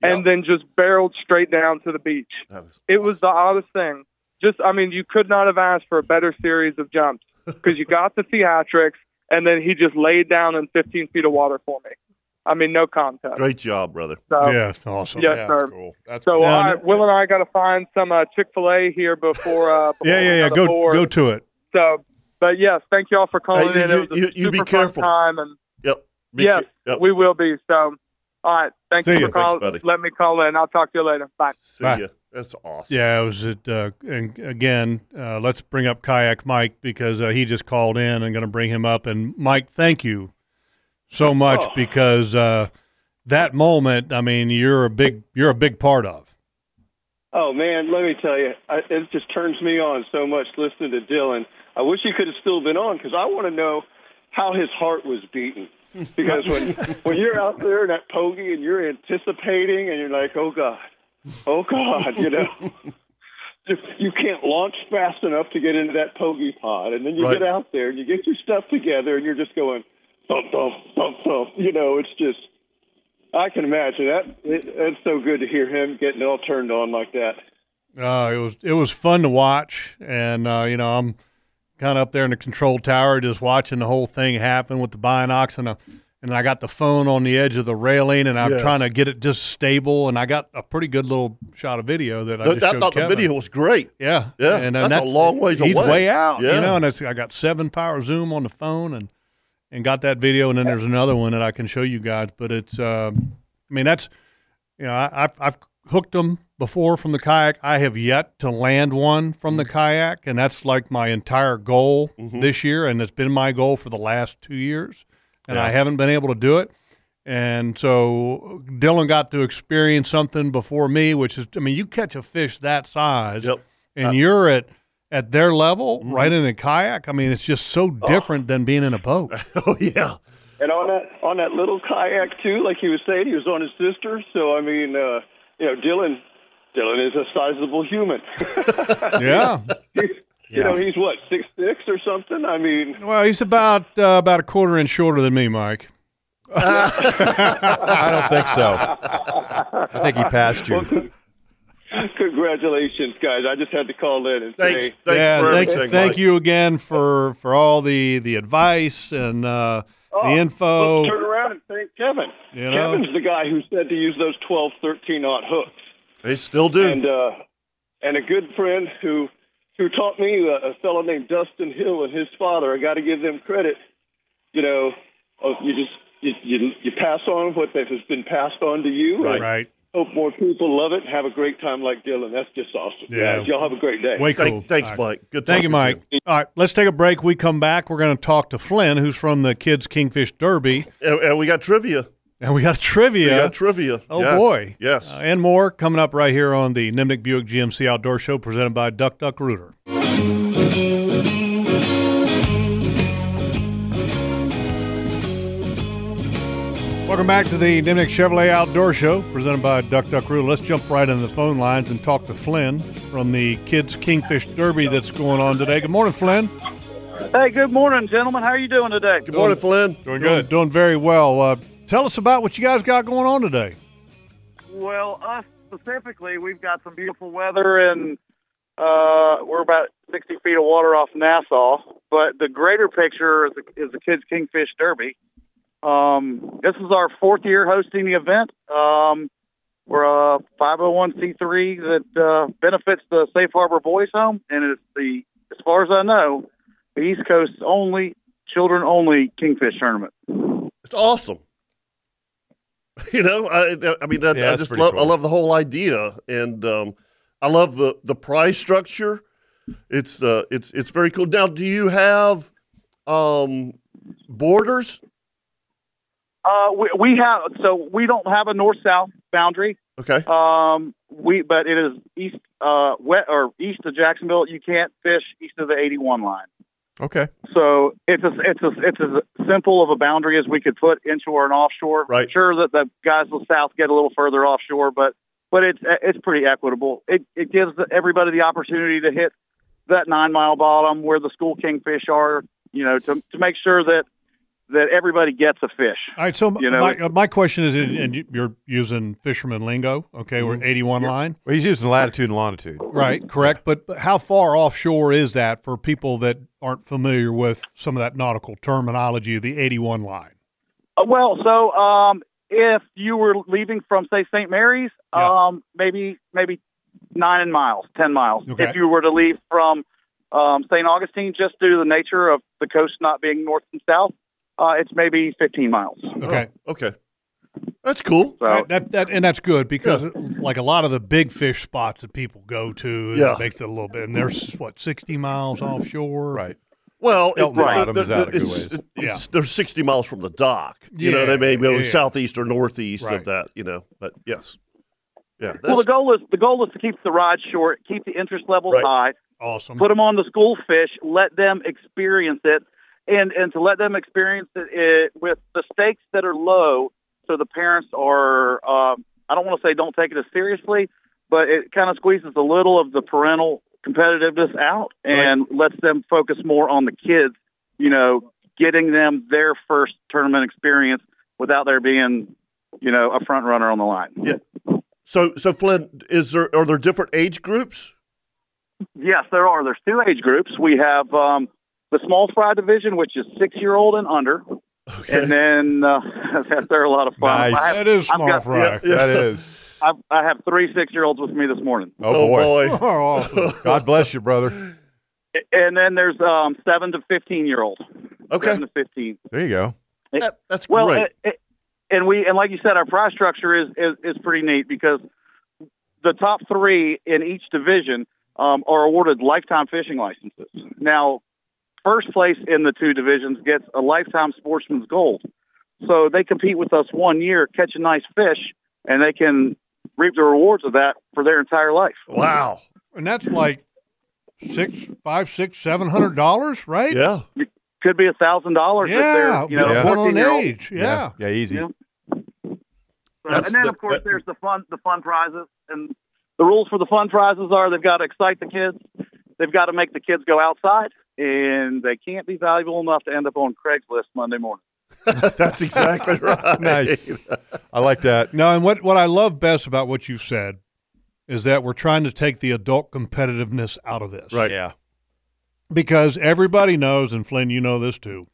[SPEAKER 9] and then just barreled straight down to the beach. It was the oddest thing. Just, I mean, you could not have asked for a better series of jumps because you got the theatrics, and then he just laid down in 15 feet of water for me. I mean, no contest.
[SPEAKER 2] Great job, brother.
[SPEAKER 9] So-
[SPEAKER 3] yeah, it's awesome.
[SPEAKER 9] Yes,
[SPEAKER 3] yeah,
[SPEAKER 9] sir.
[SPEAKER 3] That's cool. That's
[SPEAKER 9] So
[SPEAKER 3] cool.
[SPEAKER 9] I, Will and I got to find some uh, Chick Fil A here before. Uh, before
[SPEAKER 3] yeah, yeah,
[SPEAKER 9] we
[SPEAKER 3] yeah.
[SPEAKER 9] got
[SPEAKER 3] Go,
[SPEAKER 9] aboard.
[SPEAKER 3] go to it.
[SPEAKER 9] So, but yes, thank you all for calling
[SPEAKER 2] Hey,
[SPEAKER 9] in.
[SPEAKER 2] you-
[SPEAKER 9] it was a
[SPEAKER 2] you- you be
[SPEAKER 9] super fun
[SPEAKER 2] careful.
[SPEAKER 9] time, and
[SPEAKER 2] Yep. Be
[SPEAKER 9] yes,
[SPEAKER 2] ca- yep.
[SPEAKER 9] we will be. So, all right, thanks
[SPEAKER 3] See
[SPEAKER 9] for
[SPEAKER 3] ya.
[SPEAKER 9] the call.
[SPEAKER 2] Thanks, buddy.
[SPEAKER 9] Let me call in. I'll talk to you later. Bye.
[SPEAKER 2] See
[SPEAKER 3] Bye.
[SPEAKER 2] ya. That's awesome.
[SPEAKER 3] Yeah, it was at, uh, and again, uh, let's bring up Kayak Mike because uh, he just called in. I'm going to bring him up. And Mike, thank you so much
[SPEAKER 4] Oh.
[SPEAKER 3] because uh, that moment, I mean, you're a big, you're a big part of.
[SPEAKER 6] Oh man, let me tell you, I, it just turns me on so much listening to Dylan. I wish he could have still been on because I want to know how his heart was beating. Because when when you're out there in that pogey and you're anticipating and you're like, oh god, oh god, you know, just, you can't launch fast enough to get into that pogey pod, and then you
[SPEAKER 2] Right.
[SPEAKER 6] get out there and you get your stuff together and you're just going thump thump thump thump. You know, it's just. I can imagine that. It, it's so good to hear him getting all turned on like that.
[SPEAKER 3] Uh, it was, it was fun to watch, and uh, you know, I'm kind of up there in the control tower, just watching the whole thing happen with the binocs and. uh and I got the phone on the edge of the railing, and I'm
[SPEAKER 2] Yes.
[SPEAKER 3] trying to get it just stable. And I got a pretty good little shot of video that I
[SPEAKER 2] Th-
[SPEAKER 3] just
[SPEAKER 2] I
[SPEAKER 3] showed
[SPEAKER 2] thought the
[SPEAKER 3] Kevin.
[SPEAKER 2] video was great.
[SPEAKER 3] Yeah, uh,
[SPEAKER 2] Yeah, that's a long ways
[SPEAKER 3] he's
[SPEAKER 2] away.
[SPEAKER 3] way out,
[SPEAKER 2] Yeah.
[SPEAKER 3] you know. And it's, I got seven power zoom on the phone, and and got that video, and then there's another one that I can show you guys. But it's, uh, I mean, that's you know, I, I've I've hooked them before from the kayak. I have yet to land one from the kayak, and that's like my entire goal
[SPEAKER 2] Mm-hmm.
[SPEAKER 3] this year, and it's been my goal for the last two years, and I haven't been able to do it. And so Dylan got to experience something before me, which is, I mean, you catch a fish that size,
[SPEAKER 2] Yep.
[SPEAKER 4] Uh,
[SPEAKER 3] and you're at at their level,
[SPEAKER 4] Mm-hmm.
[SPEAKER 3] right in a kayak. I mean, it's just so
[SPEAKER 4] Oh.
[SPEAKER 3] different than being in a boat.
[SPEAKER 2] Oh yeah.
[SPEAKER 6] And on that on that little kayak too, like he was saying, he was on his sister. So I mean, uh, you know, Dylan, Dylan is a sizable human.
[SPEAKER 3] yeah.
[SPEAKER 6] You know, he's what six six or something. I mean,
[SPEAKER 3] Well, he's about uh, about a quarter inch shorter than me, Mike.
[SPEAKER 4] I don't think so. I think he passed you.
[SPEAKER 6] congratulations, guys. I just had to call in and
[SPEAKER 2] Thanks.
[SPEAKER 6] say.
[SPEAKER 2] Thanks
[SPEAKER 3] yeah,
[SPEAKER 2] for
[SPEAKER 3] thank,
[SPEAKER 2] everything.
[SPEAKER 3] thank
[SPEAKER 2] Mike.
[SPEAKER 3] you again for for all the the advice and uh,
[SPEAKER 2] Oh,
[SPEAKER 3] the info.
[SPEAKER 6] Let's turn around and thank Kevin.
[SPEAKER 3] You know?
[SPEAKER 6] Kevin's the guy who said to use those 12, 13 knot hooks.
[SPEAKER 2] They still do.
[SPEAKER 6] and uh, and a good friend who who taught me uh, a fellow named Dustin Hill and his father. I got to give them credit. You know, uh, you just you, you you pass on what that has been passed on to you. and
[SPEAKER 3] Right.
[SPEAKER 6] Hope more people love it. and Have a great time like Dylan. That's just awesome.
[SPEAKER 3] Yeah.
[SPEAKER 6] Guys, y'all have a great day.
[SPEAKER 3] Way cool.
[SPEAKER 2] Thank- thanks,
[SPEAKER 3] All right.
[SPEAKER 2] Mike. Good.
[SPEAKER 3] Thank you,
[SPEAKER 2] talking to
[SPEAKER 3] Mike. All right, let's take a break. We come back. We're going to talk to Flynn, who's from the Kids Kingfish Derby,
[SPEAKER 2] you. And, and we got trivia.
[SPEAKER 3] and we got
[SPEAKER 2] We
[SPEAKER 3] trivia.
[SPEAKER 2] got trivia.
[SPEAKER 3] Oh
[SPEAKER 2] Yes.
[SPEAKER 3] boy!
[SPEAKER 2] Yes.
[SPEAKER 3] Uh, and more coming up right here on the Nimnik Buick GMC Outdoor Show, presented by Duck Duck Rooter. Welcome back to the Nimnik Chevrolet Outdoor Show, presented by Duck Duck Rooter. Let's jump right into the phone lines and talk to Flynn from the Kids Kingfish Derby that's going on today. Good morning, Flynn.
[SPEAKER 9] Hey, good morning, gentlemen. How are you doing today?
[SPEAKER 2] Good morning, Flynn.
[SPEAKER 3] Doing good. Doing very well. Uh, tell us about what you guys got going on today.
[SPEAKER 9] Well, us specifically, we've got some beautiful weather, and uh, we're about 60 feet of water off Nassau. But the greater picture is the, is the Kids Kingfish Derby. Um, this is our fourth year hosting the event. Um, we're a 501c3 that uh, benefits the Safe Harbor Boys Home, and it's the, as far as I know, the East Coast's only children-only Kingfish tournament.
[SPEAKER 2] It's awesome. You know, I, I mean,
[SPEAKER 4] Yeah,
[SPEAKER 2] I, I
[SPEAKER 4] that's
[SPEAKER 2] just
[SPEAKER 4] pretty
[SPEAKER 2] love, I
[SPEAKER 4] cool.
[SPEAKER 2] love the whole idea, and um, I love the the prize structure. It's uh, it's it's very cool. Now, do you have um borders?
[SPEAKER 9] Uh, we, we have so we don't have a north-south boundary.
[SPEAKER 2] Okay,
[SPEAKER 9] Um, we but it is east uh wet or east of Jacksonville. You can't fish east of the 81 line.
[SPEAKER 4] Okay.
[SPEAKER 10] So it's a, it's a, it's as simple of a boundary as we could put inshore and offshore.
[SPEAKER 2] Right.
[SPEAKER 10] Sure that the guys in the south get a little further offshore, but but it's it's pretty equitable. It it gives everybody the opportunity to hit that nine mile bottom where the school kingfish are. You know, to to make sure that that everybody gets a fish.
[SPEAKER 3] All right. So m-
[SPEAKER 10] You know,
[SPEAKER 3] my,
[SPEAKER 10] it-
[SPEAKER 3] uh, my question is, and and you- you're using fisherman lingo. Okay,
[SPEAKER 10] Mm-hmm.
[SPEAKER 3] we're 81 line.
[SPEAKER 4] Well, he's using latitude and longitude.
[SPEAKER 3] Right, correct. But, but how far offshore is that for people that aren't familiar with some of that nautical terminology of the 81 line?
[SPEAKER 10] Uh, Well, so um, if you were leaving from say St. Mary's, um, maybe maybe nine miles, ten miles.
[SPEAKER 3] Okay.
[SPEAKER 10] If you were to leave from um, St. Augustine, just due to the nature of the coast not being north and south, uh, it's maybe fifteen miles.
[SPEAKER 3] Okay.
[SPEAKER 2] Oh, Okay. That's cool.
[SPEAKER 10] So
[SPEAKER 3] Right, that that and that's good because like a lot of the big fish spots that people go to,
[SPEAKER 2] Yeah.
[SPEAKER 3] it makes it a little bit. And there's what 60 miles offshore.
[SPEAKER 4] Right.
[SPEAKER 2] Well, it,
[SPEAKER 4] Elton
[SPEAKER 2] right.
[SPEAKER 4] Bottom's out a good
[SPEAKER 2] it's,
[SPEAKER 4] ways.
[SPEAKER 2] it's- they're 60 miles from the dock. You know,
[SPEAKER 3] Yeah,
[SPEAKER 2] they may go
[SPEAKER 3] yeah.
[SPEAKER 2] southeast or northeast
[SPEAKER 3] Right.
[SPEAKER 2] of that, you know, but yes. Yeah. That's,
[SPEAKER 10] well, the goal is the goal is to keep the ride short, keep the interest level
[SPEAKER 2] Right.
[SPEAKER 10] high,
[SPEAKER 3] Awesome.
[SPEAKER 10] put them on the school fish, let them experience it, and and to let them experience it, it with the stakes that are low, so the parents are. Um, I don't want to say don't take it as seriously, but it kind of squeezes a little of the parental competitiveness out and lets them focus more on the kids. You know, getting them their first tournament experience without there being, you know, a front runner on the line.
[SPEAKER 2] Yeah. so, so Flynn, is there are there different age groups?
[SPEAKER 10] Yes, there are. There's two age groups. We have um, the small fry division, which is six year old and under, and then uh, they're a lot of fun.
[SPEAKER 4] Nice.
[SPEAKER 10] I have,
[SPEAKER 3] that is
[SPEAKER 10] I've
[SPEAKER 3] small
[SPEAKER 10] got-
[SPEAKER 3] fry.
[SPEAKER 2] Yeah.
[SPEAKER 4] That is.
[SPEAKER 10] I've, I have three six year olds with me this morning,
[SPEAKER 4] Oh, boy.
[SPEAKER 2] boy.
[SPEAKER 3] Oh, awesome.
[SPEAKER 4] God bless you, brother.
[SPEAKER 10] and then there's um, seven to fifteen year old.
[SPEAKER 2] Okay.
[SPEAKER 10] seven to fifteen.
[SPEAKER 4] There you go.
[SPEAKER 2] That- that's
[SPEAKER 10] Well,
[SPEAKER 2] great.
[SPEAKER 10] it- it- and we and like you said, our prize structure is is, is pretty neat because the top three in each division um, are awarded lifetime fishing licenses. Now, first place in the two divisions gets a lifetime sportsman's gold. So they compete with us one year, catch a nice fish, and they can reap the rewards of that for their entire life.
[SPEAKER 2] wow.
[SPEAKER 3] And that's like six, five, six, seven hundred dollars, right?
[SPEAKER 2] Yeah.
[SPEAKER 10] Could be a thousand dollars if
[SPEAKER 3] Yeah.
[SPEAKER 10] they're you know
[SPEAKER 4] Yeah.
[SPEAKER 3] One on
[SPEAKER 10] 14 year old.
[SPEAKER 3] age. Yeah.
[SPEAKER 4] Yeah, easy.
[SPEAKER 10] Yeah. So,
[SPEAKER 2] That's
[SPEAKER 10] and then
[SPEAKER 2] the-
[SPEAKER 10] of course
[SPEAKER 2] that-
[SPEAKER 10] there's the fun the fun prizes and the rules for the fun prizes are they've got to excite the kids, they've got to make the kids go outside, and they can't be valuable enough to end up on Craigslist Monday morning.
[SPEAKER 2] That's exactly right.
[SPEAKER 4] Nice. I like that.
[SPEAKER 3] No, and what, what I love best about what you've said is that we're trying to take the adult competitiveness out of this.
[SPEAKER 2] Right.
[SPEAKER 4] Yeah.
[SPEAKER 3] Because everybody knows, and Flynn, you know this too,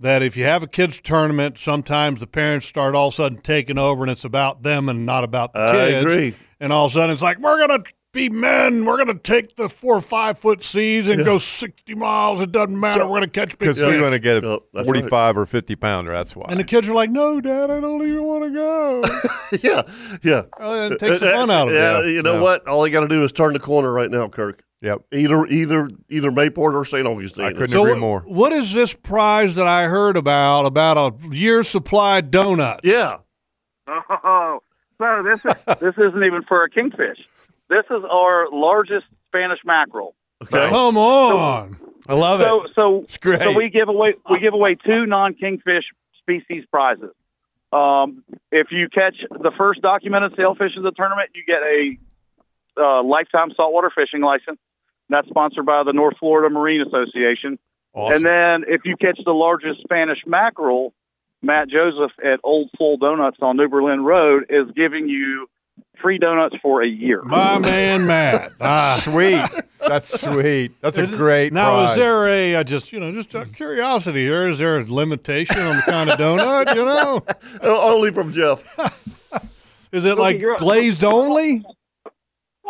[SPEAKER 3] that if you have a kids' tournament, sometimes the parents start all of a sudden taking over and it's about them and not about the
[SPEAKER 2] I
[SPEAKER 3] kids.
[SPEAKER 2] agree.
[SPEAKER 3] And all of a sudden it's like, we're going to be men. We're going to take the four or five foot seas and go 60 miles. It doesn't matter. we're going to catch big
[SPEAKER 4] Because
[SPEAKER 3] fish.
[SPEAKER 4] we're going to get a
[SPEAKER 2] Yep, that's right.
[SPEAKER 4] 45 or 50 pounder. That's why.
[SPEAKER 3] and the kids are like, no, Dad, I don't even want to go.
[SPEAKER 2] yeah. Yeah. Uh,
[SPEAKER 3] Oh, it takes the fun out of it.
[SPEAKER 2] yeah, You know
[SPEAKER 4] Yeah.
[SPEAKER 2] what? All you got to do is turn the corner right now, Kirk.
[SPEAKER 4] yep.
[SPEAKER 2] Either either either Mayport or St. Augustine.
[SPEAKER 4] I couldn't
[SPEAKER 3] So
[SPEAKER 4] agree
[SPEAKER 3] what-
[SPEAKER 4] more.
[SPEAKER 3] What is this prize that I heard about about a year's supply of donuts?
[SPEAKER 2] Yeah.
[SPEAKER 10] Oh, so this is this isn't even for a kingfish. This is our largest Spanish mackerel.
[SPEAKER 2] Okay.
[SPEAKER 3] Come on.
[SPEAKER 4] I love it.
[SPEAKER 10] So so
[SPEAKER 4] It's great.
[SPEAKER 10] So we give away we give away two non kingfish species prizes. Um, if you catch the first documented sailfish of the tournament, you get a uh, lifetime saltwater fishing license. That's sponsored by the North Florida Marine Association.
[SPEAKER 4] awesome.
[SPEAKER 10] And then if you catch the largest Spanish mackerel, Matt Joseph at Old Soul Donuts on New Berlin Road is giving you free donuts for a year.
[SPEAKER 3] My man Matt. Ah.
[SPEAKER 4] sweet. That's sweet. That's a great
[SPEAKER 3] Now, is
[SPEAKER 4] prize.
[SPEAKER 3] there a, I just, you know, just out of curiosity here, is there a limitation on the kind of donut, you know?
[SPEAKER 2] Only from Jeff.
[SPEAKER 3] Is it like
[SPEAKER 10] you're-
[SPEAKER 3] glazed only?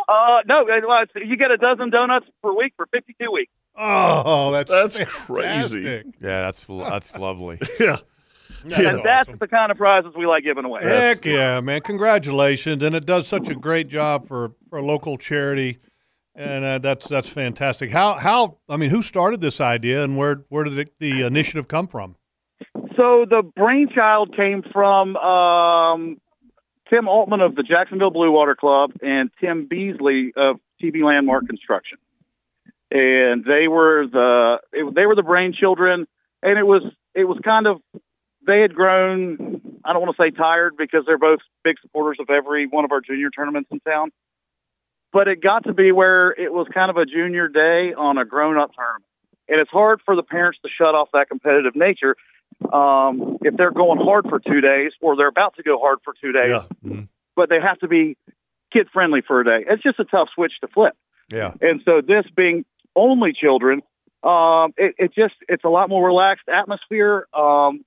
[SPEAKER 10] Uh, no, it's- you get a dozen donuts per week for 52 weeks.
[SPEAKER 3] Oh, that's
[SPEAKER 2] That's
[SPEAKER 3] fantastic.
[SPEAKER 2] crazy.
[SPEAKER 4] Yeah, that's lo- that's lovely.
[SPEAKER 2] Yeah.
[SPEAKER 10] And that's the kind of prizes we like giving away.
[SPEAKER 3] Heck yeah, man! Congratulations, and it does such a great job for for a local charity, and uh, that's that's fantastic. How how I mean, who started this idea, and where where did it, the initiative come from?
[SPEAKER 10] So the brainchild came from um, Tim Altman of the Jacksonville Blue Water Club and Tim Beasley of TB Landmark Construction. and they were the it, they were the brain children, and it was it was kind of they had grown. I don't want to say tired because they're both big supporters of every one of our junior tournaments in town, but it got to be where it was kind of a junior day on a grown up tournament, and it's hard for the parents to shut off that competitive nature um, if they're going hard for two days or they're about to go hard for two days,
[SPEAKER 2] Mm-hmm.
[SPEAKER 10] but they have to be kid friendly for a day. It's just a tough switch to flip.
[SPEAKER 4] Yeah.
[SPEAKER 10] And so this being only children, um, it, it just it's a lot more relaxed atmosphere, um,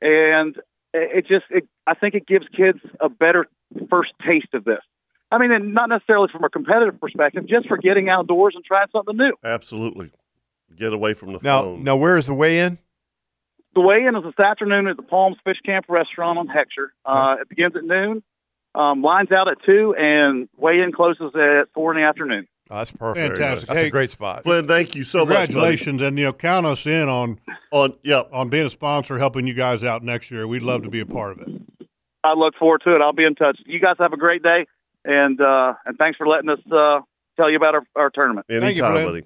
[SPEAKER 10] and it, it just it, I think it gives kids a better first taste of this. I mean, and not necessarily from a competitive perspective, just for getting outdoors and trying something new.
[SPEAKER 2] Absolutely. Get away from the
[SPEAKER 4] Now,
[SPEAKER 2] phone.
[SPEAKER 4] now where is the weigh in?
[SPEAKER 10] The weigh-in is this afternoon at the Palms Fish Camp Restaurant on Hector. Uh, it begins at noon. Um, lines out at two, and weigh-in closes at four in the afternoon.
[SPEAKER 4] that's
[SPEAKER 3] Oh, perfect. Fantastic. That's a Hey, great spot.
[SPEAKER 2] Glenn, thank you so much. buddy.
[SPEAKER 3] Uh, Congratulations, and you know, count us in on
[SPEAKER 2] on yeah
[SPEAKER 3] on being a sponsor, helping you guys out next year. We'd love to be a part of it.
[SPEAKER 10] I look forward to it. I'll be in touch. You guys have a great day, and uh, and thanks for letting us uh, tell you about our, our tournament.
[SPEAKER 2] Anytime, buddy.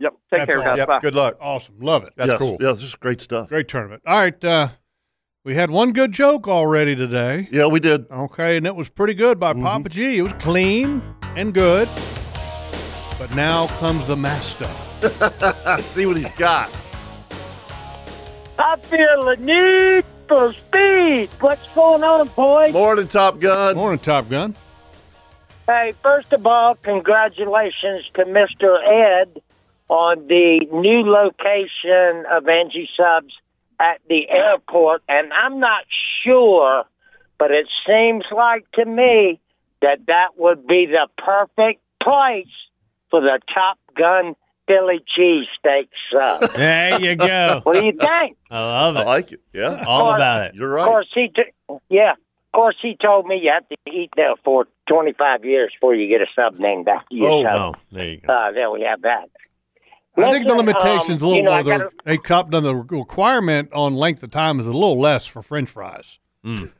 [SPEAKER 10] Yep. Take care, guys. Bye.
[SPEAKER 4] luck.
[SPEAKER 3] Awesome, love it.
[SPEAKER 2] yes. Yeah, this is great stuff.
[SPEAKER 3] Great tournament. All right, uh, we had one good joke already today.
[SPEAKER 2] Yeah, we did. Mm-hmm.
[SPEAKER 3] Okay, and it was pretty good by Papa G. It was clean and good. But now comes the master.
[SPEAKER 2] See what he's got.
[SPEAKER 11] I feel a need for speed. What's going on, boys?
[SPEAKER 2] Morning, Top Gun.
[SPEAKER 3] Morning, Top Gun.
[SPEAKER 11] Hey, first of all, congratulations to Mr. Ed on the new location of Angie Subs at the airport. And I'm not sure, but it seems like to me that that would be the perfect place for the Top Gun Philly cheesesteak sub.
[SPEAKER 5] There you go.
[SPEAKER 11] What do you think?
[SPEAKER 5] I love it. I
[SPEAKER 2] like it. Yeah.
[SPEAKER 5] All about it.
[SPEAKER 2] You're
[SPEAKER 11] Of course, he t- yeah. Of course, he told me you have to eat there for 25 years before you get a sub named after you.
[SPEAKER 5] Oh,
[SPEAKER 11] so,
[SPEAKER 5] oh, there you go.
[SPEAKER 11] Uh, there we have that.
[SPEAKER 3] I think the
[SPEAKER 11] Listen,
[SPEAKER 3] limitations
[SPEAKER 11] um,
[SPEAKER 3] a little
[SPEAKER 11] you know, I
[SPEAKER 3] more. the-
[SPEAKER 11] gotta-
[SPEAKER 3] They copped on the requirement on length of time is a little less for French fries.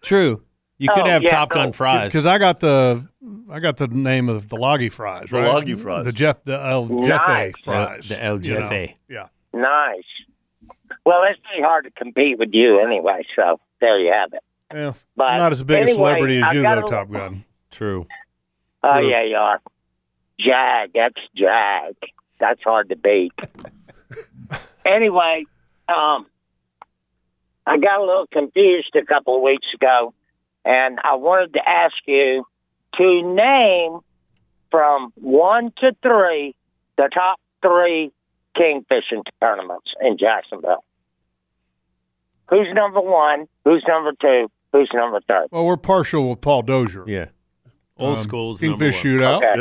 [SPEAKER 5] True. You could
[SPEAKER 11] Oh,
[SPEAKER 5] have
[SPEAKER 11] yeah,
[SPEAKER 5] Top
[SPEAKER 11] oh.
[SPEAKER 5] Gun fries.
[SPEAKER 3] Because I got the I got the name of the Loggy fries,
[SPEAKER 2] The
[SPEAKER 3] right?
[SPEAKER 2] Loggy fries.
[SPEAKER 3] the Jeff the El
[SPEAKER 11] Nice.
[SPEAKER 3] Jeff
[SPEAKER 11] Yeah,
[SPEAKER 3] A fries,
[SPEAKER 5] the El
[SPEAKER 3] you know.
[SPEAKER 5] Jefe.
[SPEAKER 3] Yeah,
[SPEAKER 11] Nice. Well, it's pretty hard to compete with you anyway, so there you have it.
[SPEAKER 3] yeah.
[SPEAKER 11] But
[SPEAKER 3] Not as big
[SPEAKER 11] anyway,
[SPEAKER 3] a celebrity
[SPEAKER 11] I
[SPEAKER 3] as you though,
[SPEAKER 11] gotta-
[SPEAKER 3] Top Gun.
[SPEAKER 5] True.
[SPEAKER 11] Oh,
[SPEAKER 3] True.
[SPEAKER 11] yeah, you are. Jag, that's Jag. That's hard to beat. anyway, um, I got a little confused a couple of weeks ago, and I wanted to ask you to name from one to three the top three kingfishing tournaments in Jacksonville. Who's number one? Who's number two? Who's number three?
[SPEAKER 3] Well, we're partial with Paul Dozier.
[SPEAKER 5] Yeah. Old
[SPEAKER 3] Um,
[SPEAKER 5] school's number
[SPEAKER 3] Kingfish
[SPEAKER 5] one.
[SPEAKER 3] shootout.
[SPEAKER 11] Okay.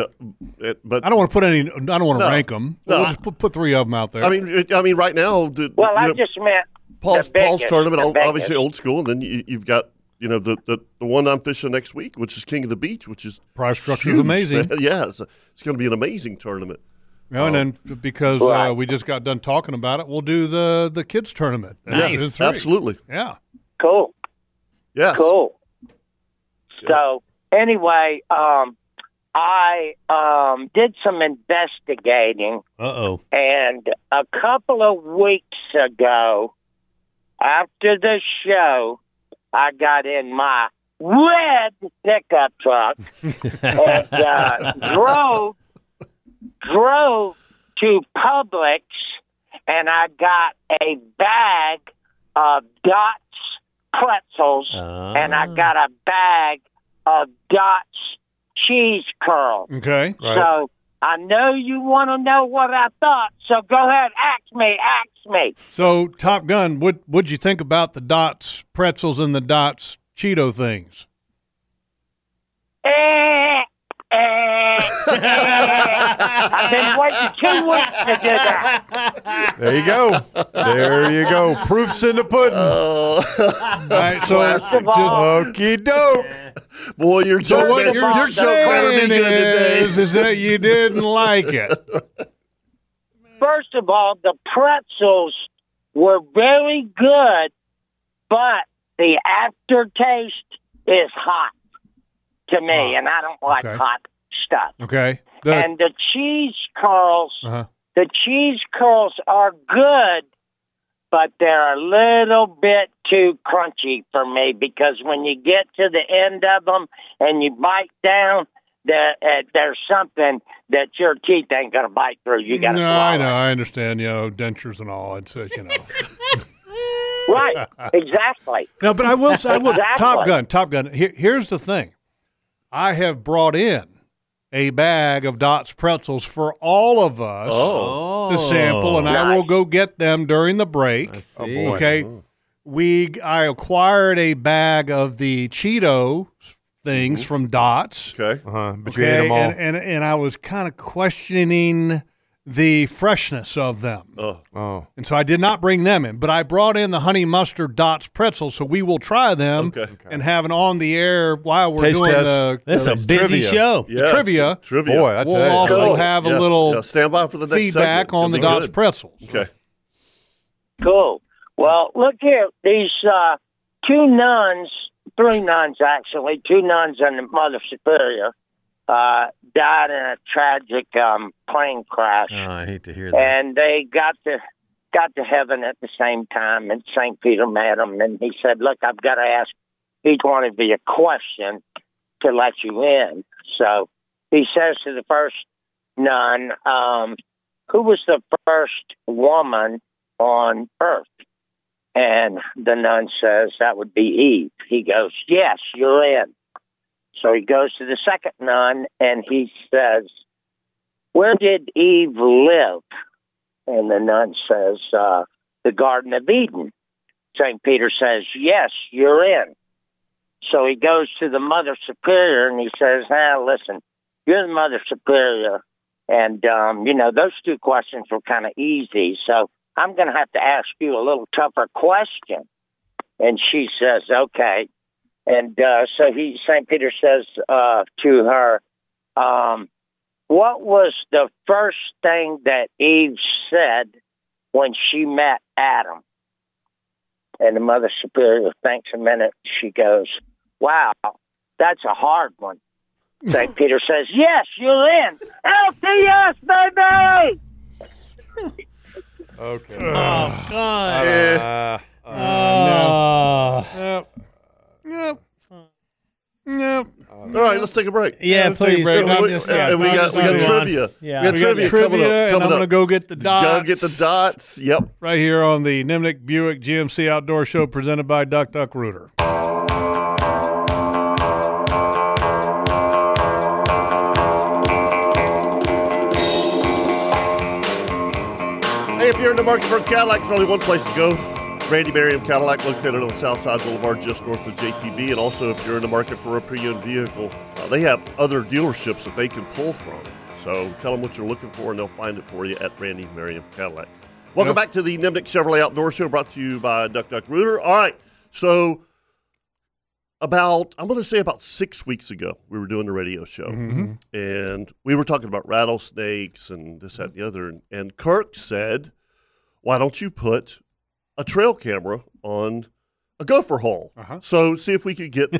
[SPEAKER 2] Yeah, it- but
[SPEAKER 3] I don't want to put any. I don't want
[SPEAKER 2] No.
[SPEAKER 3] to 'em. rank them.
[SPEAKER 2] No.
[SPEAKER 3] We'll just put, put three of them out there.
[SPEAKER 2] I mean, it- I mean, right now, the,
[SPEAKER 11] Well,
[SPEAKER 2] you
[SPEAKER 11] I
[SPEAKER 2] know,
[SPEAKER 11] just meant
[SPEAKER 2] Paul's
[SPEAKER 11] the biggest,
[SPEAKER 2] Paul's tournament,
[SPEAKER 11] the
[SPEAKER 2] ob-
[SPEAKER 11] biggest.
[SPEAKER 2] obviously old school, and then you, you've got you know the, the the one I'm fishing next week, which is King of the Beach, which is
[SPEAKER 3] price structure is
[SPEAKER 2] huge,
[SPEAKER 3] amazing.
[SPEAKER 2] man. Yeah, it's, it's going to be an amazing tournament. Um,
[SPEAKER 3] Yeah, and then because
[SPEAKER 11] Right.
[SPEAKER 3] uh, we just got done talking about it, we'll do the the kids tournament.
[SPEAKER 2] Yeah,
[SPEAKER 3] It's three.
[SPEAKER 2] absolutely.
[SPEAKER 3] Yeah.
[SPEAKER 11] Cool.
[SPEAKER 2] Yes.
[SPEAKER 11] Cool. So anyway, um, I um, did some investigating,
[SPEAKER 5] Uh-oh.
[SPEAKER 11] and a couple of weeks ago, after the show, I got in my red pickup truck and uh, drove drove to Publix, and I got a bag of Dots pretzels and I got a bag of Dot's cheese curls.
[SPEAKER 3] Okay.
[SPEAKER 11] So I know you want to know what I thought, so go ahead, ask me, ask me.
[SPEAKER 3] So Top Gun, what what'd you think about the dots pretzels and the dots Cheeto things?
[SPEAKER 11] Eh, eh, eh. I've been waiting two weeks to do that.
[SPEAKER 4] There you go. there you go. Proof's in the pudding.
[SPEAKER 2] Oh.
[SPEAKER 3] All right. So
[SPEAKER 11] of all-
[SPEAKER 4] Okey doke.
[SPEAKER 2] Boy, your
[SPEAKER 3] So
[SPEAKER 2] joke,
[SPEAKER 3] what
[SPEAKER 2] better-
[SPEAKER 3] you're
[SPEAKER 2] your joke better be
[SPEAKER 3] saying
[SPEAKER 2] good today.
[SPEAKER 3] is, is that you didn't like it.
[SPEAKER 11] First of all, the pretzels were very good, but the aftertaste is hot to me, and I don't like
[SPEAKER 3] okay.
[SPEAKER 11] hot stuff.
[SPEAKER 3] Okay. The,
[SPEAKER 11] and the cheese curls
[SPEAKER 3] uh-huh.
[SPEAKER 11] The cheese curls are good, but they're a little bit too crunchy for me because when you get to the end of them and you bite down, there, uh, there's something that your teeth ain't gonna bite through. You gotta
[SPEAKER 3] no,
[SPEAKER 11] swallow.
[SPEAKER 3] I know, I understand. You know, dentures and all. It's uh, you know.
[SPEAKER 11] Right, exactly.
[SPEAKER 3] No, but I will say, I will,
[SPEAKER 11] Exactly.
[SPEAKER 3] Top Gun, Top Gun. Here, here's the thing I have brought in a bag of Dot's pretzels for all of us
[SPEAKER 1] Oh.
[SPEAKER 3] to sample, and I
[SPEAKER 1] Nice.
[SPEAKER 3] will go get them during the break.
[SPEAKER 1] Oh, boy.
[SPEAKER 3] Okay.
[SPEAKER 1] Mm.
[SPEAKER 3] We I acquired a bag of the Cheeto things from Dots.
[SPEAKER 2] Okay.
[SPEAKER 4] Uh-huh. But
[SPEAKER 3] okay,
[SPEAKER 4] you ate them all.
[SPEAKER 3] And, and and I was kind of questioning the freshness of them.
[SPEAKER 4] oh.
[SPEAKER 3] And so I did not bring them in, but I brought in the honey mustard dots pretzel, so we will try them and have an on the air while we're
[SPEAKER 4] Taste
[SPEAKER 3] doing
[SPEAKER 4] test.
[SPEAKER 3] the.
[SPEAKER 4] That's
[SPEAKER 3] the
[SPEAKER 4] a busy
[SPEAKER 3] trivia.
[SPEAKER 4] show.
[SPEAKER 3] The
[SPEAKER 4] Yeah,
[SPEAKER 3] trivia.
[SPEAKER 4] tri- trivia. Boy, I tell
[SPEAKER 3] we'll
[SPEAKER 4] you.
[SPEAKER 3] also
[SPEAKER 4] Cool.
[SPEAKER 3] have a
[SPEAKER 4] Yeah.
[SPEAKER 3] little
[SPEAKER 4] Yeah, stand by for the next
[SPEAKER 3] feedback
[SPEAKER 4] segment.
[SPEAKER 3] on the
[SPEAKER 4] Should be
[SPEAKER 3] dots
[SPEAKER 4] good.
[SPEAKER 3] pretzels.
[SPEAKER 2] Okay.
[SPEAKER 11] Cool. Well, look here. These uh, two nuns, three nuns actually, two nuns and the Mother Superior, uh, died in a tragic um, plane crash,
[SPEAKER 12] Oh, I hate to hear that.
[SPEAKER 11] and they got to got to heaven at the same time. And Saint Peter met them, and he said, "Look, I've got to ask each one of you a question to let you in." So he says to the first nun, um, "Who was the first woman on Earth?" And the nun says, That would be Eve. He goes, Yes, you're in. So he goes to the second nun and he says, Where did Eve live? And the nun says, uh, The Garden of Eden. St. Peter says, Yes, you're in. So he goes to the Mother Superior and he says, Now, listen, you're the Mother Superior. And, um, you know, those two questions were kind of easy. So I'm going to have to ask you a little tougher question. And she says, okay. And uh, so he, St. Peter says uh, to her, um, what was the first thing that Eve said when she met Adam? And the Mother Superior thinks a minute. She goes, wow, that's a hard one. St. Peter says, yes, you're in. LTS, baby!
[SPEAKER 4] Okay. Oh,
[SPEAKER 5] God. Uh,
[SPEAKER 4] Uh, uh,
[SPEAKER 3] no. Yep. Yep.
[SPEAKER 2] All right, let's take a break.
[SPEAKER 5] Yeah,
[SPEAKER 2] Let's take a
[SPEAKER 5] please,
[SPEAKER 2] break.
[SPEAKER 5] no, I'm
[SPEAKER 2] And we,
[SPEAKER 5] just- yeah,
[SPEAKER 2] and we
[SPEAKER 5] I'm
[SPEAKER 2] got
[SPEAKER 5] just
[SPEAKER 2] we got
[SPEAKER 5] moving on.
[SPEAKER 2] trivia.
[SPEAKER 5] Yeah.
[SPEAKER 2] we got
[SPEAKER 5] We got
[SPEAKER 2] trivia, coming
[SPEAKER 3] trivia,
[SPEAKER 2] up.
[SPEAKER 3] and
[SPEAKER 2] Coming
[SPEAKER 3] I'm gonna
[SPEAKER 2] up.
[SPEAKER 3] go get the dots.
[SPEAKER 2] Go get the dots. Yep.
[SPEAKER 3] Right here on the Nimnik Buick GMC Outdoor Show presented by Duck Duck Rooter.
[SPEAKER 2] Hey, if you're in the market for a Cadillac, there's only one place to go. Randy Merriam Cadillac, located on Southside Boulevard, just north of JTB. And also, if you're in the market for a pre-owned vehicle, uh, they have other dealerships that they can pull from. So tell them what you're looking for, and they'll find it for you at Randy Merriam Cadillac. Welcome back to the Nimnik Chevrolet Outdoor Show, brought to you by Duck Duck Rooter. All right, so about I'm going to say about six weeks ago, we were doing the radio show,
[SPEAKER 4] Mm-hmm.
[SPEAKER 1] Mhm.
[SPEAKER 5] Mm-hmm.
[SPEAKER 2] and we were talking about rattlesnakes and this, that, and the other. And, and Kirk said, "Why don't you put a trail camera on a gopher hole?
[SPEAKER 4] Uh-huh.
[SPEAKER 2] So see if we could get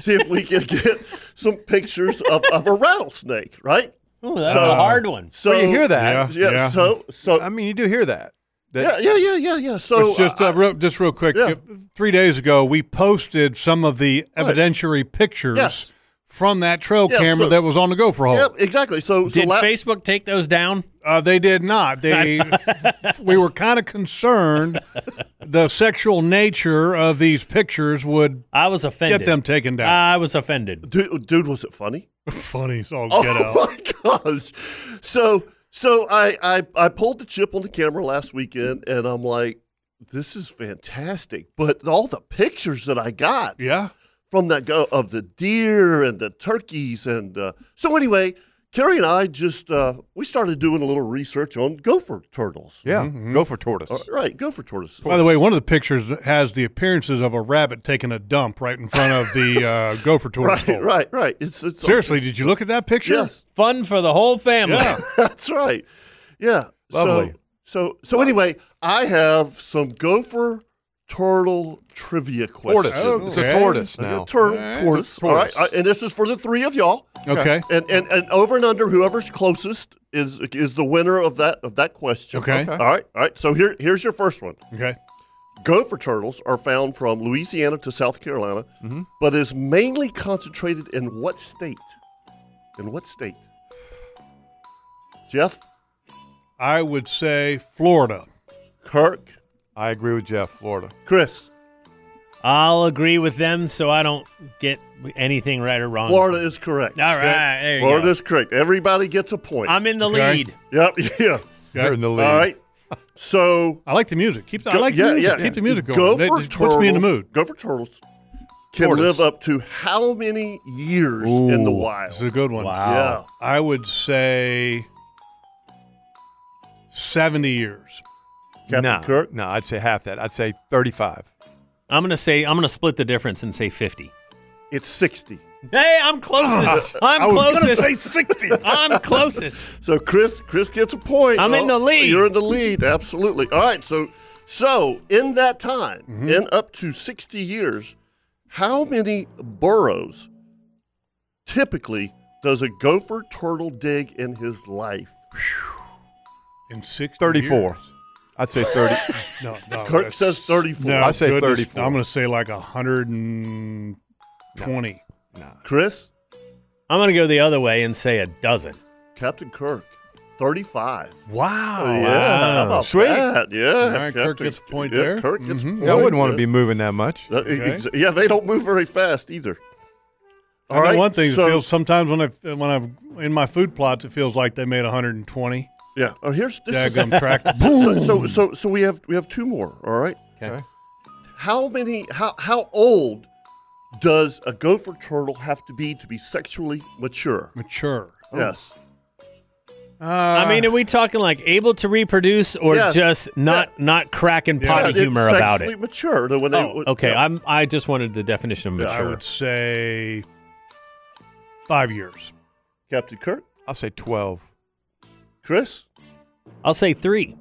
[SPEAKER 2] see if we could get some pictures of, of a rattlesnake, right?
[SPEAKER 5] Ooh, that's a hard one.
[SPEAKER 2] So
[SPEAKER 4] Well, you hear that.
[SPEAKER 2] yeah,
[SPEAKER 4] Yeah.
[SPEAKER 2] So so
[SPEAKER 4] I mean, you do hear that.
[SPEAKER 2] yeah, yeah, yeah, yeah, yeah. So
[SPEAKER 3] Which just uh, real, just real quick,
[SPEAKER 2] Yeah.
[SPEAKER 3] j- three days ago we posted some of the evidentiary pictures
[SPEAKER 2] Yes.
[SPEAKER 3] from that trail
[SPEAKER 2] Yeah,
[SPEAKER 3] camera
[SPEAKER 2] so-
[SPEAKER 3] that was on the gopher hole.
[SPEAKER 2] Yep, exactly. So, so
[SPEAKER 5] Did
[SPEAKER 2] la-
[SPEAKER 5] Facebook take those down?
[SPEAKER 3] Uh, they did not. They we were kind of concerned the sexual nature of these pictures would
[SPEAKER 5] I was offended.
[SPEAKER 3] get them taken down.
[SPEAKER 5] I was offended.
[SPEAKER 2] dude, dude, was it funny?
[SPEAKER 3] Funny, so I'll
[SPEAKER 2] Oh
[SPEAKER 3] get out.
[SPEAKER 2] my gosh! So so I, I I pulled the chip on the camera last weekend, and I'm like, this is fantastic. But all the pictures that I got,
[SPEAKER 3] yeah,
[SPEAKER 2] from that go of the deer and the turkeys, and uh, so anyway. Carrie and I just uh, we started doing a little research on gopher turtles.
[SPEAKER 4] Yeah, Mm-hmm. gopher tortoise.
[SPEAKER 2] Uh, right, gopher tortoises.
[SPEAKER 3] By the way, one of the pictures has the appearances of a rabbit taking a dump right in front of the uh, gopher tortoise
[SPEAKER 2] right,
[SPEAKER 3] hole.
[SPEAKER 2] right, right. It's, it's
[SPEAKER 3] Seriously, did you look at that picture?
[SPEAKER 2] Yes.
[SPEAKER 5] Fun for the whole family.
[SPEAKER 2] Yeah, that's right. Yeah.
[SPEAKER 5] Lovely.
[SPEAKER 2] So so so anyway, I have some gopher turtle trivia
[SPEAKER 4] Tortoise.
[SPEAKER 2] questions.
[SPEAKER 4] Oh, it's a Okay. tortoise
[SPEAKER 2] Like a
[SPEAKER 4] now.
[SPEAKER 2] turtle
[SPEAKER 4] All right.
[SPEAKER 2] tortoise. Uh,
[SPEAKER 4] It's a tortoise.
[SPEAKER 2] All right. I- and this is for the three of y'all.
[SPEAKER 4] Okay.
[SPEAKER 2] And and and over and under whoever's closest is is the winner of that of that question.
[SPEAKER 3] Okay. Okay.
[SPEAKER 2] All right. All right. So here here's your first one.
[SPEAKER 3] Okay.
[SPEAKER 2] Gopher turtles are found from Louisiana to South Carolina,
[SPEAKER 3] Mhm.
[SPEAKER 2] but is mainly concentrated in what state? In what state? Jeff.
[SPEAKER 3] I would say Florida.
[SPEAKER 2] Kirk.
[SPEAKER 4] I agree with Jeff. Florida.
[SPEAKER 2] Chris.
[SPEAKER 5] I'll agree with them so I don't get anything right or wrong.
[SPEAKER 2] Florida is correct.
[SPEAKER 5] All right, there you go.
[SPEAKER 2] Florida is correct. Everybody gets a point.
[SPEAKER 5] I'm in the Okay. lead.
[SPEAKER 2] Yep. Yeah.
[SPEAKER 3] You're in the lead.
[SPEAKER 2] All right. So
[SPEAKER 3] I like the music. Keep the, I
[SPEAKER 2] Go-
[SPEAKER 3] like the music. Keep the music going.
[SPEAKER 2] Gopher
[SPEAKER 3] That
[SPEAKER 2] turtles.
[SPEAKER 3] just puts me in the mood.
[SPEAKER 2] Gopher turtles can
[SPEAKER 3] Tortoise.
[SPEAKER 2] live up to how many years in the
[SPEAKER 3] Ooh,
[SPEAKER 2] wild?
[SPEAKER 3] This is a good one.
[SPEAKER 2] Yeah.
[SPEAKER 3] I would say 70 years.
[SPEAKER 4] no, no, I'd say half that. I'd say 35.
[SPEAKER 5] I'm gonna say I'm gonna split the difference and say 50.
[SPEAKER 2] It's 60.
[SPEAKER 5] Hey, I'm closest. I'm
[SPEAKER 2] Ah, I was gonna
[SPEAKER 5] closest.
[SPEAKER 2] say 60.
[SPEAKER 5] I'm closest.
[SPEAKER 2] So Chris, Chris gets a point.
[SPEAKER 5] I'm in the lead.
[SPEAKER 2] You're in the lead, absolutely. All right. So, so in that time,
[SPEAKER 3] Mm-hmm.
[SPEAKER 2] in up to 60 years, how many burrows typically does a gopher turtle dig in his life?
[SPEAKER 3] In 60
[SPEAKER 4] 34.
[SPEAKER 3] years.
[SPEAKER 4] I'd say 30.
[SPEAKER 3] No, no.
[SPEAKER 2] Kirk
[SPEAKER 3] that's-
[SPEAKER 2] says 34.
[SPEAKER 3] No,
[SPEAKER 4] I say
[SPEAKER 3] goodness,
[SPEAKER 4] 34.
[SPEAKER 3] I'm going to say like 120.
[SPEAKER 2] Chris?
[SPEAKER 5] I'm gonna go the other way and say a dozen.
[SPEAKER 2] Captain Kirk, 35.
[SPEAKER 3] Wow.
[SPEAKER 2] Yeah. How about
[SPEAKER 4] Sweet.
[SPEAKER 2] that? Yeah.
[SPEAKER 3] All right, Kirk
[SPEAKER 2] Captain-
[SPEAKER 3] gets a point
[SPEAKER 2] yeah,
[SPEAKER 3] there.
[SPEAKER 2] Kirk gets a
[SPEAKER 3] Mhm.
[SPEAKER 2] point.
[SPEAKER 4] Yeah, I wouldn't want to be moving that much.
[SPEAKER 2] Uh, e- ex- Yeah, they don't move very fast either.
[SPEAKER 3] I
[SPEAKER 2] All
[SPEAKER 3] know
[SPEAKER 2] right,
[SPEAKER 3] one thing
[SPEAKER 2] so-
[SPEAKER 3] it feels sometimes when I when I've in my food plots it feels like they made 120.
[SPEAKER 2] Yeah. Oh, here's this is-
[SPEAKER 3] Daggum track.
[SPEAKER 2] So,
[SPEAKER 3] Boom.
[SPEAKER 2] so so so we have we have two more. All right.
[SPEAKER 5] Okay.
[SPEAKER 2] How many? How how old does a gopher turtle have to be to be sexually mature?
[SPEAKER 3] Mature.
[SPEAKER 5] Oh.
[SPEAKER 2] Yes.
[SPEAKER 5] I mean, are we talking like able to reproduce or
[SPEAKER 2] Yes.
[SPEAKER 5] just not not cracking potty
[SPEAKER 2] Yeah,
[SPEAKER 5] humor
[SPEAKER 2] it's
[SPEAKER 5] about
[SPEAKER 2] sexually
[SPEAKER 5] it?
[SPEAKER 2] Mature. though, When they,
[SPEAKER 5] Oh, okay, I'm I just wanted the definition of
[SPEAKER 3] Yeah, I
[SPEAKER 5] mature.
[SPEAKER 3] would say 5 years.
[SPEAKER 2] Captain Kirk,
[SPEAKER 4] I'll say 12.
[SPEAKER 2] Chris,
[SPEAKER 5] I'll say three.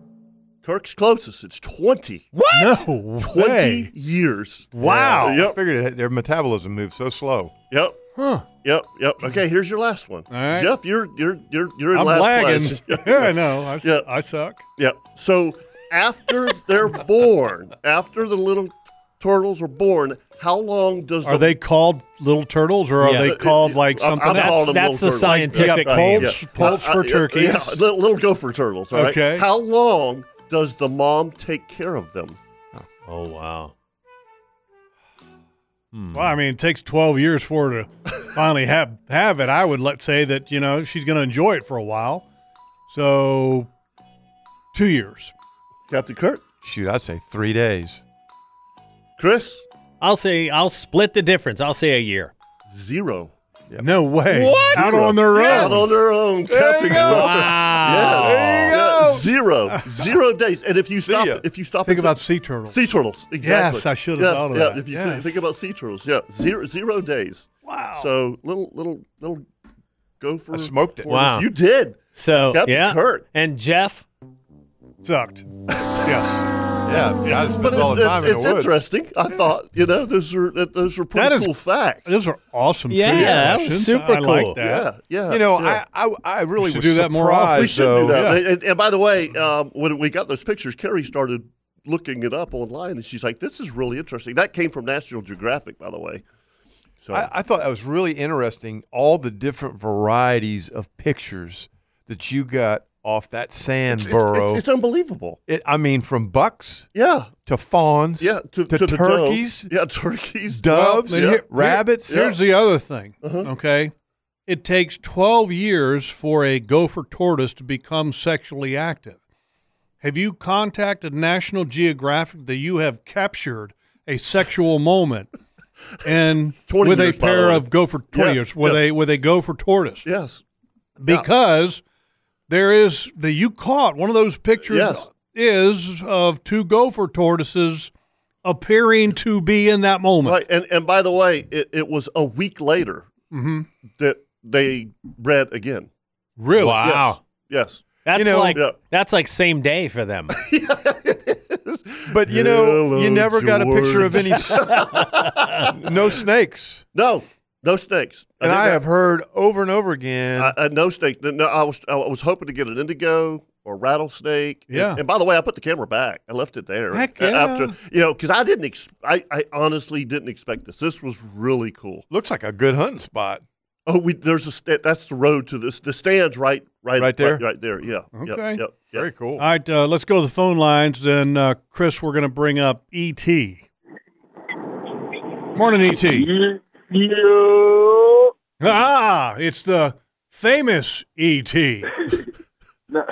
[SPEAKER 2] Kirk's closest. It's twenty.
[SPEAKER 5] What?
[SPEAKER 3] No
[SPEAKER 2] Twenty
[SPEAKER 4] way.
[SPEAKER 2] years.
[SPEAKER 4] Wow.
[SPEAKER 2] Yeah,
[SPEAKER 4] I
[SPEAKER 2] yep.
[SPEAKER 4] figured it, their metabolism moves so slow.
[SPEAKER 2] Yep.
[SPEAKER 3] Huh.
[SPEAKER 2] Yep. Yep. Okay. Here's your last one.
[SPEAKER 3] All right.
[SPEAKER 2] Jeff, you're you're you're you're in
[SPEAKER 3] I'm
[SPEAKER 2] last
[SPEAKER 3] lagging.
[SPEAKER 2] place.
[SPEAKER 3] yeah, I know. I, s-
[SPEAKER 2] Yeah.
[SPEAKER 3] I suck.
[SPEAKER 2] Yep. So after they're born, after the little turtles are born, how long does
[SPEAKER 3] Are
[SPEAKER 2] the
[SPEAKER 3] they called little turtles or are
[SPEAKER 5] Yeah.
[SPEAKER 2] Uh,
[SPEAKER 3] they called like
[SPEAKER 2] I'm- I'm
[SPEAKER 3] something
[SPEAKER 2] calling
[SPEAKER 3] else?
[SPEAKER 2] them
[SPEAKER 5] That's-
[SPEAKER 2] little
[SPEAKER 5] that's the
[SPEAKER 2] turtles.
[SPEAKER 5] scientific
[SPEAKER 2] Yeah,
[SPEAKER 5] name.
[SPEAKER 2] yeah.
[SPEAKER 3] Poults- poults for
[SPEAKER 2] Uh, uh,
[SPEAKER 3] turkeys.
[SPEAKER 2] Yeah, little, little gopher turtles. all right?
[SPEAKER 3] Okay.
[SPEAKER 2] How long does the mom take care of them?
[SPEAKER 5] Oh wow. Hmm.
[SPEAKER 3] Well, I mean, it takes 12 years for her to finally have have it. I would let say that, you know, she's going to enjoy it for a while. So 2 years.
[SPEAKER 2] Captain Kirk,
[SPEAKER 4] Shoot, I'd say three days.
[SPEAKER 2] Chris,
[SPEAKER 5] I'll say I'll split the difference. I'll say a year.
[SPEAKER 2] zero.
[SPEAKER 3] No way.
[SPEAKER 5] What?
[SPEAKER 3] Out on their own.
[SPEAKER 2] Out on their own, Captain
[SPEAKER 4] you go.
[SPEAKER 2] Kirk.
[SPEAKER 5] Wow.
[SPEAKER 2] Yes.
[SPEAKER 4] go.
[SPEAKER 2] Yeah, zero. Zero days. And if you stop,
[SPEAKER 4] ya.
[SPEAKER 2] if you stop,
[SPEAKER 3] Think
[SPEAKER 2] at the-
[SPEAKER 3] about sea turtles.
[SPEAKER 2] sea turtles. Exactly.
[SPEAKER 3] Yes, I should have
[SPEAKER 2] yeah,
[SPEAKER 3] thought of
[SPEAKER 2] yeah,
[SPEAKER 3] that.
[SPEAKER 2] If you
[SPEAKER 3] Yes.
[SPEAKER 2] think about sea turtles, yeah, zero zero days.
[SPEAKER 3] Wow.
[SPEAKER 2] So little little little gopher.
[SPEAKER 4] I smoked it.
[SPEAKER 2] tortoise.
[SPEAKER 5] Wow.
[SPEAKER 2] You did.
[SPEAKER 5] So
[SPEAKER 2] Captain
[SPEAKER 5] yeah.
[SPEAKER 2] Kirk.
[SPEAKER 5] And Jeff.
[SPEAKER 3] Sucked. yes.
[SPEAKER 4] Yeah, yeah I spend
[SPEAKER 2] But it's,
[SPEAKER 4] all the time
[SPEAKER 2] it's,
[SPEAKER 4] in
[SPEAKER 2] it's
[SPEAKER 4] the woods.
[SPEAKER 2] interesting. I thought you know those are that, those are pretty
[SPEAKER 3] That is-
[SPEAKER 2] cool facts.
[SPEAKER 3] Those are awesome.
[SPEAKER 5] Yeah,
[SPEAKER 3] trivia
[SPEAKER 5] that was
[SPEAKER 3] questions.
[SPEAKER 5] super
[SPEAKER 3] I like
[SPEAKER 5] cool.
[SPEAKER 3] that.
[SPEAKER 2] yeah, yeah.
[SPEAKER 4] You know,
[SPEAKER 2] yeah.
[SPEAKER 4] I, I I really
[SPEAKER 3] should
[SPEAKER 4] was
[SPEAKER 3] do that more
[SPEAKER 4] surprised,
[SPEAKER 3] often.
[SPEAKER 2] we should do
[SPEAKER 4] though.
[SPEAKER 2] that.
[SPEAKER 3] yeah.
[SPEAKER 2] And- And, and by the way, um, when we got those pictures, Carrie started looking it up online, and she's like, "This is really interesting." That came from National Geographic, by the way. So
[SPEAKER 4] I, I thought that was really interesting. All the different varieties of pictures that you got off that sand
[SPEAKER 2] it's, it's-
[SPEAKER 4] burrow.
[SPEAKER 2] it's unbelievable.
[SPEAKER 4] it, I mean, from bucks
[SPEAKER 2] Yeah,
[SPEAKER 4] to fawns,
[SPEAKER 2] yeah. To, to, the doe.
[SPEAKER 4] turkeys,
[SPEAKER 2] yeah, turkeys,
[SPEAKER 4] doves,
[SPEAKER 2] Yeah. Uh-huh.
[SPEAKER 3] Well, here-
[SPEAKER 4] rabbits.
[SPEAKER 3] Here's the other thing. Okay. It takes 12 years for a gopher tortoise to become sexually active. Have you contacted National Geographic that you have captured a sexual moment and
[SPEAKER 2] 20
[SPEAKER 3] with
[SPEAKER 2] years,
[SPEAKER 3] a
[SPEAKER 2] by the
[SPEAKER 3] pair
[SPEAKER 2] way.
[SPEAKER 3] of gopher 20
[SPEAKER 2] Yes,
[SPEAKER 3] years with
[SPEAKER 2] yes.
[SPEAKER 3] a with a gopher tortoise
[SPEAKER 2] Yes,
[SPEAKER 3] because there is the you caught one of those pictures
[SPEAKER 2] Yes.
[SPEAKER 3] is of two gopher tortoises appearing to be in that moment.
[SPEAKER 2] right. And and by the way, it, it was a week later
[SPEAKER 3] Mhm.
[SPEAKER 2] that they bred again.
[SPEAKER 3] Really?
[SPEAKER 5] Wow.
[SPEAKER 2] Yes.
[SPEAKER 5] That's
[SPEAKER 4] You know-
[SPEAKER 5] like
[SPEAKER 2] Yeah.
[SPEAKER 5] that's like same day for them.
[SPEAKER 4] But you know,
[SPEAKER 2] Hello,
[SPEAKER 4] you never got a picture of
[SPEAKER 2] George.
[SPEAKER 4] any. no snakes.
[SPEAKER 2] No. No snakes.
[SPEAKER 4] And
[SPEAKER 2] think
[SPEAKER 4] I
[SPEAKER 2] that-
[SPEAKER 4] have heard over and over again.
[SPEAKER 2] I, I, no snakes. No, no, I was I was hoping to get an indigo or rattlesnake. And-
[SPEAKER 4] Yeah.
[SPEAKER 2] And, by the way, I put the camera back. I left it there.
[SPEAKER 4] Heck
[SPEAKER 2] a-
[SPEAKER 4] yeah.
[SPEAKER 2] After you know, because I didn't. Ex- I I honestly didn't expect this. This was really cool.
[SPEAKER 4] Looks like a good hunting spot.
[SPEAKER 2] Oh, we there's a sta- that's the road to this. The stands right right
[SPEAKER 3] Right there?
[SPEAKER 2] right, right there. Yeah. Yep,
[SPEAKER 3] Okay.
[SPEAKER 2] Yep, yep, Very cool.
[SPEAKER 3] All right, uh, let's go to the phone lines. And uh, Chris, we're going to bring up ET. Morning, E ET. Ah, it's the famous E ET.
[SPEAKER 12] Now,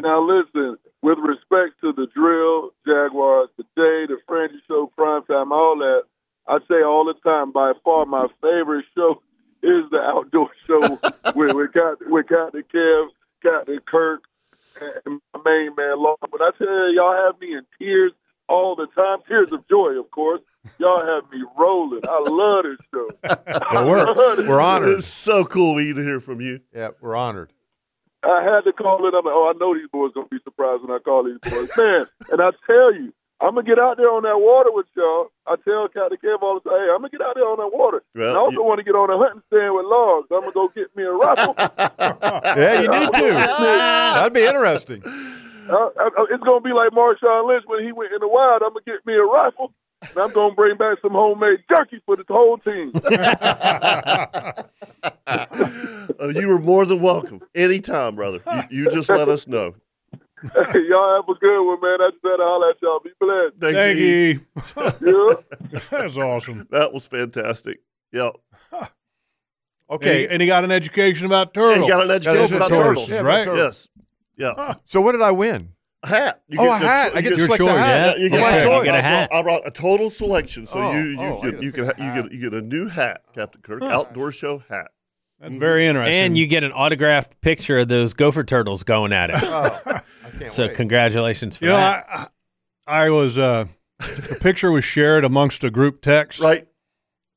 [SPEAKER 12] now listen, with respect to the drill, Jaguars, the day, the Frankie show, primetime, all that, I say all the time, by far my favorite show is the outdoor show with with Captain with Captain Kev, Captain Kirk, and my main man Law. But I tell you, y'all have me in tears all the time. Tears of joy, of course. Y'all have me rolling. I love this show.
[SPEAKER 2] Well,
[SPEAKER 12] we're- we're honored.
[SPEAKER 2] It's so cool we to hear from you.
[SPEAKER 4] Yeah, we're honored.
[SPEAKER 12] I had to call it. I'm like, oh, I know these boys gonna be surprised when I call these boys, man. and I tell you, I'm gonna get out there on that water with y'all. I tell Captain Kev all the time, hey, I'm gonna get out there on that water.
[SPEAKER 2] Well,
[SPEAKER 12] and I also want to get on a hunting stand with logs. I'm gonna go get me a rifle.
[SPEAKER 4] Yeah, you need to. That'd be interesting.
[SPEAKER 12] Uh, I, I, it's gonna be like Marshawn Lynch when he went in the wild. I'm gonna get me a rifle, and I'm gonna bring back some homemade jerky for the whole team.
[SPEAKER 2] Uh, you were more than welcome anytime, brother. You, you just let us know.
[SPEAKER 12] y'all have a good one, man. I just had to holler at y'all. Be blessed.
[SPEAKER 2] Thanks, Thank E.
[SPEAKER 3] That's awesome.
[SPEAKER 2] That was fantastic. Yeah.
[SPEAKER 3] And he, and he got an education about turtles.
[SPEAKER 2] And he got an education about turtles,
[SPEAKER 3] right?
[SPEAKER 2] Yes. Yeah.
[SPEAKER 4] So what did I win?
[SPEAKER 2] A hat.
[SPEAKER 4] Oh, a hat. I get to select a hat.
[SPEAKER 2] You get,
[SPEAKER 4] Oh, my
[SPEAKER 2] a hat.
[SPEAKER 4] choice. You get a
[SPEAKER 2] I brought-
[SPEAKER 4] hat.
[SPEAKER 2] I brought a total selection, so
[SPEAKER 4] Oh,
[SPEAKER 2] you you
[SPEAKER 4] oh, I
[SPEAKER 2] get
[SPEAKER 4] gotta
[SPEAKER 2] you can ha- you get you get a new hat, Captain Kirk,
[SPEAKER 5] Huh.
[SPEAKER 2] outdoor show hat.
[SPEAKER 3] That's very
[SPEAKER 5] And you get an autographed picture of those gopher turtles going at it. so congratulations for
[SPEAKER 3] You know,
[SPEAKER 5] that.
[SPEAKER 3] I, I I was uh, the picture was shared amongst a group text,
[SPEAKER 2] right,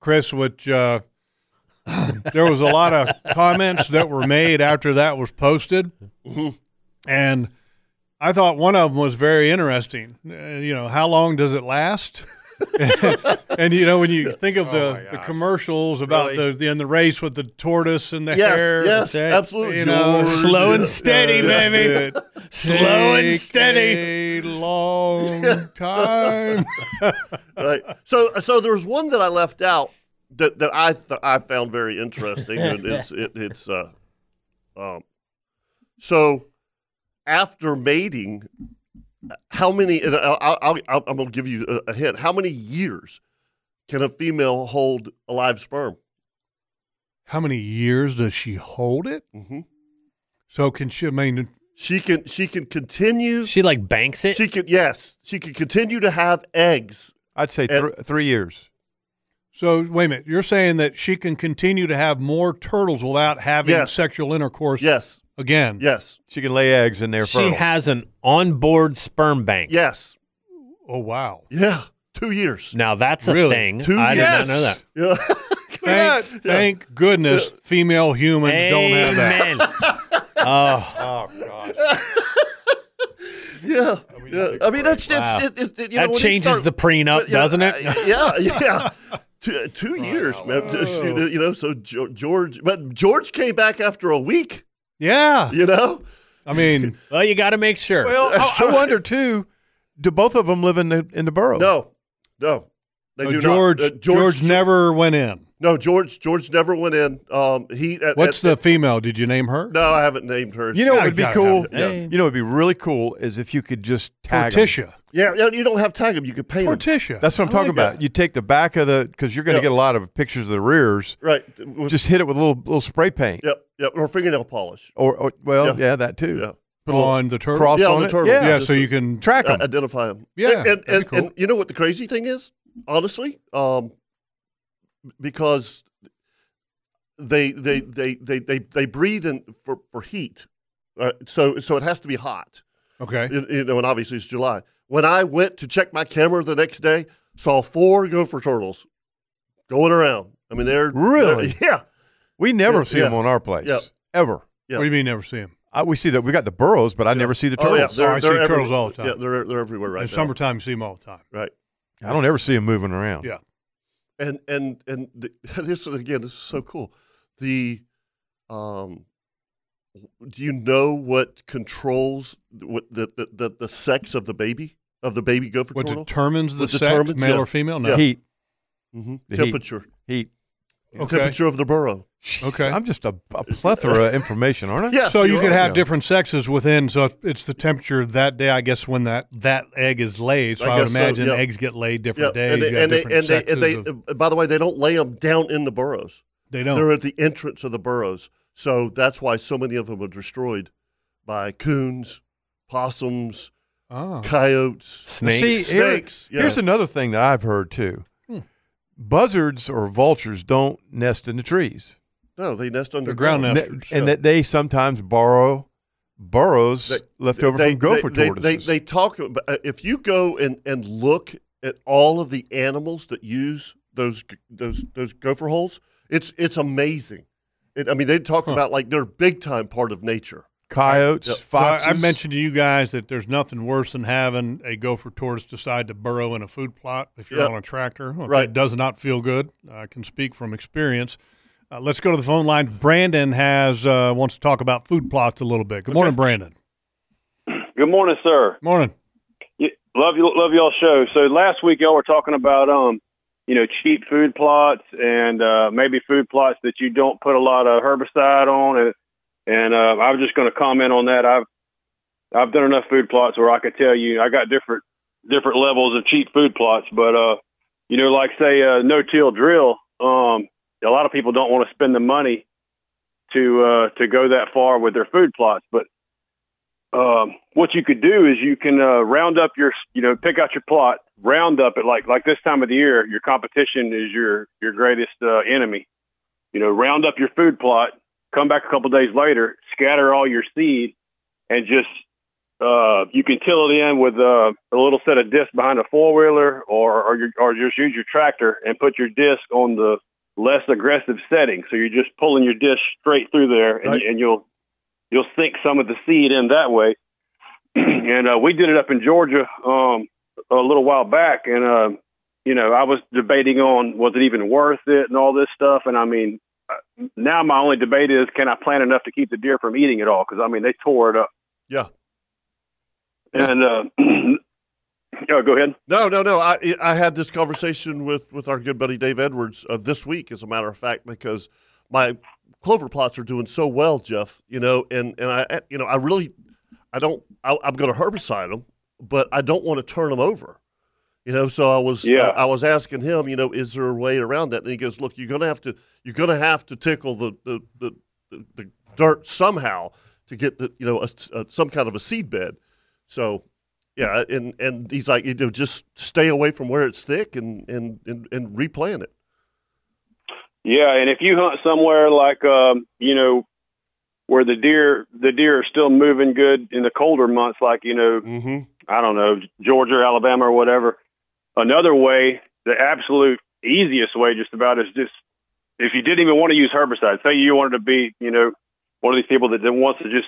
[SPEAKER 3] Chris? Which uh, there was a lot of comments that were made after that was posted,
[SPEAKER 2] Mm-hmm.
[SPEAKER 3] and I thought one of them was very interesting. Uh, you know, how long does it last? and you know when you think
[SPEAKER 2] Oh
[SPEAKER 3] of the, the commercials about the, the in the race with the tortoise and the
[SPEAKER 2] Yes,
[SPEAKER 3] hare,
[SPEAKER 2] yes, absolutely,
[SPEAKER 3] you know,
[SPEAKER 2] George. Slow and steady, baby. Slow and
[SPEAKER 3] Take
[SPEAKER 2] steady.
[SPEAKER 3] a long time.
[SPEAKER 2] right. So so there's one that I left out that that I th- I found very interesting. and it's it, it's uh, um, so after mating, how many? And I'll, I'll, I'll, I'm gonna give you a, a hint. How many years can a female hold a live sperm?
[SPEAKER 3] How many years does she hold it?
[SPEAKER 2] Mhm.
[SPEAKER 3] So can she? I mean,
[SPEAKER 2] She can she can continue.
[SPEAKER 5] She like banks it.
[SPEAKER 2] She can yes. She can continue to have eggs.
[SPEAKER 4] I'd say
[SPEAKER 2] thr-
[SPEAKER 4] three years.
[SPEAKER 3] so wait a minute. You're saying that she can continue to have more turtles without having
[SPEAKER 5] Yes.
[SPEAKER 3] sexual intercourse?
[SPEAKER 2] Yes.
[SPEAKER 3] Again.
[SPEAKER 2] Yes.
[SPEAKER 4] She can lay eggs in there.
[SPEAKER 5] she has an onboard sperm bank.
[SPEAKER 2] Yes.
[SPEAKER 3] Oh wow.
[SPEAKER 2] Yeah. Two years.
[SPEAKER 5] Now that's a
[SPEAKER 3] Really?
[SPEAKER 5] thing.
[SPEAKER 3] Two
[SPEAKER 5] I did not
[SPEAKER 3] years.
[SPEAKER 5] know that.
[SPEAKER 2] Yeah.
[SPEAKER 3] Thank, thank goodness female humans don't have that.
[SPEAKER 5] Amen. oh.
[SPEAKER 4] gosh.
[SPEAKER 2] Yeah, yeah. I mean that's it's,
[SPEAKER 5] Wow.
[SPEAKER 2] it, it, it, you
[SPEAKER 5] that
[SPEAKER 2] know, when you
[SPEAKER 5] changes
[SPEAKER 2] start-
[SPEAKER 5] the prenup,
[SPEAKER 2] But, yeah,
[SPEAKER 5] doesn't it?
[SPEAKER 2] uh, yeah, yeah. Two, two years, man. Just, you know- you know, so Jo- George, but George came back after a week.
[SPEAKER 3] Yeah,
[SPEAKER 2] you know.
[SPEAKER 3] I mean,
[SPEAKER 5] well, you got to make sure.
[SPEAKER 4] Well, I, I wonder too. Do both of them live in the in the borough?
[SPEAKER 2] No, no, they
[SPEAKER 3] So
[SPEAKER 2] do
[SPEAKER 3] Oh, George,
[SPEAKER 2] not. Uh,
[SPEAKER 3] George never went in.
[SPEAKER 2] no, George, George never went in. Um, he. At,
[SPEAKER 3] What's
[SPEAKER 2] at-
[SPEAKER 3] the female? Did you name her?
[SPEAKER 2] No, I haven't named her.
[SPEAKER 4] You know what would be
[SPEAKER 2] Yeah,
[SPEAKER 4] cool?
[SPEAKER 2] Yeah.
[SPEAKER 4] You know what would be really cool is if you could just tag 'em.
[SPEAKER 3] Torticia.
[SPEAKER 2] Yeah, yeah, you don't have tag him. You can paint 'em.
[SPEAKER 3] Torticia.
[SPEAKER 4] That's what I'm
[SPEAKER 2] I
[SPEAKER 4] talking
[SPEAKER 2] like
[SPEAKER 4] about. You take the back of the because you're going to
[SPEAKER 2] Yeah.
[SPEAKER 4] get a lot of pictures of the rears.
[SPEAKER 2] Right.
[SPEAKER 4] just hit it with a little little spray paint.
[SPEAKER 2] Yep, yep. Or fingernail polish.
[SPEAKER 4] Or, or well,
[SPEAKER 2] Yeah.
[SPEAKER 4] yeah. that too.
[SPEAKER 2] Yeah.
[SPEAKER 4] Put a little
[SPEAKER 3] On the turtle?
[SPEAKER 4] cross
[SPEAKER 2] yeah,
[SPEAKER 4] on,
[SPEAKER 2] on the
[SPEAKER 4] it.
[SPEAKER 2] turtle.
[SPEAKER 4] Yeah,
[SPEAKER 3] Yeah,
[SPEAKER 2] Just
[SPEAKER 3] so
[SPEAKER 2] to
[SPEAKER 3] you can
[SPEAKER 4] track 'em.
[SPEAKER 2] i- identify them.
[SPEAKER 3] Yeah,
[SPEAKER 2] and and,
[SPEAKER 3] that'd be
[SPEAKER 2] and,
[SPEAKER 3] cool.
[SPEAKER 2] and you know what the crazy thing is, honestly, um, because they they they they they, they breathe in for for heat, uh, so so it has to be hot.
[SPEAKER 3] Okay.
[SPEAKER 2] You, you know, and obviously it's July. When I went to check my camera the next day, saw four gopher turtles going around. I mean, they're
[SPEAKER 4] Really?
[SPEAKER 2] they're- yeah.
[SPEAKER 4] We never see
[SPEAKER 2] Yeah,
[SPEAKER 4] 'em see them
[SPEAKER 2] yeah.
[SPEAKER 4] on our place
[SPEAKER 2] Yep.
[SPEAKER 4] ever.
[SPEAKER 2] Yeah.
[SPEAKER 3] What do you mean never see him?
[SPEAKER 4] I, we see that we got the burrows, but I never see the
[SPEAKER 2] Oh, yeah,
[SPEAKER 4] turtles.
[SPEAKER 2] they're-
[SPEAKER 3] Oh, I see
[SPEAKER 2] they're every-
[SPEAKER 3] turtles all the time.
[SPEAKER 2] Yeah, they're they're everywhere right
[SPEAKER 3] In
[SPEAKER 2] now.
[SPEAKER 3] summertime, you see them all the time.
[SPEAKER 2] Right.
[SPEAKER 4] I don't ever see them moving around.
[SPEAKER 3] Yeah.
[SPEAKER 2] and and and the, this is- again, this is so cool. The um, do you know what controls what the the, the, the sex of the baby of the baby gopher
[SPEAKER 3] What
[SPEAKER 2] turtle?
[SPEAKER 3] determines the
[SPEAKER 2] What
[SPEAKER 3] sex, male or female? No. Heat.
[SPEAKER 2] Mhm.
[SPEAKER 3] The heat.
[SPEAKER 2] Temperature.
[SPEAKER 4] Heat.
[SPEAKER 2] The Temperature of the burrow.
[SPEAKER 3] Okay.
[SPEAKER 4] I'm just a, a plethora of uh, information, aren't I?
[SPEAKER 3] so you, could
[SPEAKER 4] are.
[SPEAKER 3] have
[SPEAKER 4] Yeah.
[SPEAKER 3] different sexes within. So if it's the temperature of that day, I guess, when that, that egg is laid. So I, would
[SPEAKER 2] guess so,
[SPEAKER 3] imagine
[SPEAKER 2] yeah.
[SPEAKER 3] eggs get laid
[SPEAKER 2] Yeah,
[SPEAKER 3] different
[SPEAKER 2] and
[SPEAKER 3] days.
[SPEAKER 2] they-
[SPEAKER 3] you have
[SPEAKER 2] and they-
[SPEAKER 3] different
[SPEAKER 2] and they-
[SPEAKER 3] sexes
[SPEAKER 2] and they-
[SPEAKER 3] of-
[SPEAKER 2] uh, by the way, they don't lay them down in the burrows.
[SPEAKER 3] They don't.
[SPEAKER 2] They're at the entrance of the burrows, so that's why so many of them are destroyed by coons, possums,
[SPEAKER 3] Oh.
[SPEAKER 2] coyotes,
[SPEAKER 4] See, here-
[SPEAKER 2] snakes. yeah.
[SPEAKER 4] Here's another thing that I've heard too.
[SPEAKER 2] Hmm.
[SPEAKER 4] Buzzards or vultures don't nest in the trees.
[SPEAKER 2] no, they nest under
[SPEAKER 4] And that- And that they sometimes borrow burrows left over from gopher
[SPEAKER 2] they,
[SPEAKER 4] tortoises.
[SPEAKER 2] They, they talk about uh, if you go and, and look at all of the animals that use those g- those those gopher holes, it's it's amazing. It, I mean, they talk about like they're big time part of nature.
[SPEAKER 4] Coyotes,
[SPEAKER 2] Yeah.
[SPEAKER 3] So I- I mentioned to you guys that there's nothing worse than having a gopher tortoise decide to burrow in a food plot if you're
[SPEAKER 2] Yep.
[SPEAKER 3] on a tractor. Okay,
[SPEAKER 2] Right.
[SPEAKER 3] It does not feel good. I can speak from experience. Uh, let's go to the phone lines. Brandon has uh, wants to talk about food plots a little bit. Good morning, Brandon.
[SPEAKER 13] Good morning, sir.
[SPEAKER 3] Morning.
[SPEAKER 13] You, love you, love y'all show. So last week y'all were talking about um, you know, cheap food plots and uh, maybe food plots that you don't put a lot of herbicide on, and and uh, I was just going to comment on that. I've I've done enough food plots where I could tell you I got different different levels of cheap food plots, but uh, you know, like say uh, no till drill. Um, a lot of people don't want to spend the money to uh, to go that far with their food plots, but um, what you could do is you can uh, round up your, you know, pick out your plot, round up it like like this time of the year, your competition is your your greatest uh, enemy. You know, round up your food plot, come back a couple days later, scatter all your seed, and just uh, you can till it in with uh, a little set of discs behind a four wheeler, or or, your, or just use your tractor and put your disc on the less aggressive setting. So you're just pulling your disc straight through there, and, and you'll you'll sink some of the seed in that way. and uh, we did it up in Georgia um, a little while back, and uh, you know I was debating on was it even worth it and all this stuff. And I mean, uh, now my only debate is can I plant enough to keep the deer from eating it all? Because I mean they tore it up.
[SPEAKER 2] Yeah.
[SPEAKER 13] And uh, yeah, go ahead.
[SPEAKER 2] No, no, no. I I had this conversation with with our good buddy Dave Edwards uh, this week, as a matter of fact, because my clover plots are doing so well, Jeff. You know, and and I you know I really I don't I, I'm going to herbicide them, but I don't want to turn them over. You know, so I was
[SPEAKER 13] Yeah.
[SPEAKER 2] I, I was asking him, you know, is there a way around that? And he goes, look, you're going to have to you're going to have to tickle the the, the, the the dirt somehow to get the you know a, a- some kind of a seed bed. So yeah, and and he's like, you know, just stay away from where it's thick and and and, and replant it.
[SPEAKER 13] Yeah, and if you hunt somewhere like um, you know where the deer the deer are still moving good in the colder months, like you know I don't know Georgia, Alabama, or whatever. Another way, the absolute easiest way, just about is just if you didn't even want to use herbicide. Say you wanted to be you know one of these people that then wants to just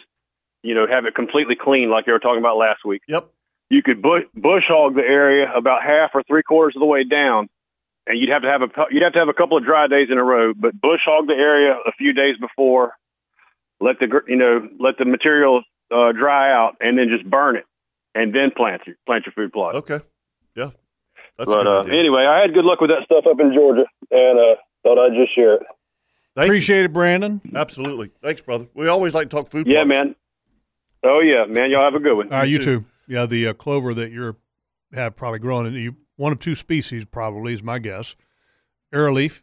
[SPEAKER 13] you know have it completely clean, like you were talking about last week.
[SPEAKER 2] Yep.
[SPEAKER 13] You could bush, bush hog the area about half or three quarters of the way down and you'd have to have a cou- you'd have to have a couple of dry days in a row. But bush hog the area a few days before, let the gr- you know let the material uh, dry out, and then just burn it, and then plant your plant your food plot.
[SPEAKER 2] Okay, yeah. That's a
[SPEAKER 13] but
[SPEAKER 2] good
[SPEAKER 13] uh,
[SPEAKER 2] idea.
[SPEAKER 13] anyway, I had good luck with that stuff up in Georgia, and uh, thought I'd just share it.
[SPEAKER 3] Appreciate it, Brandon.
[SPEAKER 2] Absolutely. Thanks, brother. We always like to talk food.
[SPEAKER 13] Yeah, man. Oh yeah, man. Y'all have a good one.
[SPEAKER 3] All right, Uh, you too. Yeah, the uh, clover that you're have probably grown in you, one of two species, probably is my guess. Arrowleaf,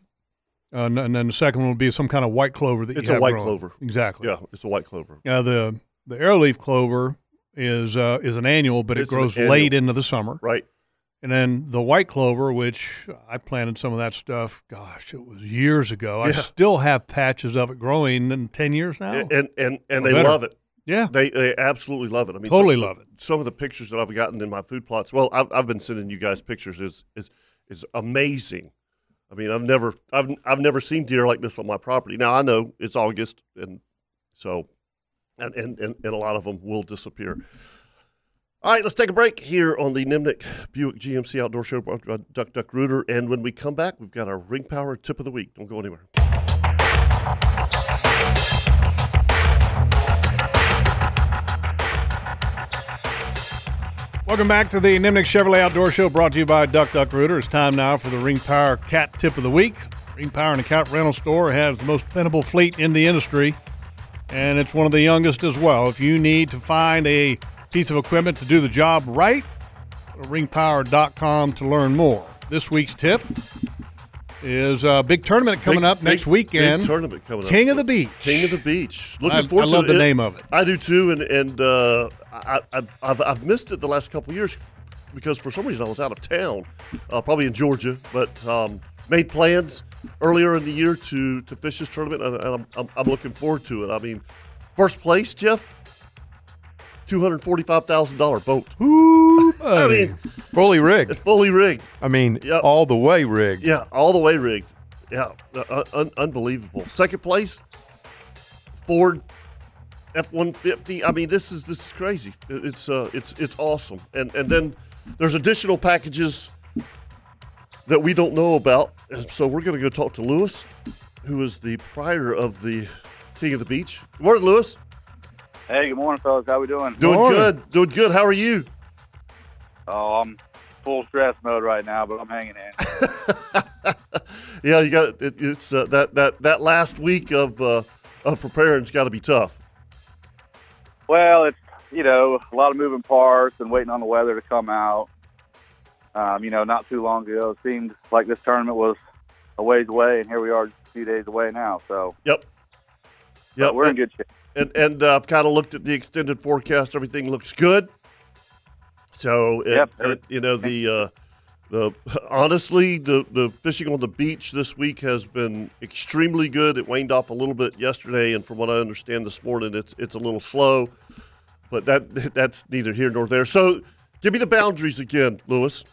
[SPEAKER 3] uh, and, and then the second one would be some kind of white clover that
[SPEAKER 2] It's a
[SPEAKER 3] you have
[SPEAKER 2] white
[SPEAKER 3] grown.
[SPEAKER 2] clover.
[SPEAKER 3] Exactly.
[SPEAKER 2] Yeah, it's a white clover.
[SPEAKER 3] Yeah, Uh, the the arrowleaf clover is uh, is an annual, but
[SPEAKER 2] It's
[SPEAKER 3] it
[SPEAKER 2] an
[SPEAKER 3] grows
[SPEAKER 2] annual.
[SPEAKER 3] late into the summer.
[SPEAKER 2] Right.
[SPEAKER 3] And then the white clover, which I planted some of that stuff. Gosh, it was years ago. I
[SPEAKER 2] Yeah.
[SPEAKER 3] still have patches of it growing in ten years now.
[SPEAKER 2] And and and, and
[SPEAKER 3] Or
[SPEAKER 2] they
[SPEAKER 3] better.
[SPEAKER 2] love it.
[SPEAKER 3] Yeah,
[SPEAKER 2] they they absolutely love it. I mean,
[SPEAKER 3] Totally
[SPEAKER 2] some,
[SPEAKER 3] love
[SPEAKER 2] it. Some of the pictures that I've gotten in my food plots. Well, I've, I've been sending you guys pictures. is is is amazing. I mean, I've never I've I've never seen deer like this on my property. Now I know it's August, and so and and and, and a lot of them will disappear. All right, let's take a break here on the Nimnik Buick GMC Outdoor Show brought by Duck Duck Rooter. And when we come back, we've got our Ring Power Tip of the Week. Don't go anywhere.
[SPEAKER 3] Welcome back to the Nimnik Chevrolet Outdoor Show brought to you by Duck Duck Rooter. It's time now for the Ring Power Cat Tip of the Week. Ring Power and the Cat Rental Store has the most pennable fleet in the industry, and it's one of the youngest as well. If you need to find a piece of equipment to do the job right, go to ringpower.com to learn more. This week's tip is a big tournament coming
[SPEAKER 2] Big-
[SPEAKER 3] up next
[SPEAKER 2] big-
[SPEAKER 3] weekend.
[SPEAKER 2] Big tournament coming up.
[SPEAKER 3] King of the Beach.
[SPEAKER 2] King of the Beach. Looking
[SPEAKER 3] I-
[SPEAKER 2] forward
[SPEAKER 3] I love
[SPEAKER 2] to
[SPEAKER 3] the name of it.
[SPEAKER 2] I do too, and and uh, I, I I've, I've missed it the last couple of years because for some reason I was out of town, uh, probably in Georgia, but um, made plans earlier in the year to to fish this tournament, and, and I'm, I'm I'm looking forward to it. I mean, first place, Jeff. Two hundred forty-five thousand dollar boat. I mean,
[SPEAKER 4] fully rigged.
[SPEAKER 2] fully rigged.
[SPEAKER 4] I mean, all the way rigged.
[SPEAKER 2] Yeah, all the way rigged. Yeah, uh, uh, un- unbelievable. Second place, Ford F one fifty. I mean, this is this is crazy. It- It's uh, it's it's awesome. And and then there's additional packages that we don't know about. And so we're gonna go talk to Lewis, who is the proprietor of the King of the Beach. Good morning, Lewis.
[SPEAKER 14] Hey, good morning, fellas. How we doing?
[SPEAKER 2] Doing good. Doing good. How are you?
[SPEAKER 14] Oh, I'm full stress mode right now, but I'm hanging in.
[SPEAKER 2] Yeah, you got it, it's uh, that that that last week of uh, of preparing's got to be tough.
[SPEAKER 14] well, it's you know a lot of moving parts and waiting on the weather to come out. Um, you know, not too long ago, it seemed like this tournament was a ways away, and here we are, just a few days away now. So
[SPEAKER 2] Yep. Yeah,
[SPEAKER 14] we're in good shape.
[SPEAKER 2] And and uh, I've kind of looked at the extended forecast. Everything looks good. So it,
[SPEAKER 14] Yep.
[SPEAKER 2] it- you know the uh, the honestly the the fishing on the beach this week has been extremely good. It waned off a little bit yesterday, and from what I understand this morning, it's it's a little slow. But that that's neither here nor there. So give me the boundaries again, Lewis.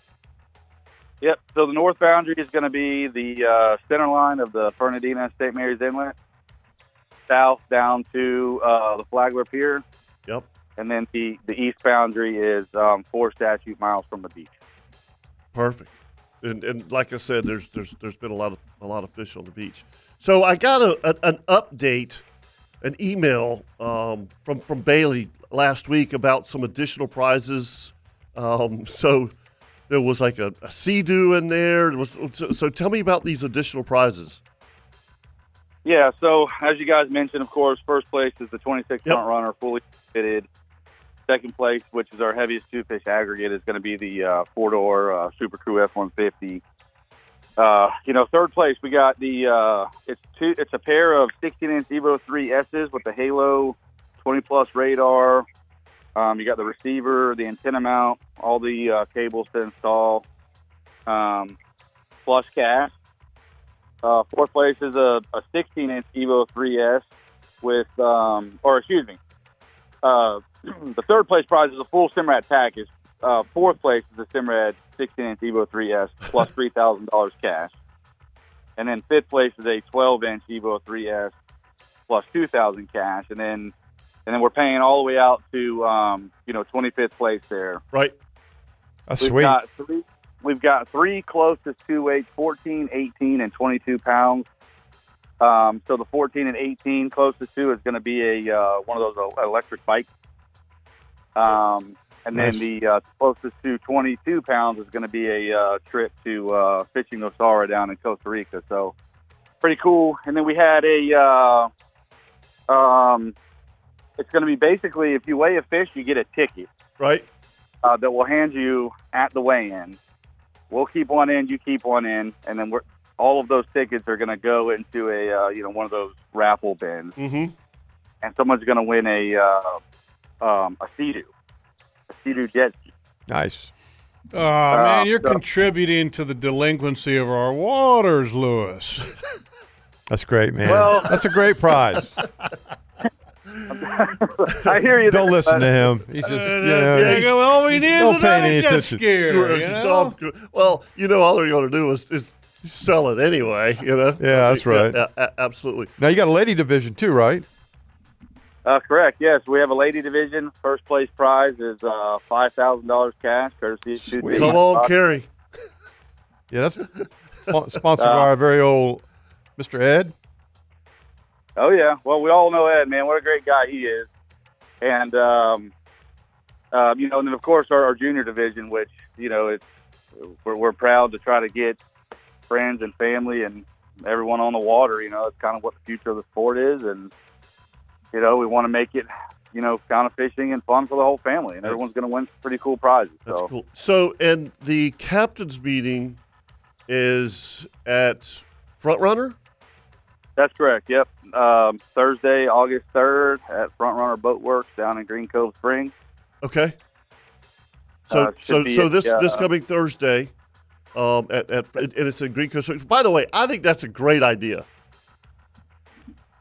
[SPEAKER 14] Yep. So the north boundary is going to be the uh, center line of the Fernandina and St. Mary's Inlet, south down to uh, the Flagler Pier.
[SPEAKER 2] Yep.
[SPEAKER 14] And then the, the east boundary is um, four statute miles from the beach.
[SPEAKER 2] Perfect. And, and like I said, there's there's there's been a lot of a lot of fish on the beach. So I got a, a, an update, an email um, from from Bailey last week about some additional prizes. Um, so there was like a, a sea dew in there. It was so, so tell me about these additional prizes.
[SPEAKER 14] Yeah, so as you guys mentioned, of course, first place is the 26 front runner, fully fitted. Second place, which is our heaviest two fish aggregate, is going to be the uh, four door uh, Super Crew F 150. Uh, you know, third place we got the uh, it's two it's a pair of 16 inch Evo 3S's with the Halo 20 plus radar. Um, you got the receiver, the antenna mount, all the uh, cables to install, um, flush cast. Uh, fourth place is a, a 16 inch Evo 3S with, um, or excuse me, uh, the third place prize is a full Simrad package. Uh, fourth place is a Simrad 16 inch Evo 3S plus $3,000 cash. And then fifth place is a 12 inch Evo 3S plus 2000 cash. And then and then we're paying all the way out to um, you know 25th place there.
[SPEAKER 2] Right.
[SPEAKER 4] That's
[SPEAKER 14] We've
[SPEAKER 4] sweet.
[SPEAKER 14] got three. We've got three closest two weights: 14, 18, and 22 pounds. Um, so the 14 and 18 closest to is going to be a uh, one of those el- electric bikes. Um, and
[SPEAKER 15] Nice.
[SPEAKER 14] then the uh, closest to 22 pounds is going to be a uh, trip to uh, fishing Osara down in Costa Rica. So pretty cool. And then we had a. Uh, um, it's going to be basically if you weigh a fish, you get a ticket
[SPEAKER 2] Right.
[SPEAKER 14] uh, that we'll hand you at the weigh-in. We'll keep one in, you keep one in, and then we're all of those tickets are going to go into a uh, you know one of those raffle bins,
[SPEAKER 2] Mm-hmm.
[SPEAKER 14] and someone's going to win a uh, um, a Sea-Doo, a Sea-Doo jet ski.
[SPEAKER 4] Nice.
[SPEAKER 3] Oh, man,
[SPEAKER 2] Ah,
[SPEAKER 3] you're
[SPEAKER 14] so-
[SPEAKER 3] contributing to the delinquency of our waters, Lewis.
[SPEAKER 4] That's great, man.
[SPEAKER 3] Well-
[SPEAKER 4] that's a great prize.
[SPEAKER 14] I hear you.
[SPEAKER 4] Don't listen to him. He's just, you know,
[SPEAKER 2] Uh, Yeah,
[SPEAKER 4] he's-
[SPEAKER 2] yeah, well, all we
[SPEAKER 4] he's
[SPEAKER 2] need is
[SPEAKER 4] don't pay
[SPEAKER 2] another
[SPEAKER 4] any
[SPEAKER 2] jet
[SPEAKER 4] attention.
[SPEAKER 2] ski, you know? Well, you know, all they're going to do is, is sell it anyway. You know.
[SPEAKER 4] Yeah, that's right.
[SPEAKER 2] Yeah, a- absolutely.
[SPEAKER 4] Now you got a lady division too, right?
[SPEAKER 14] Uh, correct. Yes, we have a lady division. First place prize is uh, five thousand dollars cash, courtesy. of Dude uh, Dude
[SPEAKER 2] Come on,
[SPEAKER 14] Box.
[SPEAKER 2] Kerry.
[SPEAKER 4] Yeah, that's spon- sponsored
[SPEAKER 14] Uh,
[SPEAKER 4] by our very old Mr. Ed.
[SPEAKER 14] Oh yeah. Well, we all know Ed, man. What a great guy he is. And um, uh, you know, and then of course our, our junior division, which you know, it's we're, we're proud to try to get friends and family and everyone on the water. You know, it's kind of what the future of the sport is, and you know, we want to make it. You know, kind of fishing and fun for the whole family, and everyone's going to win some pretty cool prizes.
[SPEAKER 2] That's
[SPEAKER 14] so.
[SPEAKER 2] cool. So, and the captain's meeting is at Front Runner.
[SPEAKER 14] That's correct. Yep. Um, Thursday, August third, at Front Runner Boat Works down in Green Cove Springs.
[SPEAKER 2] Okay. So,
[SPEAKER 14] Uh, should
[SPEAKER 2] so,
[SPEAKER 14] be
[SPEAKER 2] so
[SPEAKER 14] at,
[SPEAKER 2] this this
[SPEAKER 14] uh,
[SPEAKER 2] coming Thursday, um, at, at and it's in Green Coast. Springs. By the way, I think that's a great idea.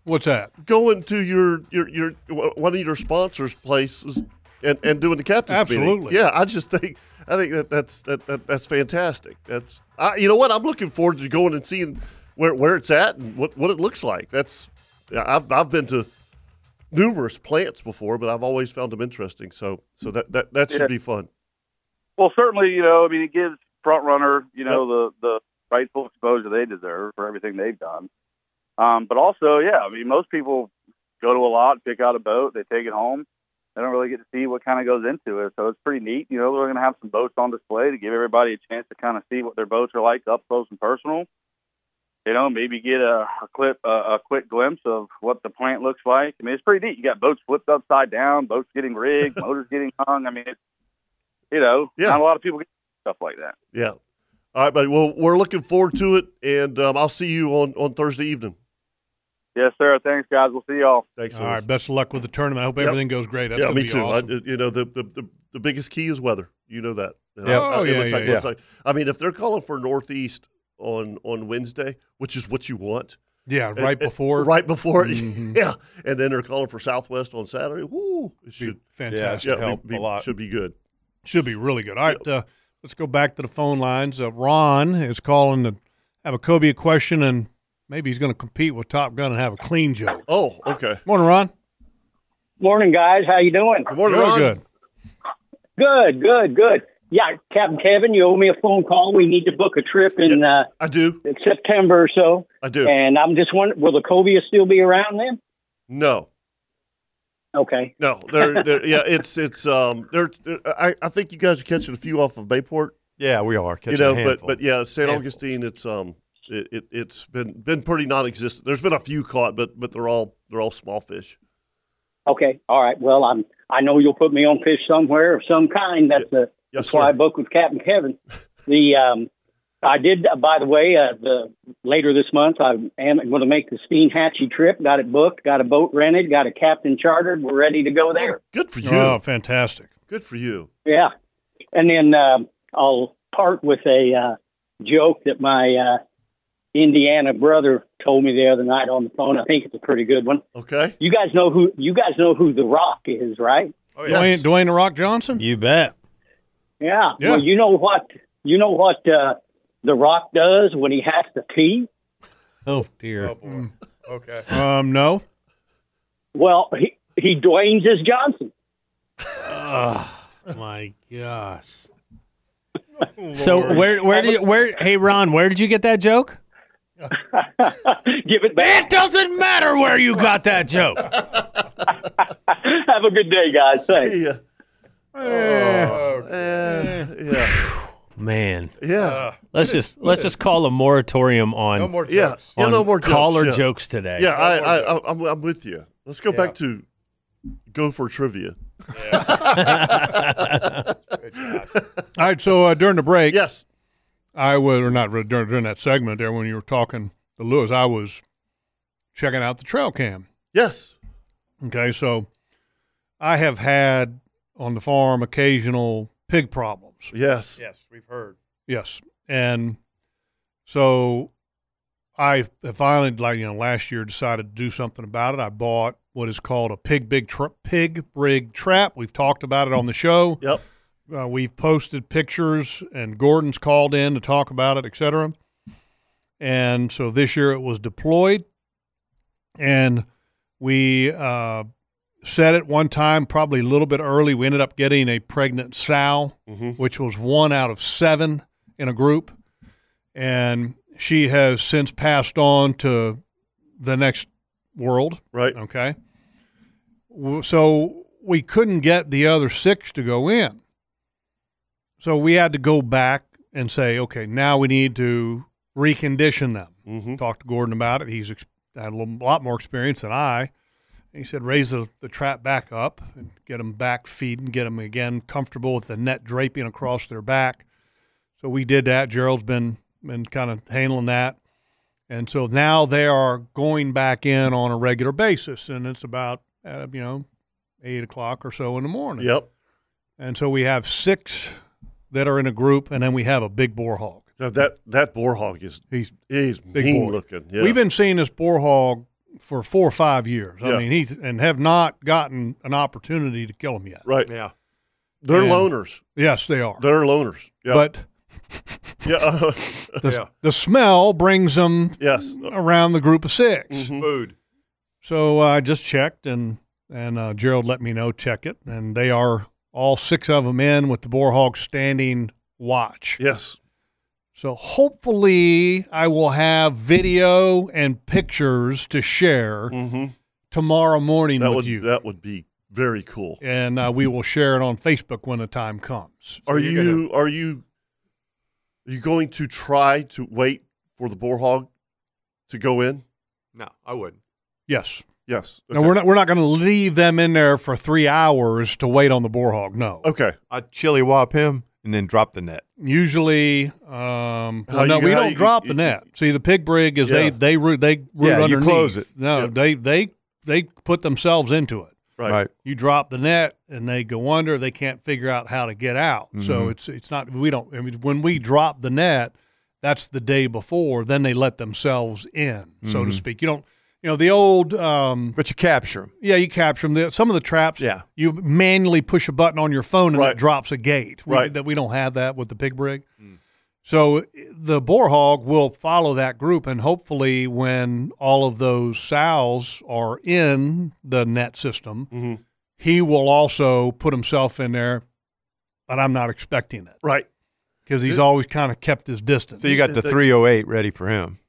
[SPEAKER 3] What's that?
[SPEAKER 2] Going to your your your one of your sponsors' places and, and doing the captain's meeting.
[SPEAKER 3] Absolutely.
[SPEAKER 2] Yeah, I just think I think that that's that, that that's fantastic. That's I, you know what I'm looking forward to going and seeing where where it's at and what what it looks like. That's yeah, I've I've been to numerous plants before, but I've always found them interesting. So so that that, that should
[SPEAKER 14] Yeah.
[SPEAKER 2] be fun.
[SPEAKER 14] Well, certainly, you know, I mean, it gives Front Runner, you know, the the rightful exposure they deserve for everything they've done. Um, but also, yeah, I mean, most people go to a lot, pick out a boat, they take it home. They don't really get to see what kind of goes into it, so it's pretty neat. You know, we're going to have some boats on display to give everybody a chance to kind of see what their boats are like up close and personal. You know, maybe get a, a clip, a, a quick glimpse of what the plant looks like. I mean, it's pretty neat. You got boats flipped upside down, boats getting rigged, motors getting hung. I mean, it's you know, not a lot of people get stuff like that.
[SPEAKER 2] Yeah. All right, buddy. Well, we're looking forward to it, and um, I'll see you on, on Thursday evening.
[SPEAKER 14] Yes, sir. Thanks, guys. We'll see y'all.
[SPEAKER 2] Thanks.
[SPEAKER 3] All right, best of luck with the tournament. I hope
[SPEAKER 2] Yep.
[SPEAKER 3] everything goes great. That's
[SPEAKER 2] yeah,
[SPEAKER 3] gonna
[SPEAKER 2] me
[SPEAKER 3] be
[SPEAKER 2] too. I-
[SPEAKER 3] awesome.
[SPEAKER 2] you know, the, the, the, the biggest key is weather. You know that. And
[SPEAKER 3] Yeah.
[SPEAKER 2] I- I-
[SPEAKER 3] Oh,
[SPEAKER 2] it
[SPEAKER 3] yeah,
[SPEAKER 2] looks like,
[SPEAKER 3] yeah,
[SPEAKER 2] looks
[SPEAKER 3] yeah.
[SPEAKER 2] like- I mean, if they're calling for northeast on on Wednesday, which is what you want.
[SPEAKER 3] Yeah,
[SPEAKER 2] and-
[SPEAKER 3] right
[SPEAKER 2] and-
[SPEAKER 3] before.
[SPEAKER 2] right before.
[SPEAKER 3] Mhm.
[SPEAKER 2] Yeah, and then they're calling for southwest on Saturday. Woo! It should
[SPEAKER 3] fantastic.
[SPEAKER 2] be-
[SPEAKER 3] Help a
[SPEAKER 2] be-
[SPEAKER 3] lot.
[SPEAKER 2] Should be good.
[SPEAKER 3] Should be really good. All right, uh, let's go back to the phone lines. Uh, Ron is calling to have a Kobe question, and maybe he's going to compete with Top Gun and have a clean joke.
[SPEAKER 2] Oh, okay.
[SPEAKER 3] Morning, Ron.
[SPEAKER 15] Morning, guys. How you doing? Good
[SPEAKER 3] morning, Very Ron. good.
[SPEAKER 15] Good, good, good. Yeah, Captain Kevin, you owe me a phone call. We need to book a trip in uh,
[SPEAKER 2] I do
[SPEAKER 15] September or so.
[SPEAKER 2] I do.
[SPEAKER 15] And I'm just wondering, will the Cobia still be around then?
[SPEAKER 2] No.
[SPEAKER 15] Okay.
[SPEAKER 2] No, they're, they're yeah, it's it's um, they're, they're- I, I think you guys are catching a few off of Bayport.
[SPEAKER 4] Yeah, we are catching
[SPEAKER 2] you know,
[SPEAKER 4] a handful.
[SPEAKER 2] but but yeah, St.
[SPEAKER 4] Handful.
[SPEAKER 2] Augustine, it's um, it, it it's been been pretty non-existent. There's been a few caught, but but they're all they're all small fish.
[SPEAKER 15] Okay. All right. Well, I'm. I know you'll put me on fish somewhere of some kind. That's the. that's why I booked with Captain Kevin. The um, I did. Uh, by the way, uh, the later this month, I am going to make the Steen Hatchie trip. Got it booked. Got a boat rented. Got a captain chartered. We're ready to go there.
[SPEAKER 2] Good for you.
[SPEAKER 3] Oh, fantastic.
[SPEAKER 2] Good for you.
[SPEAKER 15] Yeah. And then um I'll part with a uh, joke that my uh, Indiana brother told me the other night on the phone. I think it's a pretty good one.
[SPEAKER 2] Okay.
[SPEAKER 15] You guys know who you guys know who the Rock is, right?
[SPEAKER 3] Dwayne, Dwayne the Rock Johnson. You bet.
[SPEAKER 15] Yeah.
[SPEAKER 3] Yeah.
[SPEAKER 15] Well, you know what you know what uh, the Rock does when he has to pee.
[SPEAKER 5] Oh dear.
[SPEAKER 4] Okay.
[SPEAKER 3] Um, no.
[SPEAKER 15] Well, he he Dwayne's his Johnson.
[SPEAKER 5] Oh my gosh.
[SPEAKER 2] Oh,
[SPEAKER 5] So where where did where hey Ron, where did you get that joke?
[SPEAKER 15] Give it back.
[SPEAKER 5] It doesn't matter where you got that joke.
[SPEAKER 15] Have a good day, guys. Thanks.
[SPEAKER 2] Yeah.
[SPEAKER 3] Uh,
[SPEAKER 2] Eh, yeah.
[SPEAKER 5] Man.
[SPEAKER 2] Yeah.
[SPEAKER 3] Uh,
[SPEAKER 5] Let's just let's just call a moratorium on
[SPEAKER 2] No more Yeah. jokes. Yeah,
[SPEAKER 5] on
[SPEAKER 2] no more jokes,
[SPEAKER 5] caller
[SPEAKER 2] yeah.
[SPEAKER 5] jokes today.
[SPEAKER 2] Yeah, I, I, I, I'm, I'm with you. Let's go back to go for trivia.
[SPEAKER 3] All right. So uh, during the break,
[SPEAKER 2] yes,
[SPEAKER 3] I was or not really, during during that segment there when you were talking to Lewis, I was checking out the trail cam.
[SPEAKER 2] Yes.
[SPEAKER 3] Okay, so I have had on the farm occasional pig problems.
[SPEAKER 2] Yes.
[SPEAKER 4] Yes, we've heard.
[SPEAKER 3] Yes, and so I finally, like you know, last year decided to do something about it. I bought what is called a pig big tra- pig rig trap. We've talked about it on the show.
[SPEAKER 2] Yep.
[SPEAKER 3] Uh, we've posted pictures, and Gordon's called in to talk about it, etc. And so this year it was deployed, and we uh, said it one time, probably a little bit early. We ended up getting a pregnant sow, which was one out of seven in a group. And she has since passed on to the next world.
[SPEAKER 2] Right.
[SPEAKER 3] Okay. W- So we couldn't get the other six to go in. So we had to go back and say, okay, now we need to recondition them. Talked to Gordon about it. He's ex- had a little, lot more experience than I. And he said, raise the, the trap back up and get them back feeding, get them again comfortable with the net draping across their back. So we did that. Gerald's been been kind of handling that, and so now they are going back in on a regular basis, and it's about uh, you know eight o'clock or so in the morning.
[SPEAKER 2] Yep.
[SPEAKER 3] And so we have six that are in a group, and then we have a big boar hog.
[SPEAKER 2] Now that that boar hog is
[SPEAKER 3] he's
[SPEAKER 2] he's
[SPEAKER 3] Big
[SPEAKER 2] mean
[SPEAKER 3] boar.
[SPEAKER 2] looking. Yeah.
[SPEAKER 3] We've been seeing this boar hog for four or five years.
[SPEAKER 2] Yeah.
[SPEAKER 3] I mean, he's and have not gotten an opportunity to kill him yet.
[SPEAKER 2] Right. Yeah. They're
[SPEAKER 3] And-
[SPEAKER 2] loners.
[SPEAKER 3] Yes, they are.
[SPEAKER 2] They're loners. Yeah.
[SPEAKER 3] But
[SPEAKER 2] yeah, uh,
[SPEAKER 3] the, the smell brings them
[SPEAKER 2] yes. Mm-hmm.
[SPEAKER 3] around the group of 6
[SPEAKER 4] Food.
[SPEAKER 3] So uh, I just checked, and and uh, Gerald let me know check it, and they are all six of them in with the boar hog standing watch.
[SPEAKER 2] Yes.
[SPEAKER 3] So hopefully I will have video and pictures to share tomorrow morning
[SPEAKER 2] Mm-hmm. that
[SPEAKER 3] with
[SPEAKER 2] would
[SPEAKER 3] you,
[SPEAKER 2] that would be very cool.
[SPEAKER 3] and uh, we will share it on Facebook when the time comes.
[SPEAKER 2] Are you are you are you going to try to wait for the boar hog to go in?
[SPEAKER 4] No, I wouldn't.
[SPEAKER 3] Yes.
[SPEAKER 2] Yes.
[SPEAKER 3] No, we're not. We're not going to leave them in there for three hours to wait on the boar hog. No.
[SPEAKER 2] Okay.
[SPEAKER 4] I chili wop him and then drop the net.
[SPEAKER 3] Usually, um,
[SPEAKER 4] How
[SPEAKER 3] well, no,
[SPEAKER 4] you-
[SPEAKER 3] we
[SPEAKER 4] how
[SPEAKER 3] don't
[SPEAKER 4] you-
[SPEAKER 3] drop
[SPEAKER 4] you-
[SPEAKER 3] the net. See, the pig brig is they
[SPEAKER 4] Yeah.
[SPEAKER 3] they root they root
[SPEAKER 4] Yeah, you
[SPEAKER 3] underneath.
[SPEAKER 4] close it.
[SPEAKER 3] No, they they they put themselves into it.
[SPEAKER 2] Right.
[SPEAKER 4] Right.
[SPEAKER 3] You drop the net and they go under. They can't figure out how to get out. So
[SPEAKER 4] Mhm.
[SPEAKER 3] it's it's not we don't. I mean, when we drop the net, that's the day before. Then they let themselves in, so to
[SPEAKER 4] Mhm.
[SPEAKER 3] speak. You don't. You know the old. Um,
[SPEAKER 4] but you capture them.
[SPEAKER 3] Yeah, you capture them. Some of the traps.
[SPEAKER 4] Yeah.
[SPEAKER 3] You manually push a button on your phone and it drops a gate. We-
[SPEAKER 4] Right. Mm.
[SPEAKER 3] That we don't have that with the pig brig. So the boar hog will follow that group, and hopefully, when all of those sows are in the net system,
[SPEAKER 4] Mm-hmm.
[SPEAKER 3] he will also put himself in there. But I'm not expecting it,
[SPEAKER 2] right?
[SPEAKER 3] Because he's always kind of kept his distance.
[SPEAKER 4] So you got the 308 ready for him.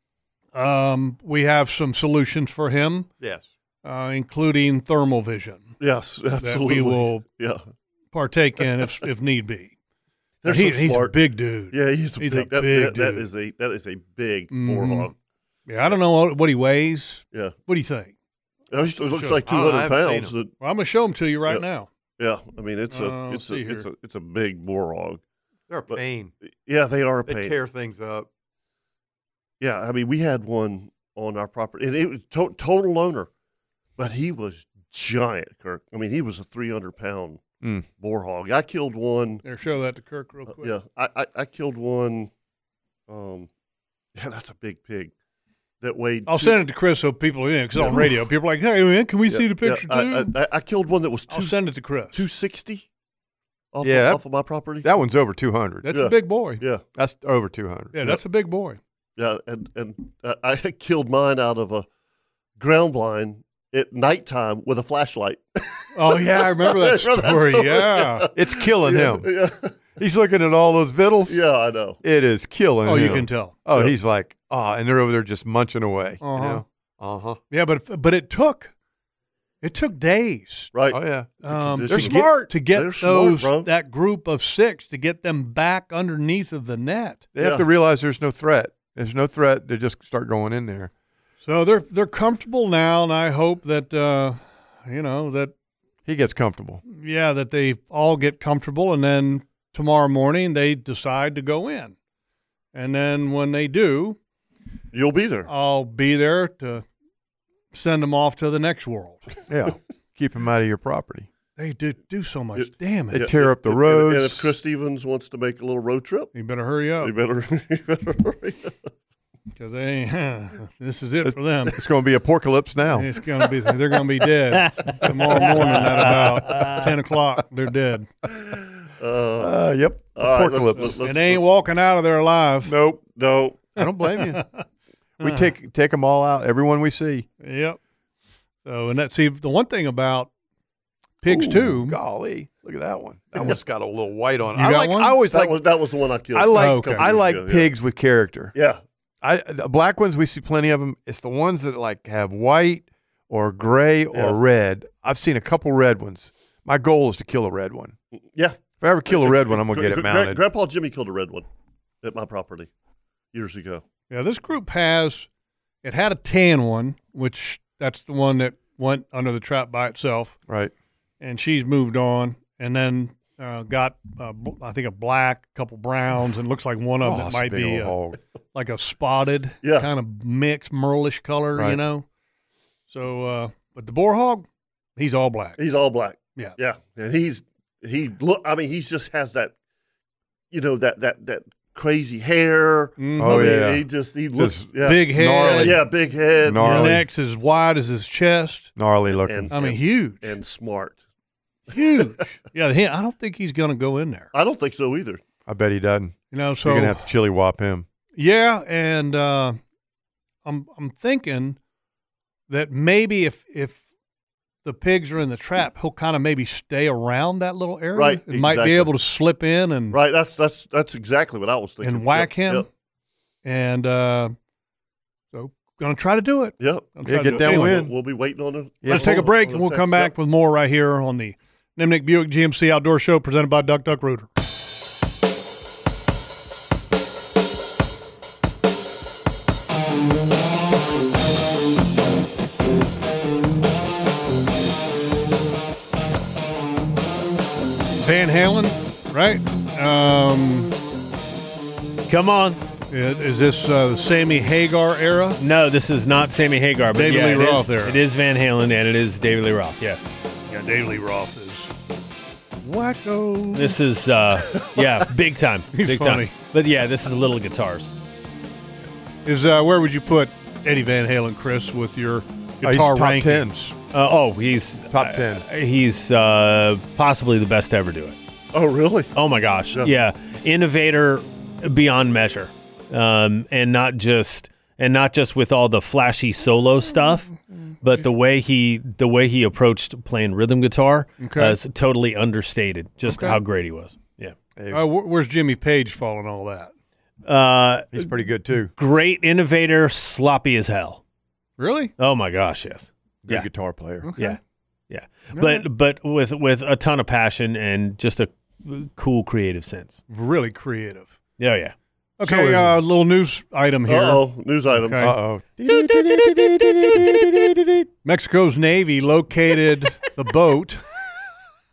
[SPEAKER 3] Um, we have some solutions for him.
[SPEAKER 4] Yes.
[SPEAKER 3] Uh, including thermal vision.
[SPEAKER 2] Yes, absolutely.
[SPEAKER 3] That we will
[SPEAKER 2] Yeah.
[SPEAKER 3] partake in if if need be.
[SPEAKER 2] They're
[SPEAKER 3] He-
[SPEAKER 2] so
[SPEAKER 3] he's
[SPEAKER 2] smart.
[SPEAKER 3] a big dude.
[SPEAKER 2] Yeah, he's a big, that,
[SPEAKER 3] big
[SPEAKER 2] that- that
[SPEAKER 3] dude.
[SPEAKER 2] is a that is a big boar
[SPEAKER 3] Mhm.
[SPEAKER 2] hog.
[SPEAKER 3] Yeah, I don't know what, what he weighs.
[SPEAKER 2] Yeah.
[SPEAKER 3] What do you think?
[SPEAKER 2] It looks- it looks
[SPEAKER 3] Sure.
[SPEAKER 2] like
[SPEAKER 3] I don't know, I
[SPEAKER 2] 200
[SPEAKER 3] haven't seen
[SPEAKER 2] pounds.
[SPEAKER 3] him. Well, I'm gonna show him to you right
[SPEAKER 2] Yeah.
[SPEAKER 3] now.
[SPEAKER 2] Yeah, I mean it's a
[SPEAKER 3] Uh,
[SPEAKER 2] it's a
[SPEAKER 3] see here.
[SPEAKER 2] it's a it's a big boar hog.
[SPEAKER 4] They're a pain.
[SPEAKER 2] Yeah, they are a
[SPEAKER 4] They
[SPEAKER 2] pain.
[SPEAKER 4] tear things up.
[SPEAKER 2] Yeah, I mean we had one on our property, and it was to- total owner, but he was giant, Kirk. I mean he was a 300 pound
[SPEAKER 4] Mm.
[SPEAKER 2] boar hog. I killed one.
[SPEAKER 3] There, show that to Kirk real quick.
[SPEAKER 2] Yeah, I, I I killed one. Um, yeah, that's a big pig that weighed.
[SPEAKER 3] I'll
[SPEAKER 2] two-
[SPEAKER 3] send it to Chris so people, you know, 'cause on radio, people are like, hey, man, can we see the picture
[SPEAKER 2] I,
[SPEAKER 3] too?
[SPEAKER 2] I, I- I killed one that was. Two,
[SPEAKER 3] I'll send it to Chris.
[SPEAKER 2] Two sixty. Off
[SPEAKER 4] yeah,
[SPEAKER 2] of,
[SPEAKER 4] that-
[SPEAKER 2] off of my property.
[SPEAKER 4] That one's over 200.
[SPEAKER 3] That's a Yeah. big boy.
[SPEAKER 2] Yeah,
[SPEAKER 4] that's over 200.
[SPEAKER 3] yeah, that's a big boy.
[SPEAKER 2] Yeah, and and uh, I killed mine out of a ground blind at nighttime with a flashlight.
[SPEAKER 3] Oh yeah, I remember that
[SPEAKER 2] I remember that
[SPEAKER 3] story.
[SPEAKER 2] story,
[SPEAKER 3] Yeah.
[SPEAKER 2] yeah.
[SPEAKER 4] It's killing
[SPEAKER 2] Yeah,
[SPEAKER 4] him. He's looking at all those vittles.
[SPEAKER 2] Yeah, I know.
[SPEAKER 4] It is killing
[SPEAKER 3] Oh,
[SPEAKER 4] him.
[SPEAKER 3] you can tell.
[SPEAKER 4] Oh,
[SPEAKER 3] Yep.
[SPEAKER 4] he's like, ah, and they're over there just munching away.
[SPEAKER 3] Uh huh.
[SPEAKER 4] Uh huh.
[SPEAKER 3] Yeah, but but it took it took days.
[SPEAKER 2] Right.
[SPEAKER 4] Oh yeah.
[SPEAKER 3] Um,
[SPEAKER 4] They're
[SPEAKER 3] to get-
[SPEAKER 4] smart.
[SPEAKER 3] to get
[SPEAKER 4] They're smart,
[SPEAKER 3] those
[SPEAKER 4] bro.
[SPEAKER 3] that group of six to get them back underneath of the net.
[SPEAKER 4] They have to realize there's no threat. There's no threat. They just start going in there.
[SPEAKER 3] So they're they're comfortable now, and I hope that uh, you know that
[SPEAKER 4] He gets comfortable.
[SPEAKER 3] yeah that they all get comfortable, and then tomorrow morning they decide to go in, and then when they do,
[SPEAKER 2] you'll be there.
[SPEAKER 3] I'll be there to send them off to the next world.
[SPEAKER 4] Yeah. Keep him out of your property.
[SPEAKER 3] They do do so much damage.
[SPEAKER 4] They tear up the
[SPEAKER 2] and-
[SPEAKER 4] roads.
[SPEAKER 2] And if Chris Stevens wants to make a little road trip,
[SPEAKER 3] you better hurry up.
[SPEAKER 2] You better, you better hurry up.
[SPEAKER 3] because they this is it for them.
[SPEAKER 4] It's going to be apocalypse now.
[SPEAKER 3] It's gonna be they're gonna be dead tomorrow morning at about ten o'clock. They're dead.
[SPEAKER 2] Uh,
[SPEAKER 4] yep.
[SPEAKER 2] all right, let's-
[SPEAKER 4] Apocalypse.
[SPEAKER 2] let's-
[SPEAKER 3] and they ain't walking out of there alive.
[SPEAKER 4] Nope.
[SPEAKER 2] Nope.
[SPEAKER 4] I don't blame you. Uh-huh. We take take them all out. Everyone we see.
[SPEAKER 3] Yep. So and that's see the one thing about pigs
[SPEAKER 4] Ooh,
[SPEAKER 3] too.
[SPEAKER 4] Golly, look at that one. That one's got a little white on. it.
[SPEAKER 3] You
[SPEAKER 4] I
[SPEAKER 3] got
[SPEAKER 4] like.
[SPEAKER 3] one?
[SPEAKER 4] I always
[SPEAKER 2] That
[SPEAKER 4] like.
[SPEAKER 2] was- that was the one I killed.
[SPEAKER 4] I like.
[SPEAKER 2] Oh, okay.
[SPEAKER 4] I like
[SPEAKER 2] Yeah, yeah.
[SPEAKER 4] pigs with character.
[SPEAKER 2] Yeah.
[SPEAKER 4] I the black ones we see plenty of them. It's the ones that like have white or gray or red. I've seen a couple red ones. My goal is to kill a red one.
[SPEAKER 2] Yeah.
[SPEAKER 4] If I ever kill a red one, I'm gonna
[SPEAKER 2] Gra-
[SPEAKER 4] get it
[SPEAKER 2] gra-
[SPEAKER 4] mounted.
[SPEAKER 2] Grandpa Jimmy killed a red one at my property years ago.
[SPEAKER 3] Yeah, this group has it had a tan one, which that's the one that went under the trap by itself.
[SPEAKER 4] Right.
[SPEAKER 3] And she's moved on, and then uh, got uh, bl- I think a black, couple browns, and looks like one of them
[SPEAKER 4] Oh,
[SPEAKER 3] that
[SPEAKER 4] it's
[SPEAKER 3] might
[SPEAKER 4] a big
[SPEAKER 3] be
[SPEAKER 4] old
[SPEAKER 3] uh,
[SPEAKER 4] hog.
[SPEAKER 3] like a spotted,
[SPEAKER 4] Yeah.
[SPEAKER 3] kind of mixed merlish color, you
[SPEAKER 4] Right.
[SPEAKER 3] know. So, uh, but the boar hog, he's all black.
[SPEAKER 2] He's all black.
[SPEAKER 3] Yeah.
[SPEAKER 2] Yeah. And he's he look I mean, he just has that you know, that that that crazy hair. I
[SPEAKER 3] Oh,
[SPEAKER 2] mean,
[SPEAKER 3] yeah.
[SPEAKER 2] he just he looks
[SPEAKER 3] Just
[SPEAKER 2] yeah.
[SPEAKER 3] big head. Gnarly.
[SPEAKER 2] Yeah, big head.
[SPEAKER 3] Gnarly. Neck's as wide as his chest.
[SPEAKER 4] Gnarly looking.
[SPEAKER 2] And-
[SPEAKER 3] I mean,
[SPEAKER 2] and-
[SPEAKER 3] huge.
[SPEAKER 2] And smart.
[SPEAKER 3] Huge. yeah, he, I don't think he's going to go in there.
[SPEAKER 2] I don't think so either.
[SPEAKER 4] I bet he doesn't.
[SPEAKER 3] You know,
[SPEAKER 4] you're
[SPEAKER 3] so-
[SPEAKER 4] gonna have to chili whop him.
[SPEAKER 3] Yeah, and uh, I'm I'm thinking that maybe if if the pigs are in the trap, he'll kind of maybe stay around that little area.
[SPEAKER 2] Right,
[SPEAKER 3] and might be
[SPEAKER 2] exactly.
[SPEAKER 3] able to slip in and
[SPEAKER 2] Right, that's that's that's exactly what I was thinking.
[SPEAKER 3] and whack
[SPEAKER 2] Yep,
[SPEAKER 3] him.
[SPEAKER 2] yep.
[SPEAKER 3] And uh, so gonna try to do it.
[SPEAKER 2] Yep.
[SPEAKER 3] Gonna try to do it. Anyway,
[SPEAKER 2] We'll, we'll be waiting on him.
[SPEAKER 3] Let's take a break and we'll come back with more right here on the Nimnik Buick GMC Outdoor Show presented by Duck Duck Rooter. Van Halen, right? Um,
[SPEAKER 5] Come on.
[SPEAKER 3] Is this uh, the Sammy Hagar era?
[SPEAKER 5] No, this is not Sammy Hagar. But
[SPEAKER 3] David
[SPEAKER 5] yeah,
[SPEAKER 3] Lee
[SPEAKER 5] it is-
[SPEAKER 3] Roth era.
[SPEAKER 5] It is Van Halen and it is David Lee Roth. Yes.
[SPEAKER 3] Yeah, David Lee Roth is wacko.
[SPEAKER 5] This is uh yeah, big time.
[SPEAKER 3] He's
[SPEAKER 5] big
[SPEAKER 3] funny.
[SPEAKER 5] time. But yeah, this is little guitars.
[SPEAKER 3] is uh, where would you put Eddie Van Halen, Chris, with your guitar rankings?
[SPEAKER 5] Uh, oh, he's
[SPEAKER 4] top ten.
[SPEAKER 5] he's uh, possibly the best to ever do it.
[SPEAKER 2] Oh, really?
[SPEAKER 5] Oh my gosh, yeah, innovator beyond measure, um, and not just and not just with all the flashy solo stuff, but the way he the way he approached playing rhythm guitar
[SPEAKER 3] Okay.
[SPEAKER 5] uh, is totally understated. Just
[SPEAKER 3] Okay.
[SPEAKER 5] how great he was. Yeah.
[SPEAKER 3] Uh, wh- where's Jimmy Page following all that?
[SPEAKER 5] Uh,
[SPEAKER 4] He's pretty good too.
[SPEAKER 5] Great innovator, sloppy as hell.
[SPEAKER 3] Really?
[SPEAKER 5] Oh my gosh, yes.
[SPEAKER 4] Good
[SPEAKER 5] Yeah.
[SPEAKER 4] guitar player.
[SPEAKER 5] Yeah, yeah,
[SPEAKER 3] All
[SPEAKER 5] but but with with a ton of passion and just a cool creative sense.
[SPEAKER 3] Really creative.
[SPEAKER 5] Yeah, yeah.
[SPEAKER 3] Okay, uh, little news item here.
[SPEAKER 2] Uh-oh, news item.
[SPEAKER 3] Okay.
[SPEAKER 2] Uh-oh.
[SPEAKER 3] Mexico's Navy located the boat.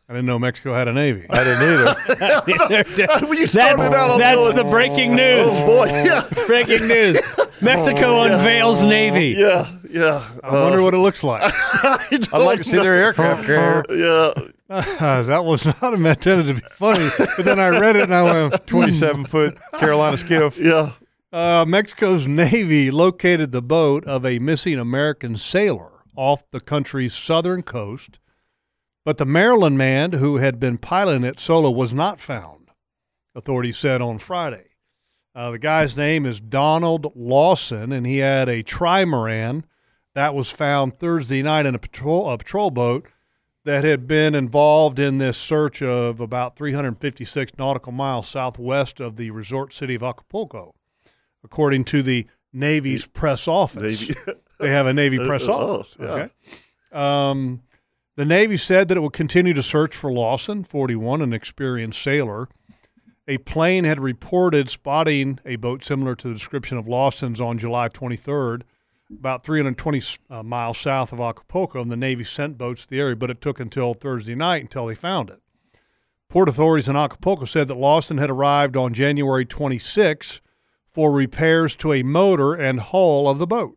[SPEAKER 3] I didn't know Mexico had a Navy.
[SPEAKER 4] I didn't
[SPEAKER 5] that's
[SPEAKER 2] you started out on
[SPEAKER 5] that's
[SPEAKER 2] going-
[SPEAKER 5] the breaking news.
[SPEAKER 2] Oh, boy, yeah.
[SPEAKER 5] breaking news. Mexico
[SPEAKER 2] Oh, Yeah.
[SPEAKER 5] unveils navy.
[SPEAKER 2] Yeah, yeah. Uh,
[SPEAKER 3] I wonder what it looks like.
[SPEAKER 2] I'd
[SPEAKER 4] like to see their aircraft carrier.
[SPEAKER 2] Yeah.
[SPEAKER 3] that was not intended to be funny, but then I read it and I went, hmm.
[SPEAKER 4] 27 foot Carolina skiff.
[SPEAKER 2] Yeah.
[SPEAKER 3] Uh, Mexico's Navy located the boat of a missing American sailor off the country's southern coast, but the Maryland man who had been piloting it solo was not found, authorities said on Friday. Uh, the guy's name is Donald Lawson, and he had a trimaran that was found Thursday night in a patrol, a patrol boat that had been involved in this search of about 356 nautical miles southwest of the resort city of Acapulco, according to the Navy's press office. they have a Navy
[SPEAKER 2] Uh,
[SPEAKER 3] press
[SPEAKER 2] oh,
[SPEAKER 3] office.
[SPEAKER 2] yeah.
[SPEAKER 3] Okay. Um, the Navy said that it will continue to search for Lawson, 41, an experienced sailor. A plane had reported spotting a boat similar to the description of Lawson's on July 23rd, about 320 uh, miles south of Acapulco, and the Navy sent boats to the area, but it took until Thursday night until they found it. Port authorities in Acapulco said that Lawson had arrived on January 26 for repairs to a motor and hull of the boat.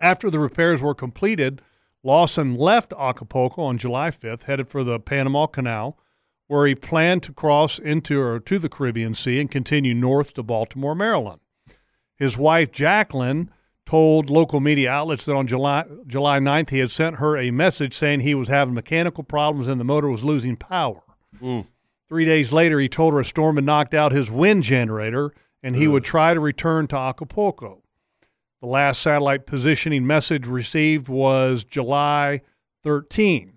[SPEAKER 3] After the repairs were completed, Lawson left Acapulco on July 5th, headed for the Panama Canal, where he planned to cross into or to the Caribbean Sea and continue north to Baltimore, Maryland. His wife, Jacqueline, told local media outlets that on July, July 9th, he had sent her a message saying he was having mechanical problems and the motor was losing power. Three days later, he told her a storm had knocked out his wind generator and he would try to return to Acapulco. The last satellite positioning message received was July 13.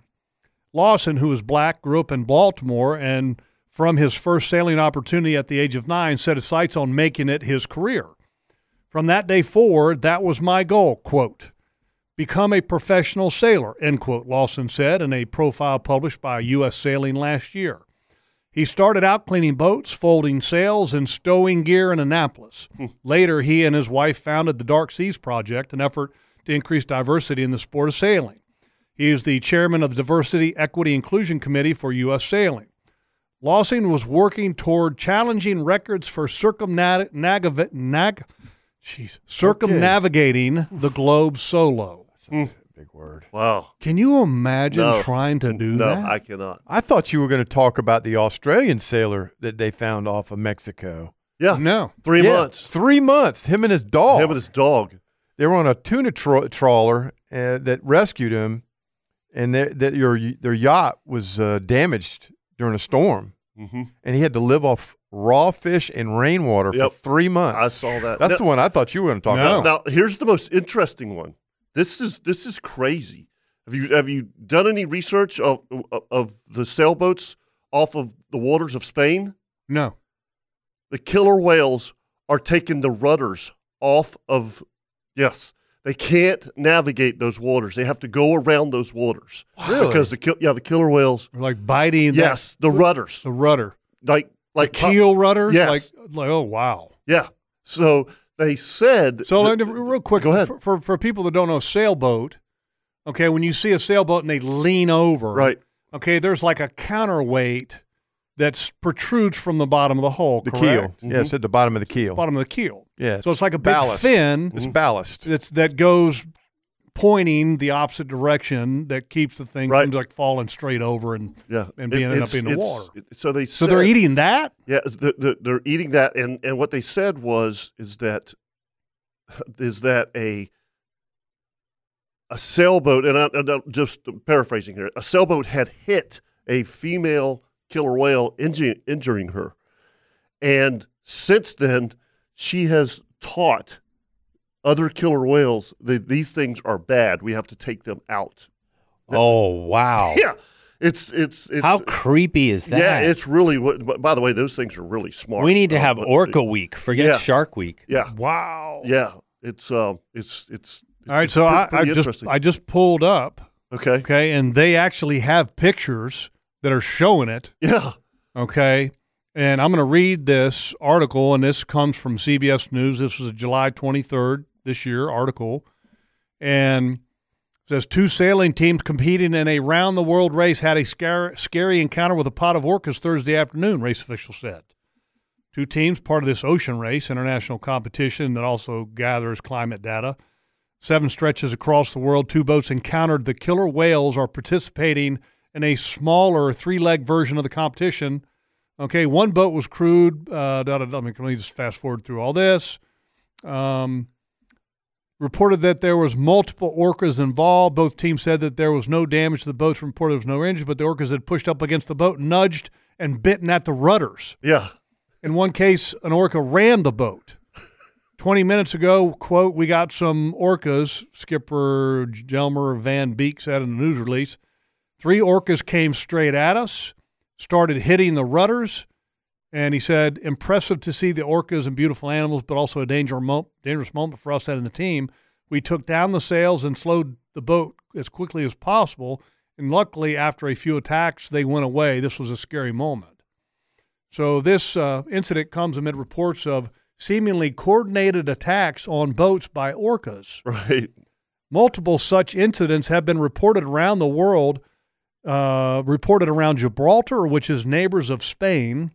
[SPEAKER 3] Lawson, who was black, grew up in Baltimore, and from his first sailing opportunity at the age of nine, set his sights on making it his career. From that day forward, that was my goal, quote, become a professional sailor, end quote, Lawson said in a profile published by U.S. Sailing last year. He started out cleaning boats, folding sails, and stowing gear in Annapolis. Later, he and his wife founded the Dark Seas Project, an effort to increase diversity in the sport of sailing. He is the chairman of the Diversity, Equity, Inclusion Committee for U.S. Sailing. Lawson was working toward challenging records for circumnav- nagav- nag- jeez, circumnavigating the globe solo.
[SPEAKER 2] Mm.
[SPEAKER 4] Big word.
[SPEAKER 2] Wow.
[SPEAKER 3] Can you imagine
[SPEAKER 4] No.
[SPEAKER 3] trying to do that?
[SPEAKER 2] cannot.
[SPEAKER 4] I thought you were going to talk about the Australian sailor that they found off of Mexico.
[SPEAKER 2] Yeah.
[SPEAKER 3] No.
[SPEAKER 2] Three
[SPEAKER 4] Yeah,
[SPEAKER 2] months.
[SPEAKER 4] Three months. Him and his dog. Him and
[SPEAKER 2] his dog.
[SPEAKER 4] They were on a tuna tra- trawler uh, that rescued him, and their that your their yacht was uh, damaged during a storm,
[SPEAKER 2] Mhm.
[SPEAKER 4] and he had to live off raw fish and rainwater
[SPEAKER 2] Yep. Uh,
[SPEAKER 4] for three months.
[SPEAKER 2] I saw that.
[SPEAKER 4] That's
[SPEAKER 2] Now-
[SPEAKER 4] the one I thought you were going to talk
[SPEAKER 2] Now-
[SPEAKER 4] about.
[SPEAKER 2] Now, here's the most interesting one. This is this is crazy. Have you have you done any research of of the sailboats off of the waters of Spain?
[SPEAKER 3] No.
[SPEAKER 2] The killer whales are taking the rudders off of yes. They can't navigate those waters. They have to go around those waters.
[SPEAKER 3] Really?
[SPEAKER 2] Because the kill yeah, the killer whales
[SPEAKER 3] are like biting that-
[SPEAKER 2] Yes, the rudders.
[SPEAKER 3] The rudder.
[SPEAKER 2] Like like
[SPEAKER 3] keel rudder?
[SPEAKER 2] Yes.
[SPEAKER 3] Like, like, oh, wow.
[SPEAKER 2] Yeah. So they said.
[SPEAKER 3] So let me- real quick,
[SPEAKER 2] go ahead.
[SPEAKER 3] For, for for people that don't know, sailboat. Okay, when you see a sailboat and they lean over,
[SPEAKER 2] Right.
[SPEAKER 3] Okay, there's like a counterweight that protrudes from the bottom of the hull.
[SPEAKER 4] The
[SPEAKER 3] correct? Mm-hmm.
[SPEAKER 4] keel. Yeah, it's at the bottom of the keel.
[SPEAKER 3] Bottom of the keel.
[SPEAKER 4] Yeah,
[SPEAKER 3] So it's like a big
[SPEAKER 4] ballast.
[SPEAKER 3] fin.
[SPEAKER 4] It's ballast.
[SPEAKER 3] That's that goes pointing the opposite direction that keeps the thing from like falling straight over and
[SPEAKER 2] yeah.
[SPEAKER 3] and
[SPEAKER 2] It-
[SPEAKER 3] being up
[SPEAKER 2] it's-
[SPEAKER 3] in the
[SPEAKER 2] it's-
[SPEAKER 3] water.
[SPEAKER 2] it- so they
[SPEAKER 3] So they're
[SPEAKER 2] said-
[SPEAKER 3] eating that?
[SPEAKER 2] Yeah, they're, they're, they're eating that, and and what they said was is that is that a a sailboat, and I, and I'm just paraphrasing here, a sailboat had hit a female killer whale, inju- injuring her, and since then she has taught other killer whales that these things are bad. We have to take them out.
[SPEAKER 5] Oh wow!
[SPEAKER 2] Yeah, it's it's it's
[SPEAKER 5] How creepy is that?
[SPEAKER 2] Yeah, it's really. what- but By the way, those things are really smart.
[SPEAKER 5] we need to
[SPEAKER 2] Uh,
[SPEAKER 5] have
[SPEAKER 2] but-
[SPEAKER 5] Orca Week. Forget
[SPEAKER 2] Yeah.
[SPEAKER 5] Shark Week.
[SPEAKER 2] Yeah.
[SPEAKER 3] Wow.
[SPEAKER 2] Yeah, it's um, it's it's.
[SPEAKER 3] All right,
[SPEAKER 2] it's
[SPEAKER 3] so
[SPEAKER 2] pre-
[SPEAKER 3] I, I
[SPEAKER 2] pretty
[SPEAKER 3] just
[SPEAKER 2] interesting.
[SPEAKER 3] I just pulled up.
[SPEAKER 2] Okay.
[SPEAKER 3] Okay, and they actually have pictures that are showing it.
[SPEAKER 2] Yeah.
[SPEAKER 3] Okay. And I'm going to read this article, and this comes from CBS News. This was a July 23rd this year article, and it says two sailing teams competing in a round the world race had a scary, scary encounter with a pot of orcas Thursday afternoon. Race officials said. Two teams, part of this ocean race, international competition that also gathers climate data. Seven stretches across the world, two boats encountered the killer whales are participating in a smaller three leg version of the competition. Okay, one boat was crewed. Uh, da, da, da, I mean, let me just fast forward through all this. Um, reported that there was multiple orcas involved. Both teams said that there was no damage to the boats. Reported there was no injuries, but the orcas had pushed up against the boat, nudged, and bitten at the rudders.
[SPEAKER 2] Yeah.
[SPEAKER 3] In one case, an orca rammed the boat. 20 minutes ago, quote, we got some orcas, skipper Jelmer Van Beek said in a news release. Three orcas came straight at us, started hitting the rudders, and he said, impressive to see the orcas and beautiful animals, but also a danger mo- dangerous moment for us and the team. We took down the sails and slowed the boat as quickly as possible. And luckily, after a few attacks, they went away. This was a scary moment. So this uh, incident comes amid reports of seemingly coordinated attacks on boats by orcas.
[SPEAKER 2] Right.
[SPEAKER 3] Multiple such incidents have been reported around the world. Uh, reported around Gibraltar, which is neighbors of Spain.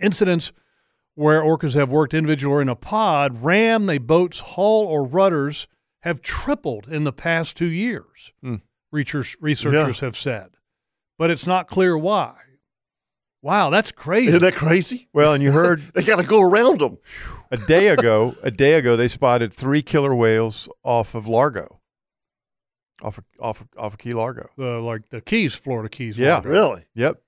[SPEAKER 3] Incidents where orcas have worked individually or in a pod, rammed a boat's hull or rudders have tripled in the past two years.
[SPEAKER 4] Hmm.
[SPEAKER 3] Researchers, researchers have said, but it's not clear why. Wow, that's crazy.
[SPEAKER 2] Isn't that crazy?
[SPEAKER 4] Well, and you heard
[SPEAKER 2] they got to go around them.
[SPEAKER 4] A day ago, a day ago, they spotted three killer whales off of Largo, off of, off of, off of Key Largo.
[SPEAKER 3] The like the Keys, Florida Keys.
[SPEAKER 4] Yeah,
[SPEAKER 3] Largo.
[SPEAKER 4] Yep.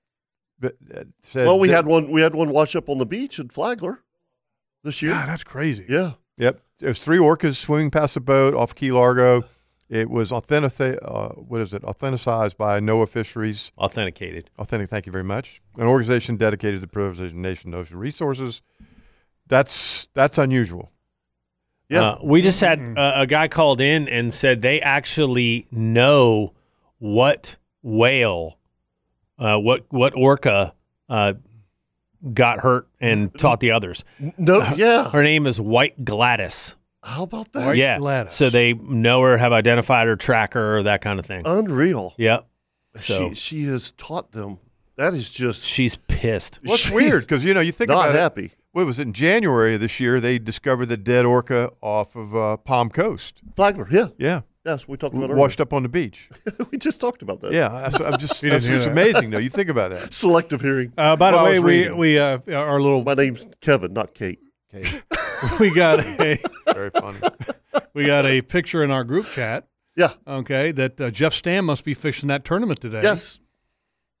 [SPEAKER 4] But, uh, said
[SPEAKER 2] Well, we
[SPEAKER 4] that-
[SPEAKER 2] had one. We had one wash up on the beach in Flagler this year.
[SPEAKER 3] that's crazy.
[SPEAKER 2] Yeah.
[SPEAKER 4] Yep. There's three orcas swimming past the boat off Key Largo. It was authentic. Uh, what is it? Authenticized by NOAA Fisheries.
[SPEAKER 5] Authenticated.
[SPEAKER 4] Authentic. Thank you very much. An organization dedicated to preservation of national ocean resources. That's that's unusual.
[SPEAKER 5] Yeah. we just
[SPEAKER 3] Mm-hmm.
[SPEAKER 5] had uh, a guy called in and said they actually know what whale, uh, what what orca uh, got hurt and taught the others. Uh,
[SPEAKER 2] No, yeah.
[SPEAKER 5] Her name is White Gladys.
[SPEAKER 2] How about that?
[SPEAKER 5] yeah. So they know her, have identified her, track her, that kind of thing.
[SPEAKER 2] Oh. Unreal.
[SPEAKER 5] Yep.
[SPEAKER 2] she she has taught them. That is just
[SPEAKER 5] she's pissed.
[SPEAKER 2] What's weird
[SPEAKER 4] because you know you think
[SPEAKER 2] not
[SPEAKER 4] about it-
[SPEAKER 2] happy.
[SPEAKER 4] What was it in January of this year? They discovered the dead orca off of uh, Palm Coast.
[SPEAKER 2] Flagler. Yeah.
[SPEAKER 4] Yeah.
[SPEAKER 2] Yes, we talked about it
[SPEAKER 4] washed up on the beach.
[SPEAKER 2] we just talked about that.
[SPEAKER 4] Yeah, that's- I'm just. that's it's amazing though. You think about that.
[SPEAKER 2] Selective hearing.
[SPEAKER 3] Uh, by the
[SPEAKER 2] Well, I
[SPEAKER 3] way,
[SPEAKER 2] was
[SPEAKER 3] we
[SPEAKER 2] reading.
[SPEAKER 3] we uh, our little.
[SPEAKER 2] My name's Kevin, not Kate.
[SPEAKER 3] we got a
[SPEAKER 4] very funny.
[SPEAKER 3] We got a picture in our group chat.
[SPEAKER 2] Yeah.
[SPEAKER 3] Okay. That uh, Jeff Stam must be fishing that tournament today.
[SPEAKER 2] Yes.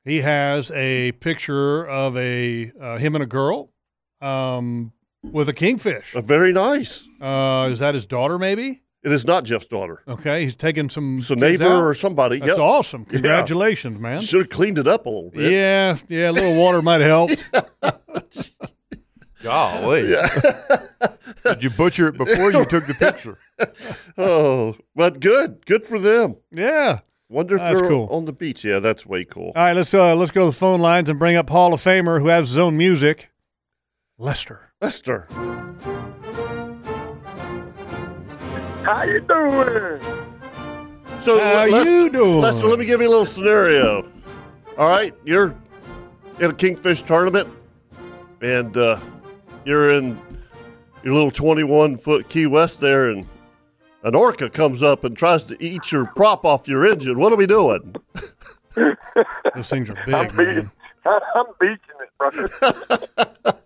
[SPEAKER 3] He has a picture of a uh, him and a girl um, with a kingfish.
[SPEAKER 2] very nice.
[SPEAKER 3] Uh, is that his daughter? Maybe
[SPEAKER 2] it is not Jeff's daughter.
[SPEAKER 3] Okay, he's taking some
[SPEAKER 2] It's a neighbor or somebody.
[SPEAKER 3] That's
[SPEAKER 2] Yep.
[SPEAKER 3] awesome.
[SPEAKER 2] Yeah.
[SPEAKER 3] Congratulations, man.
[SPEAKER 2] Should have cleaned it up a little bit.
[SPEAKER 3] Yeah, yeah, a little water might help.
[SPEAKER 4] Golly.
[SPEAKER 2] Yeah.
[SPEAKER 4] Did you butcher it before you took the picture?
[SPEAKER 2] oh, but good. Good for them.
[SPEAKER 3] Yeah.
[SPEAKER 2] Wonder if
[SPEAKER 3] That's
[SPEAKER 2] they're
[SPEAKER 3] cool.
[SPEAKER 2] on the beach. Yeah, that's way cool.
[SPEAKER 3] All right, let's uh, let's go to the phone lines and bring up Hall of Famer who has his own music, Lester.
[SPEAKER 2] Lester.
[SPEAKER 16] How you doing?
[SPEAKER 2] So
[SPEAKER 16] How
[SPEAKER 2] let-
[SPEAKER 16] you
[SPEAKER 2] Lester,
[SPEAKER 16] doing?
[SPEAKER 2] Lester, let me give you a little scenario. All right, you're in a kingfish tournament, and uh, you're in your little 21 foot Key West there, and an orca comes up and tries to eat your prop off your engine. What are we doing?
[SPEAKER 3] Those things are
[SPEAKER 16] I'm
[SPEAKER 3] big.
[SPEAKER 16] beating, I'm beating it, brother.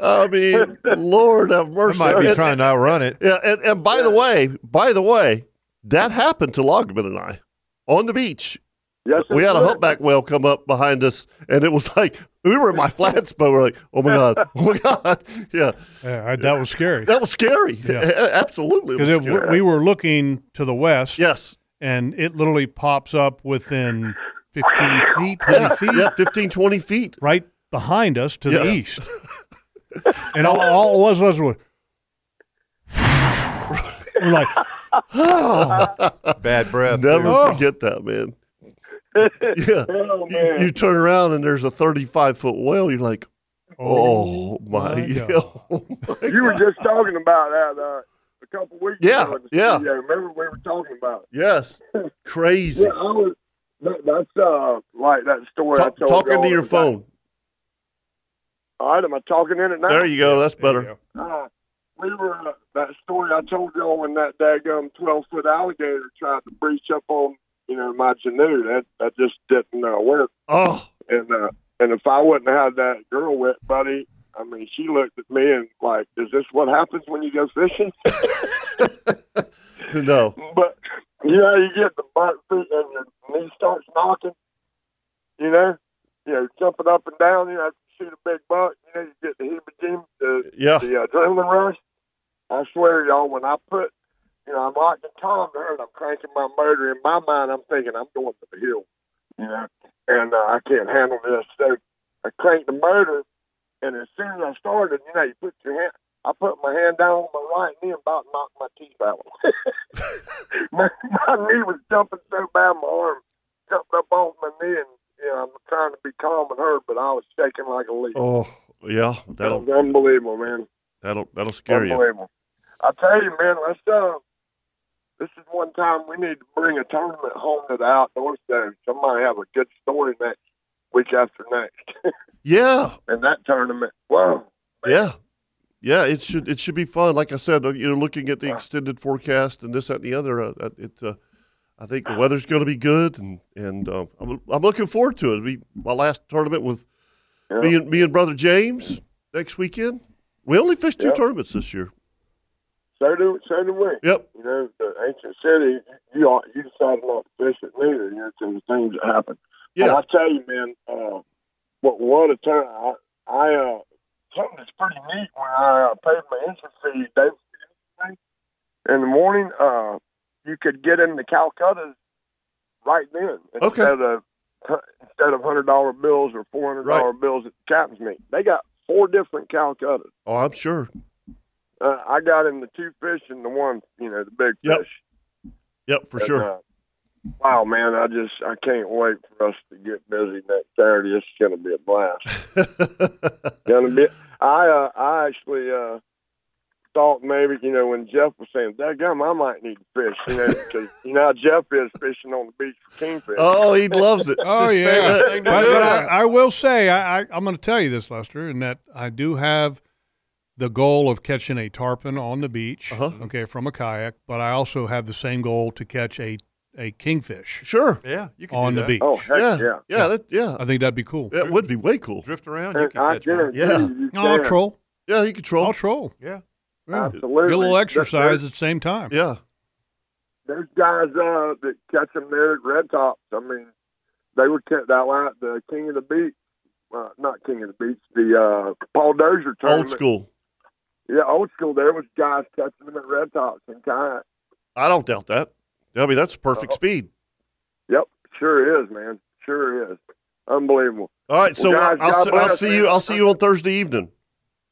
[SPEAKER 2] I mean, Lord have mercy.
[SPEAKER 4] might be
[SPEAKER 2] And-
[SPEAKER 4] trying to outrun it.
[SPEAKER 2] Yeah, and, and by the way, by the way, that happened to Logman and I on the beach.
[SPEAKER 16] Yes,
[SPEAKER 2] we
[SPEAKER 16] it
[SPEAKER 2] had a
[SPEAKER 16] did.
[SPEAKER 2] humpback whale come up behind us, and it was like we were in my flats, but we're like, oh my god, oh my god, yeah,
[SPEAKER 3] Yeah, Uh, I- that was scary.
[SPEAKER 2] that was scary.
[SPEAKER 3] Yeah.
[SPEAKER 2] A- absolutely, it was
[SPEAKER 3] Because
[SPEAKER 2] scary.
[SPEAKER 3] we were looking to the west.
[SPEAKER 2] Yes.
[SPEAKER 3] And it literally pops up within 15 feet, 20
[SPEAKER 2] Yeah,
[SPEAKER 3] feet.
[SPEAKER 2] yeah, 15, 20 feet.
[SPEAKER 3] Right behind us to
[SPEAKER 2] Yeah.
[SPEAKER 3] the east. and all, all it was was, was we're like,
[SPEAKER 4] bad breath.
[SPEAKER 2] Never
[SPEAKER 3] Oh.
[SPEAKER 2] forget that, man. yeah,
[SPEAKER 16] Oh,
[SPEAKER 2] you, you turn around and there's a 35 foot whale. You're like, oh, my, Oh,
[SPEAKER 16] you were just talking about that uh, a couple weeks
[SPEAKER 2] Yeah,
[SPEAKER 16] ago. in the
[SPEAKER 2] yeah.
[SPEAKER 16] studio. Remember we were talking about it.
[SPEAKER 2] yes, crazy.
[SPEAKER 16] Yeah, I was, that, that's uh, like that story I
[SPEAKER 2] Talk,
[SPEAKER 16] told
[SPEAKER 2] talking
[SPEAKER 16] y'all
[SPEAKER 2] to your
[SPEAKER 16] about-
[SPEAKER 2] phone.
[SPEAKER 16] All right, am I talking in it now?
[SPEAKER 2] There you go. That's better.
[SPEAKER 16] Uh, we were uh, that story I told y'all when that daggum twelve foot alligator tried to breach up on you know my Janu. That that just didn't uh, work.
[SPEAKER 2] Oh,
[SPEAKER 16] And uh, and if I wouldn't have had that girl with buddy, I mean, she looked at me and like, is this what happens when you go fishing?
[SPEAKER 2] No.
[SPEAKER 16] but you know, you get the butt feet and your knee starts knocking. You know, you know, jumping up and down. You know, after you shoot a big buck. You know, you get the heebie-jeebies, the,
[SPEAKER 2] Yeah.
[SPEAKER 16] the uh, adrenaline rush. I swear, y'all, when I put, you know, I'm locked in Tom there and I'm cranking my motor. In my mind, I'm thinking I'm going to the hill. You know, and uh, I can't handle this. So I cranked the motor, and as soon as I started, you know, you put your hand. I put my hand down on my right knee and about knocked my teeth out. my, my knee was jumping so bad, my arm jumped up off my knee, and you know, I'm trying to be calm and her, but I was shaking like a leaf.
[SPEAKER 2] Oh, yeah.
[SPEAKER 16] that
[SPEAKER 2] That'll
[SPEAKER 16] was unbelievable, man.
[SPEAKER 2] that'll that'll scare you.
[SPEAKER 16] Unbelievable. I tell you, man, let's uh, this is one time we need to bring a tournament home to the outdoor show. Somebody have a good story next week after next
[SPEAKER 2] Yeah.
[SPEAKER 16] in that tournament. Wow.
[SPEAKER 2] Yeah. Yeah, it should it should be fun. Like I said, uh, you know, looking at the extended forecast and this that, and the other, uh, uh, it uh, I think the weather's going to be good, and and um, I'm, I'm looking forward to it. It'll be my last tournament with me and me and brother James next weekend. We only fished two
[SPEAKER 16] Yeah.
[SPEAKER 2] tournaments this year.
[SPEAKER 16] So do so do we.
[SPEAKER 2] Yep.
[SPEAKER 16] You know, the ancient city, you all, you decided not to fish it neither. You know, so the things that happen.
[SPEAKER 2] Yeah.
[SPEAKER 16] But I tell you, man, uh, what what a turn! I, I uh, something that's pretty neat when I uh, paid my entrance fee day in the morning. Uh, you could get into Calcutta's right then
[SPEAKER 2] Okay.
[SPEAKER 16] instead of instead of hundred dollar bills or four hundred dollar bills at the captain's meet. They got four different Calcuttas.
[SPEAKER 2] Oh, I'm sure.
[SPEAKER 16] Uh, I got in the two fish and the one, you know, the big fish.
[SPEAKER 2] Yep, for
[SPEAKER 16] And,
[SPEAKER 2] sure.
[SPEAKER 16] uh, wow, man, I just I can't wait for us to get busy next Saturday. It's gonna be a blast. gonna be. I uh, I actually uh, thought maybe you know when Jeff was saying that gum, I might need to fish. You know, 'cause you know how Jeff is fishing on the beach for kingfish.
[SPEAKER 2] Oh, he loves it.
[SPEAKER 3] Oh yeah,
[SPEAKER 2] favorite thing to
[SPEAKER 3] But-
[SPEAKER 2] do.
[SPEAKER 3] but I, I will say I, I, I'm going to tell you this, Lester, and that I do have the goal of catching a tarpon on the beach,
[SPEAKER 2] Uh-huh.
[SPEAKER 3] okay, from a kayak. But I also have the same goal to catch a a kingfish.
[SPEAKER 2] Sure,
[SPEAKER 4] yeah, you
[SPEAKER 3] on the beach.
[SPEAKER 4] Oh,
[SPEAKER 2] yeah, yeah, yeah, that, yeah.
[SPEAKER 3] I think that'd be cool.
[SPEAKER 2] That would be way cool.
[SPEAKER 4] Drift around,
[SPEAKER 3] you could catch one.
[SPEAKER 2] Yeah,
[SPEAKER 3] No, I'll troll.
[SPEAKER 2] Yeah, you can troll.
[SPEAKER 3] I'll troll.
[SPEAKER 4] Yeah,
[SPEAKER 16] Uh,
[SPEAKER 3] Yeah.
[SPEAKER 16] Absolutely.
[SPEAKER 3] Get a little
[SPEAKER 16] That-
[SPEAKER 3] exercise at the same time.
[SPEAKER 2] Yeah.
[SPEAKER 16] Those guys uh, that catch them there at Red Tops, I mean, they were kept out like the King of the Beach, uh, not King of the Beach, the uh, Paul Dozier tournament.
[SPEAKER 2] Old school.
[SPEAKER 16] Yeah, old school. There was guys catching them at Red Tops and kayak.
[SPEAKER 2] I don't doubt that. I mean, that's perfect speed.
[SPEAKER 16] Yep, sure is, man. Sure is. Unbelievable.
[SPEAKER 2] All right, so
[SPEAKER 16] Well, guys,
[SPEAKER 2] I'll,
[SPEAKER 16] God
[SPEAKER 2] se- I'll
[SPEAKER 16] bless,
[SPEAKER 2] see
[SPEAKER 16] man.
[SPEAKER 2] you. I'll see you on Thursday evening.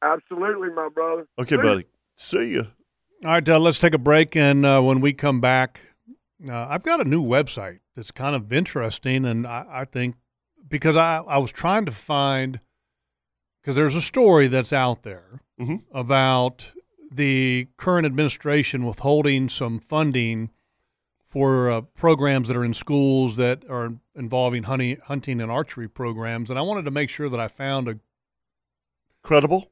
[SPEAKER 16] Absolutely, my brother.
[SPEAKER 2] Okay, buddy. See you.
[SPEAKER 3] All right, uh, let's take a break, and uh, when we come back, uh, I've got a new website that's kind of interesting, and I, I think because I, I was trying to find because there's a story that's out there about the current administration withholding some funding for uh, programs that are in schools that are involving hunting, hunting and archery programs, and I wanted to make sure that I found a
[SPEAKER 2] credible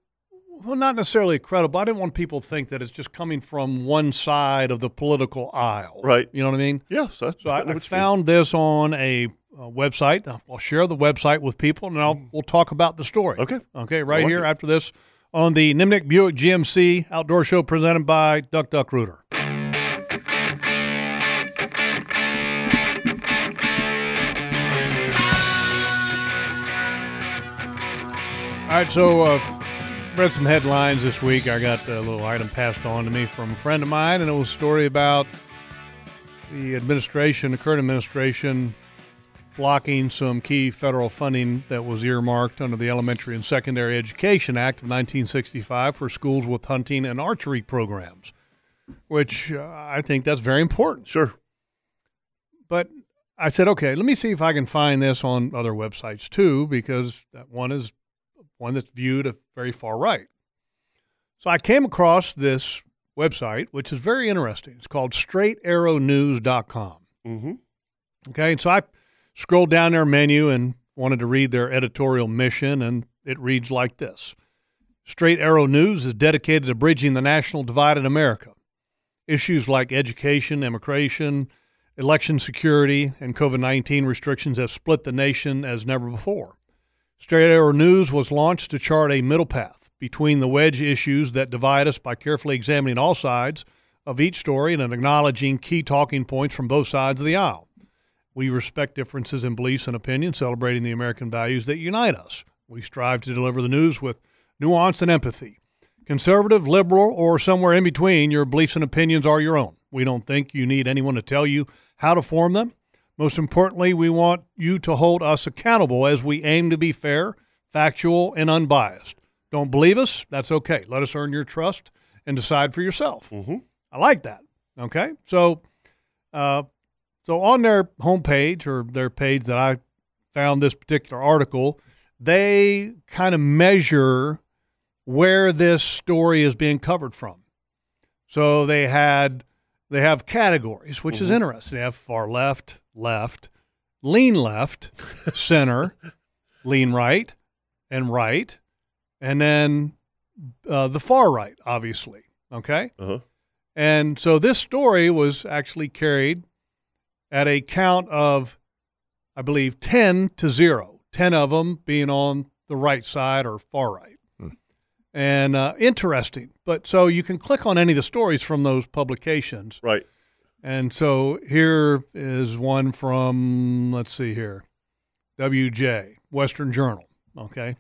[SPEAKER 3] well, not necessarily credible. I didn't want people to think that it's just coming from one side of the political aisle.
[SPEAKER 2] Right.
[SPEAKER 3] You know what I mean?
[SPEAKER 2] Yes. So
[SPEAKER 3] I, I found this on a, uh website. I'll share the website with people, and I'll, we'll talk about the story.
[SPEAKER 2] Okay.
[SPEAKER 3] Okay,
[SPEAKER 2] I
[SPEAKER 3] right
[SPEAKER 2] like
[SPEAKER 3] here after this on the Nimnik Buick GMC Outdoor Show presented by Duck Duck Rooter. All right, so uh, read some headlines this week. I got a little item passed on to me from a friend of mine, and it was a story about the administration, the current administration, blocking some key federal funding that was earmarked under the Elementary and Secondary Education Act of 1965 for schools with hunting and archery programs, which uh, I think that's very important.
[SPEAKER 2] Sure.
[SPEAKER 3] But I said, okay, let me see if I can find this on other websites too, because that one is one that's viewed a very far right. So I came across this website, which is very interesting. It's called straightarrownews.com.
[SPEAKER 2] Mm-hmm.
[SPEAKER 3] Okay. And so I scrolled down their menu and wanted to read their editorial mission, and it reads like this Straight Arrow News is dedicated to bridging the national divide in America. Issues like education, immigration, election security, and COVID 19 restrictions have split the nation as never before. Straight Arrow News was launched to chart a middle path between the wedge issues that divide us by carefully examining all sides of each story and acknowledging key talking points from both sides of the aisle. We respect differences in beliefs and opinions, celebrating the American values that unite us. We strive to deliver the news with nuance and empathy. Conservative, liberal, or somewhere in between, your beliefs and opinions are your own. We don't think you need anyone to tell you how to form them. Most importantly, we want you to hold us accountable as we aim to be fair, factual, and unbiased. Don't believe us? That's okay. Let us earn your trust and decide for yourself. Mm-hmm. I like that. Okay. So, uh, so on their homepage or their page that I found this particular article, they kind of measure where this story is being covered from. So they had they have categories, which is
[SPEAKER 5] Mhm.
[SPEAKER 3] interesting. They have far left, left, lean left, center, lean right, and right, and then uh, the far right, obviously. Okay.
[SPEAKER 2] Uh-huh.
[SPEAKER 3] And so this story was actually carried at a count of, I believe, 10 to 0, 10 of them being on the right side or far right. And uh, interesting. But so you can click on any of the stories from those publications.
[SPEAKER 2] Right.
[SPEAKER 3] And so here is one from, let's see here, WJ, Western Journal. Okay.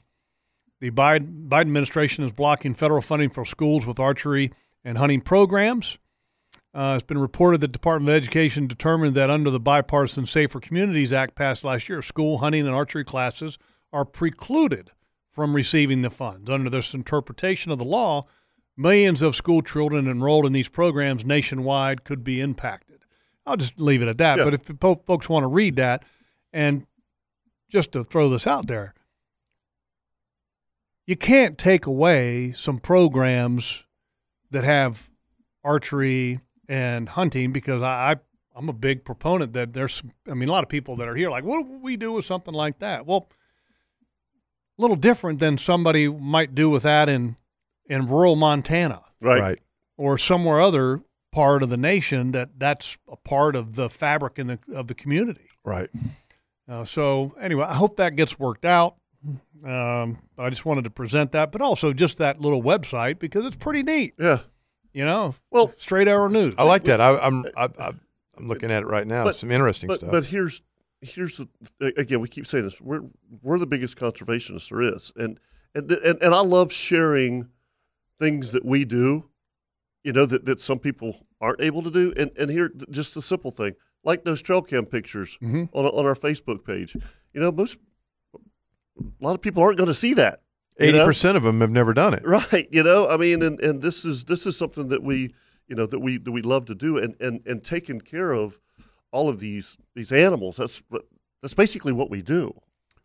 [SPEAKER 3] The Biden, Biden administration is blocking federal funding for schools with archery and hunting programs. Uh, it's been reported that Department of Education determined that under the bipartisan Safer Communities Act passed last year, school hunting and archery classes are precluded from receiving the funds. Under this interpretation of the law, millions of school children enrolled in these programs nationwide could be impacted. I'll just leave it at that. But if po- folks want to read that, and just to throw this out there, you can't take away some programs that have archery and hunting because I, I I'm a big proponent that there's some- I mean a lot of people that are here like what do we do with something like that? Well, a little different than somebody might do with that in in rural Montana,
[SPEAKER 2] Right. Right.
[SPEAKER 3] Or somewhere other part of the nation that that's a part of the fabric in the of the community.
[SPEAKER 4] Right.
[SPEAKER 3] Uh, so anyway, I hope that gets worked out. Um, I just wanted to present that, but also just that little website because it's pretty neat.
[SPEAKER 2] Yeah.
[SPEAKER 3] You know, well, straight arrow news.
[SPEAKER 4] I like that. I, I'm I, I, I'm looking at it right now. Some interesting
[SPEAKER 2] but,
[SPEAKER 4] stuff.
[SPEAKER 2] But here's here's the, again we keep saying this we're we're the biggest conservationists there is, and and and, and I love sharing things that we do, you know that, that some people aren't able to do, and and here just the simple thing like those trail cam pictures
[SPEAKER 4] Mm-hmm.
[SPEAKER 3] Mhm.
[SPEAKER 2] on on our Facebook page, you know most a lot of people aren't going to see that. you
[SPEAKER 4] Eighty
[SPEAKER 2] know?
[SPEAKER 4] percent of them have never done it.
[SPEAKER 2] right you know i mean and, and this is this is something that we you know that we that we love to do and and and taking care of all of these these animals that's what- that's basically what we do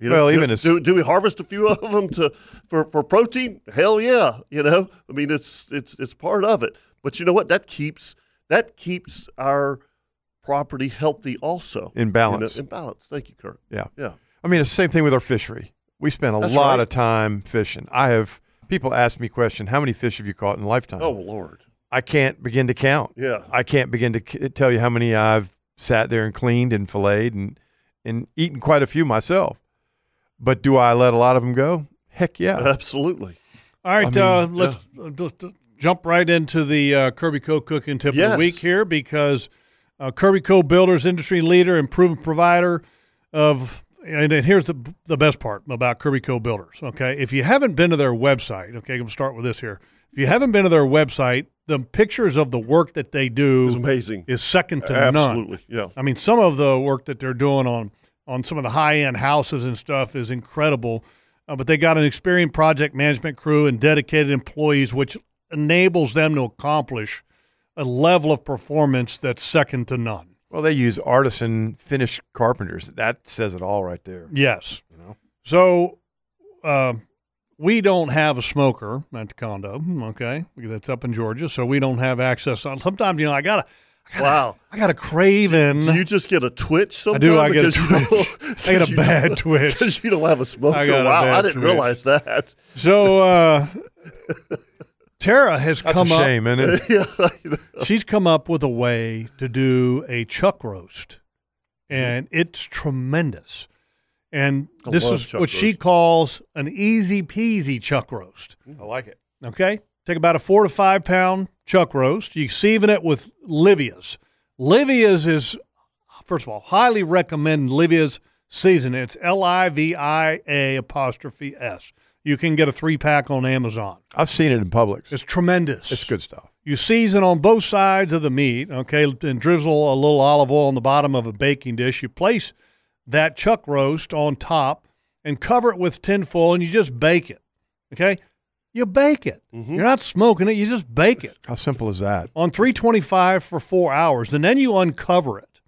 [SPEAKER 2] you know,
[SPEAKER 4] Well,
[SPEAKER 2] do-
[SPEAKER 4] even as-
[SPEAKER 2] do, do we harvest a few of them to for, for protein? Hell yeah, you know. I mean, it's it's it's part of it. But you know what? That keeps that keeps our property healthy, also
[SPEAKER 4] In balance.
[SPEAKER 2] You know, in balance. Thank you, Kirk.
[SPEAKER 4] Yeah.
[SPEAKER 2] yeah.
[SPEAKER 4] I mean, it's the same thing with our fishery. We spend a
[SPEAKER 2] That's
[SPEAKER 4] lot
[SPEAKER 2] right.
[SPEAKER 4] of time fishing. I have people ask me question, how many fish have you caught in a lifetime?
[SPEAKER 2] Oh Lord.
[SPEAKER 4] I can't begin to count.
[SPEAKER 2] Yeah.
[SPEAKER 4] I can't begin to c- tell you how many I've sat there and cleaned and filleted and and eaten quite a few myself. But do I let a lot of them go? Heck yeah.
[SPEAKER 2] Absolutely.
[SPEAKER 3] All right,
[SPEAKER 4] I
[SPEAKER 3] uh,
[SPEAKER 4] mean,
[SPEAKER 3] let's uh, just, uh, jump right into the uh, Kirby Co. cooking tip of
[SPEAKER 4] Yes.
[SPEAKER 3] the week here because uh, Kirby Co. Builders, industry leader and proven provider of. And, and here's the the best part about Kirby Co. Builders. Okay, if you haven't been to their website, okay, I'm gonna start with this here. If you haven't been to their website, the pictures of the work that they do is
[SPEAKER 2] amazing.
[SPEAKER 3] Is second to none.
[SPEAKER 2] Absolutely, yeah.
[SPEAKER 3] I mean, some of the work that they're doing on on some of the high end houses and stuff is incredible. Uh, but they got an experienced project management crew and dedicated employees, which enables them to accomplish a level of performance that's second to none.
[SPEAKER 4] Well, they use artisan finished carpenters. That says it all right there.
[SPEAKER 3] Yes. So uh, we don't have a smoker at the condo. Okay, that's up in Georgia, so we don't have access. On sometimes, you know, I gotta. I gotta
[SPEAKER 2] wow.
[SPEAKER 3] I got a craving.
[SPEAKER 2] Do you just get a twitch
[SPEAKER 3] I
[SPEAKER 2] sometimes?
[SPEAKER 3] do, I get a
[SPEAKER 2] twitch.
[SPEAKER 3] I get a bad twitch.
[SPEAKER 2] Because you don't have a smoker.
[SPEAKER 3] I got a
[SPEAKER 2] wow, I
[SPEAKER 3] bad
[SPEAKER 2] didn't
[SPEAKER 3] twitch.
[SPEAKER 2] realize that.
[SPEAKER 3] So uh, Tara has
[SPEAKER 2] That's a
[SPEAKER 3] come up.
[SPEAKER 2] shame, isn't it?
[SPEAKER 3] She's come up with a way to do a chuck roast, and it's tremendous. And
[SPEAKER 4] I
[SPEAKER 3] this
[SPEAKER 4] love
[SPEAKER 3] is
[SPEAKER 4] chuck
[SPEAKER 3] what she
[SPEAKER 4] roast.
[SPEAKER 3] calls an easy peasy chuck roast.
[SPEAKER 4] I like it.
[SPEAKER 3] Okay. Take about a four to five pound chuck roast. You season it with Livia's. Livia's is, first of all, highly recommend Livia's season. It's L I V I A apostrophe S. You can get a three pack on Amazon.
[SPEAKER 4] I've seen it in Publix.
[SPEAKER 3] It's tremendous.
[SPEAKER 4] It's good stuff.
[SPEAKER 3] You season on both sides of the meat, okay, and drizzle a little olive oil on the bottom of a baking dish. You place that chuck roast on top and cover it with tinfoil and you just bake it, okay? You bake it. You're not smoking it, you just bake it.
[SPEAKER 4] How simple is that?
[SPEAKER 3] On 325 for four hours, and then you uncover it,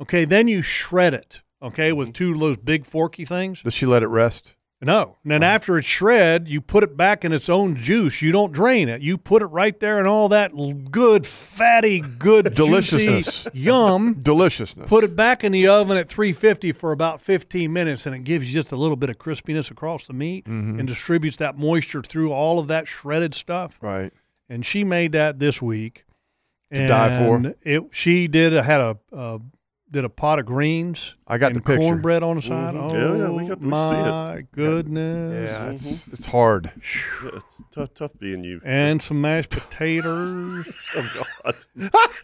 [SPEAKER 3] okay? Then you shred it, okay, with two of those big forky things.
[SPEAKER 4] Does she let it rest?
[SPEAKER 3] No. And then after it's shred, you put it back in its own juice. You don't drain it. You put it right there and all that l- good, fatty, good,
[SPEAKER 4] Deliciousness.
[SPEAKER 3] juicy yum.
[SPEAKER 4] Deliciousness.
[SPEAKER 3] Put it back in the oven at 350 for about 15 minutes, and it gives you just a little bit of crispiness across the meat
[SPEAKER 4] Mhm.
[SPEAKER 3] and distributes that moisture through all of that shredded stuff.
[SPEAKER 4] Right.
[SPEAKER 3] And she made that this week.
[SPEAKER 4] To die for.
[SPEAKER 3] And It, she did a, had a uh, did a pot of greens.
[SPEAKER 4] I got
[SPEAKER 3] and
[SPEAKER 4] the picture. Mm-hmm.
[SPEAKER 3] cornbread on the side.
[SPEAKER 2] Mhm.
[SPEAKER 3] Oh,
[SPEAKER 2] Yeah, yeah, we got to see it.
[SPEAKER 3] my goodness!
[SPEAKER 4] Yeah, it's, it's hard.
[SPEAKER 2] Mm-hmm. Yeah, it's tough, tough being you.
[SPEAKER 3] and some mashed potatoes.
[SPEAKER 2] oh God,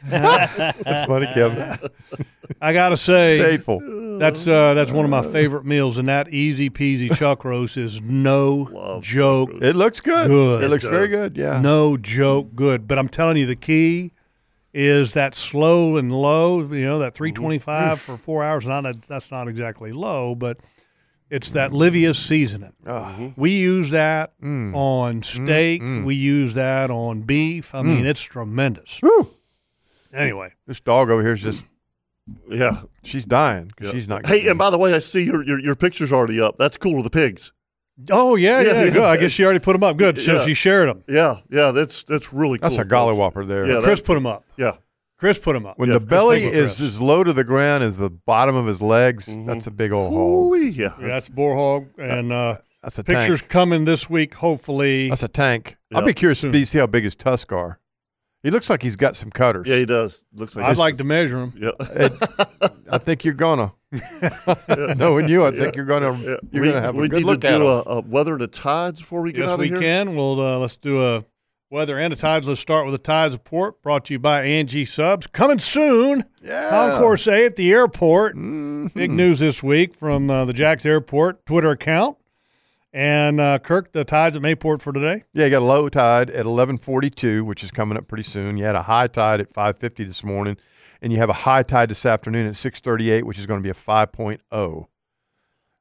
[SPEAKER 4] That's funny, Kevin.
[SPEAKER 3] I gotta say,
[SPEAKER 4] It's hateful.
[SPEAKER 3] That's uh, that's one of my favorite meals, and that easy peasy chuck roast is no joke.
[SPEAKER 4] It looks good. It looks It very does. good, yeah.
[SPEAKER 3] no joke, good. But I'm telling you, the key is that slow and low. You know, that
[SPEAKER 2] Mm-hmm.
[SPEAKER 3] 325 for four hours. Not a, that's not exactly low, but it's that
[SPEAKER 2] Mm-hmm.
[SPEAKER 3] Livia's seasoning. We use that on steak. We use that on beef. I
[SPEAKER 4] Mm.
[SPEAKER 3] mean, it's tremendous. Anyway,
[SPEAKER 4] this dog over here is just
[SPEAKER 2] yeah,
[SPEAKER 4] she's dying because she's not.
[SPEAKER 2] Hey, and by the way, I see your, your your picture's already up. That's cool with the pigs.
[SPEAKER 3] Oh yeah, yeah. good. I guess she already put them up. Good. So
[SPEAKER 2] Yeah.
[SPEAKER 3] she shared them.
[SPEAKER 2] Yeah, yeah. That's that's really cool.
[SPEAKER 4] That's a golly whopper there.
[SPEAKER 2] Yeah,
[SPEAKER 3] Chris put them up.
[SPEAKER 2] Yeah.
[SPEAKER 3] Chris put them up.
[SPEAKER 4] When
[SPEAKER 3] Yeah,
[SPEAKER 4] the
[SPEAKER 3] Chris
[SPEAKER 4] belly
[SPEAKER 3] Bigler
[SPEAKER 4] is as low to the ground as the bottom of his legs, that's a big old hole.
[SPEAKER 2] Yeah,
[SPEAKER 3] that's Borhog, and uh,
[SPEAKER 4] that's a
[SPEAKER 3] pictures coming this week. Hopefully,
[SPEAKER 4] That's a tank. I'll be curious to be- see how big his tusks are. He looks like he's got some cutters.
[SPEAKER 2] Yeah, he does. Looks like
[SPEAKER 3] I'd like to measure them.
[SPEAKER 2] Yeah.
[SPEAKER 4] I think you're gonna. Knowing you, I think you're gonna
[SPEAKER 2] Yeah.
[SPEAKER 4] you're
[SPEAKER 2] we,
[SPEAKER 4] gonna have
[SPEAKER 2] we
[SPEAKER 4] a good
[SPEAKER 2] need
[SPEAKER 4] look
[SPEAKER 2] to
[SPEAKER 4] at
[SPEAKER 2] do
[SPEAKER 4] him.
[SPEAKER 2] a, a weather to tides before we get
[SPEAKER 3] yes,
[SPEAKER 2] out of
[SPEAKER 3] we
[SPEAKER 2] here.
[SPEAKER 3] can. We'll uh, let's do a weather and the tides. Let's start with the tides report brought to you by Angie Subs. Coming soon. Yeah. Concourse A at the airport.
[SPEAKER 4] Mm-hmm.
[SPEAKER 3] Big news this week from uh, the Jacks Airport Twitter account. And uh, Kirk, the tides at Mayport for today.
[SPEAKER 4] Yeah, you got a low tide at 11:42, which is coming up pretty soon. You had a high tide at 5:50 this morning, and you have a high tide this afternoon at 6:38, which is going to be a 5.0.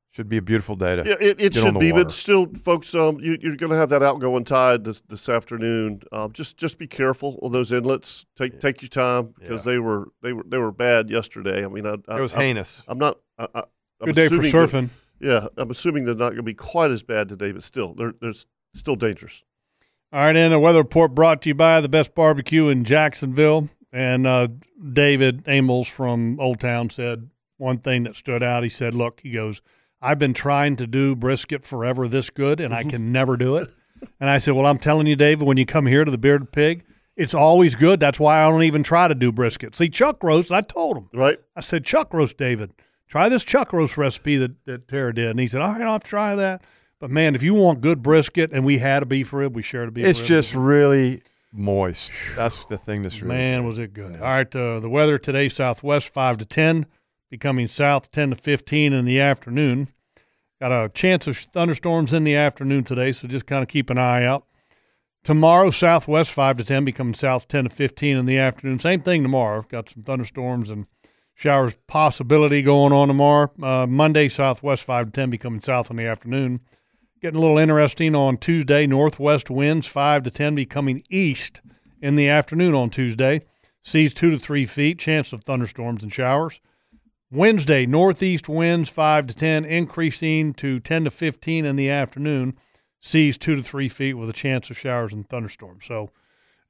[SPEAKER 4] Should be a beautiful day to
[SPEAKER 2] Yeah, it, it
[SPEAKER 4] get on
[SPEAKER 2] should
[SPEAKER 4] the
[SPEAKER 2] be,
[SPEAKER 4] water.
[SPEAKER 2] but still, folks, um, you, you're going to have that outgoing tide this, this afternoon. Um, just just be careful of those inlets. Take take your time because they were they were they were bad yesterday. I mean, I, I,
[SPEAKER 4] It was
[SPEAKER 2] I'm-
[SPEAKER 4] heinous.
[SPEAKER 2] I'm not. I, I, I'm
[SPEAKER 3] Good day for
[SPEAKER 2] assuming they're-
[SPEAKER 3] surfing.
[SPEAKER 2] Yeah, I'm assuming they're not going to be quite as bad today, but still, they're they're s- still dangerous.
[SPEAKER 3] All right, and a weather report brought to you by the best barbecue in Jacksonville. And uh, David Amos from Old Town said one thing that stood out. He said, "Look, he goes, I've been trying to do brisket forever this good, and I can never do it." And I said, "Well, I'm telling you, David, when you come here to the Bearded Pig, it's always good. That's why I don't even try to do brisket. See, chuck roast. I told him,
[SPEAKER 2] right?
[SPEAKER 3] I said, chuck roast, David, try this chuck roast recipe that that Tara did." And he said, "All right, I'll try that." But man, if you want good brisket, and we had a beef rib, we shared a beef
[SPEAKER 4] It's
[SPEAKER 3] rib.
[SPEAKER 4] just really moist. That's the thing that's really
[SPEAKER 3] Man, was it good. All right, uh, the weather today southwest 5 to 10, becoming south 10 to 15 in the afternoon. Got a chance of thunderstorms in the afternoon today, so just kind of keep an eye out. Tomorrow, southwest 5 to 10, becoming south 10 to 15 in the afternoon. Same thing tomorrow. Got some thunderstorms and showers possibility going on tomorrow. Uh, Monday, southwest 5 to 10, becoming south in the afternoon. Getting a little interesting on Tuesday. Northwest winds 5 to 10 becoming east in the afternoon on Tuesday. Seas 2 to 3 feet, chance of thunderstorms and showers. Wednesday, northeast winds 5 to 10, increasing to 10 to 15 in the afternoon. Seas 2 to 3 feet with a chance of showers and thunderstorms. So,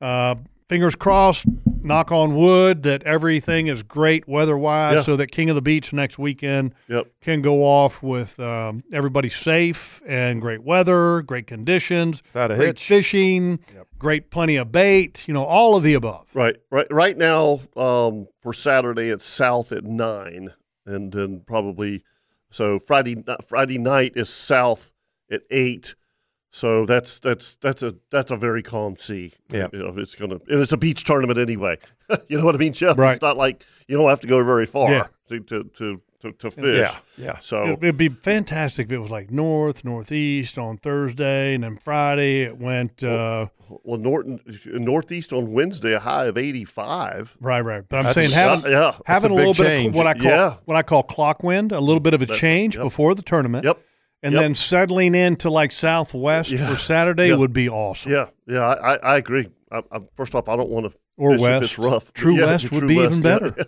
[SPEAKER 3] uh, fingers crossed, knock on wood, that everything is great weather wise
[SPEAKER 2] Yeah.
[SPEAKER 3] so that King of the Beach next weekend
[SPEAKER 2] Yep.
[SPEAKER 3] can go off with um, everybody safe and great weather, great conditions,
[SPEAKER 4] a
[SPEAKER 3] great fishing, great plenty of bait, you know, all of the above.
[SPEAKER 2] Right, right, right now um, for Saturday it's south at nine, and then probably so Friday ni- Friday night is south at eight. So that's that's that's a that's a very calm sea.
[SPEAKER 4] Yeah.
[SPEAKER 2] you know, it's gonna and it's a beach tournament anyway. you know what I mean, Jeff?
[SPEAKER 3] Right.
[SPEAKER 2] It's not like you don't have to go very far
[SPEAKER 3] Yeah.
[SPEAKER 2] to, to to to to fish. So
[SPEAKER 3] It- it'd be fantastic if it was like north, northeast on Thursday, and then Friday it went. Uh,
[SPEAKER 2] well, Norton northeast on Wednesday a high of eighty five.
[SPEAKER 3] Right, right. But I'm saying having having a, little bit of what I call
[SPEAKER 2] yeah.
[SPEAKER 3] what I call clock wind, a little bit of a
[SPEAKER 2] That's-
[SPEAKER 3] change
[SPEAKER 2] yep.
[SPEAKER 3] before the tournament.
[SPEAKER 2] Yep.
[SPEAKER 3] And
[SPEAKER 2] Yep.
[SPEAKER 3] then settling into like southwest for Saturday
[SPEAKER 2] Yeah.
[SPEAKER 3] would be awesome.
[SPEAKER 2] Yeah, yeah, I, I I agree. I, I, first off, I don't want to
[SPEAKER 3] Or
[SPEAKER 2] fish
[SPEAKER 3] west.
[SPEAKER 2] If it's rough.
[SPEAKER 3] True
[SPEAKER 2] Yeah,
[SPEAKER 3] west would be even
[SPEAKER 2] yeah,
[SPEAKER 3] better.
[SPEAKER 2] yeah.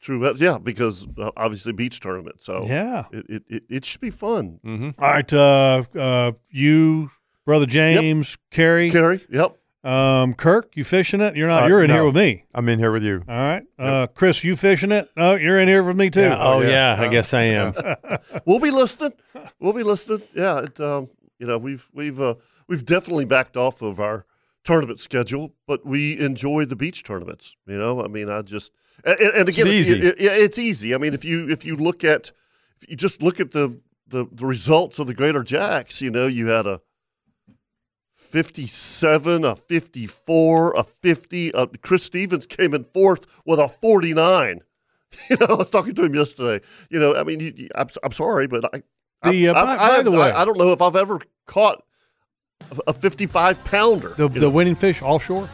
[SPEAKER 2] True west, yeah, because uh, obviously beach tournament. So
[SPEAKER 3] Yeah.
[SPEAKER 2] it it, it, it should be fun.
[SPEAKER 4] Mm-hmm.
[SPEAKER 3] All right, uh, uh, you, brother James, Kerry,
[SPEAKER 2] Kerry, yep.
[SPEAKER 3] Um, Kirk, you fishing it? You're not.
[SPEAKER 4] Uh,
[SPEAKER 3] you're in
[SPEAKER 4] no.
[SPEAKER 3] here with me.
[SPEAKER 4] I'm in here with you.
[SPEAKER 3] All right, uh, Chris, you fishing it? No, you're in here with me too.
[SPEAKER 5] Yeah, oh, yeah, I guess I am.
[SPEAKER 2] we'll be listening. We'll be listening. Yeah, it, um, you know we've we've uh, we've definitely backed off of our tournament schedule, but we enjoy the beach tournaments. You know, I mean, I just and, and- and
[SPEAKER 4] It's
[SPEAKER 2] again, if
[SPEAKER 4] easy.
[SPEAKER 2] you- it- yeah, it's easy. I mean, if you if you look at if you just look at the the, the results of the Greater Jacks, you know, you had a 57, a 54, a 50. Uh, Chris Stevens came in fourth with a 49. You know, I was talking to him yesterday. You know, I mean, you, you- I'm, I'm sorry, but I, I-
[SPEAKER 3] The,
[SPEAKER 2] I,
[SPEAKER 3] uh, by-
[SPEAKER 2] I
[SPEAKER 3] by
[SPEAKER 2] have-
[SPEAKER 3] the way-
[SPEAKER 2] I, I don't know if I've ever caught a, a 55 pounder. you
[SPEAKER 3] The the
[SPEAKER 2] know.
[SPEAKER 3] winning fish offshore.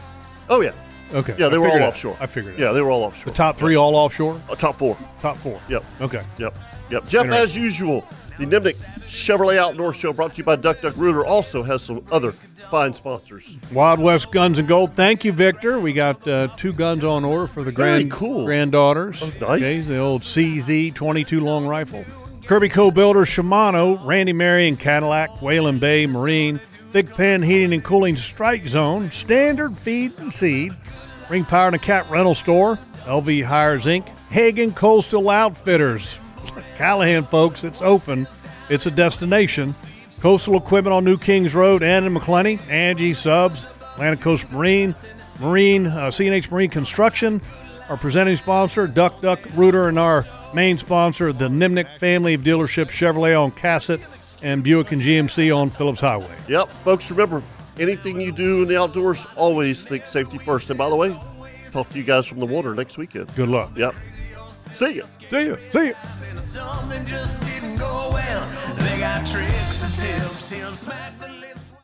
[SPEAKER 2] oh yeah,
[SPEAKER 3] Okay.
[SPEAKER 2] Yeah, they
[SPEAKER 3] I
[SPEAKER 2] were all
[SPEAKER 3] figured it out.
[SPEAKER 2] offshore.
[SPEAKER 3] I figured it
[SPEAKER 2] Yeah,
[SPEAKER 3] out.
[SPEAKER 2] they were all offshore.
[SPEAKER 3] The top three all offshore?
[SPEAKER 2] Uh, top four.
[SPEAKER 3] Top four.
[SPEAKER 2] Yep.
[SPEAKER 3] Okay.
[SPEAKER 2] Yep. Yep. Jeff, as usual, the Nimnik Chevrolet Outdoor Show brought to you by Duck Duck Rooter also has some other fine sponsors.
[SPEAKER 3] Wild West Guns and Gold. Thank you, Victor. We got uh, two guns on order for the
[SPEAKER 2] Very
[SPEAKER 3] grand
[SPEAKER 2] cool. Oh,
[SPEAKER 3] granddaughters.
[SPEAKER 2] nice.
[SPEAKER 3] Okay, the old CZ 22 long rifle. Kirby Co Builder, Shimano, Randy Marion Cadillac, Whalen Bay Marine, Thick Pen Heating and Cooling Strike Zone, Standard Feed and Seed, Ring Power and a Cat Rental Store, LV Hires Inc., Hagen Coastal Outfitters, Callahan folks. It's open. It's a destination. Coastal Equipment on New Kings Road and in McClenny. Angie Subs, Atlantic Coast Marine, Marine uh, CNH Marine Construction, our presenting sponsor Duck Duck Rooter, and our main sponsor the Nimnik family of dealerships Chevrolet on Cassett and Buick and GMC on Phillips Highway.
[SPEAKER 2] Yep. Folks, remember anything you do in the outdoors, always think safety first. And by the way, talk to you guys from the water next weekend.
[SPEAKER 3] Good luck.
[SPEAKER 2] Yep. See ya.
[SPEAKER 3] See ya. See ya.
[SPEAKER 1] Something just didn't go well. They got tricks and tips. He'll smack the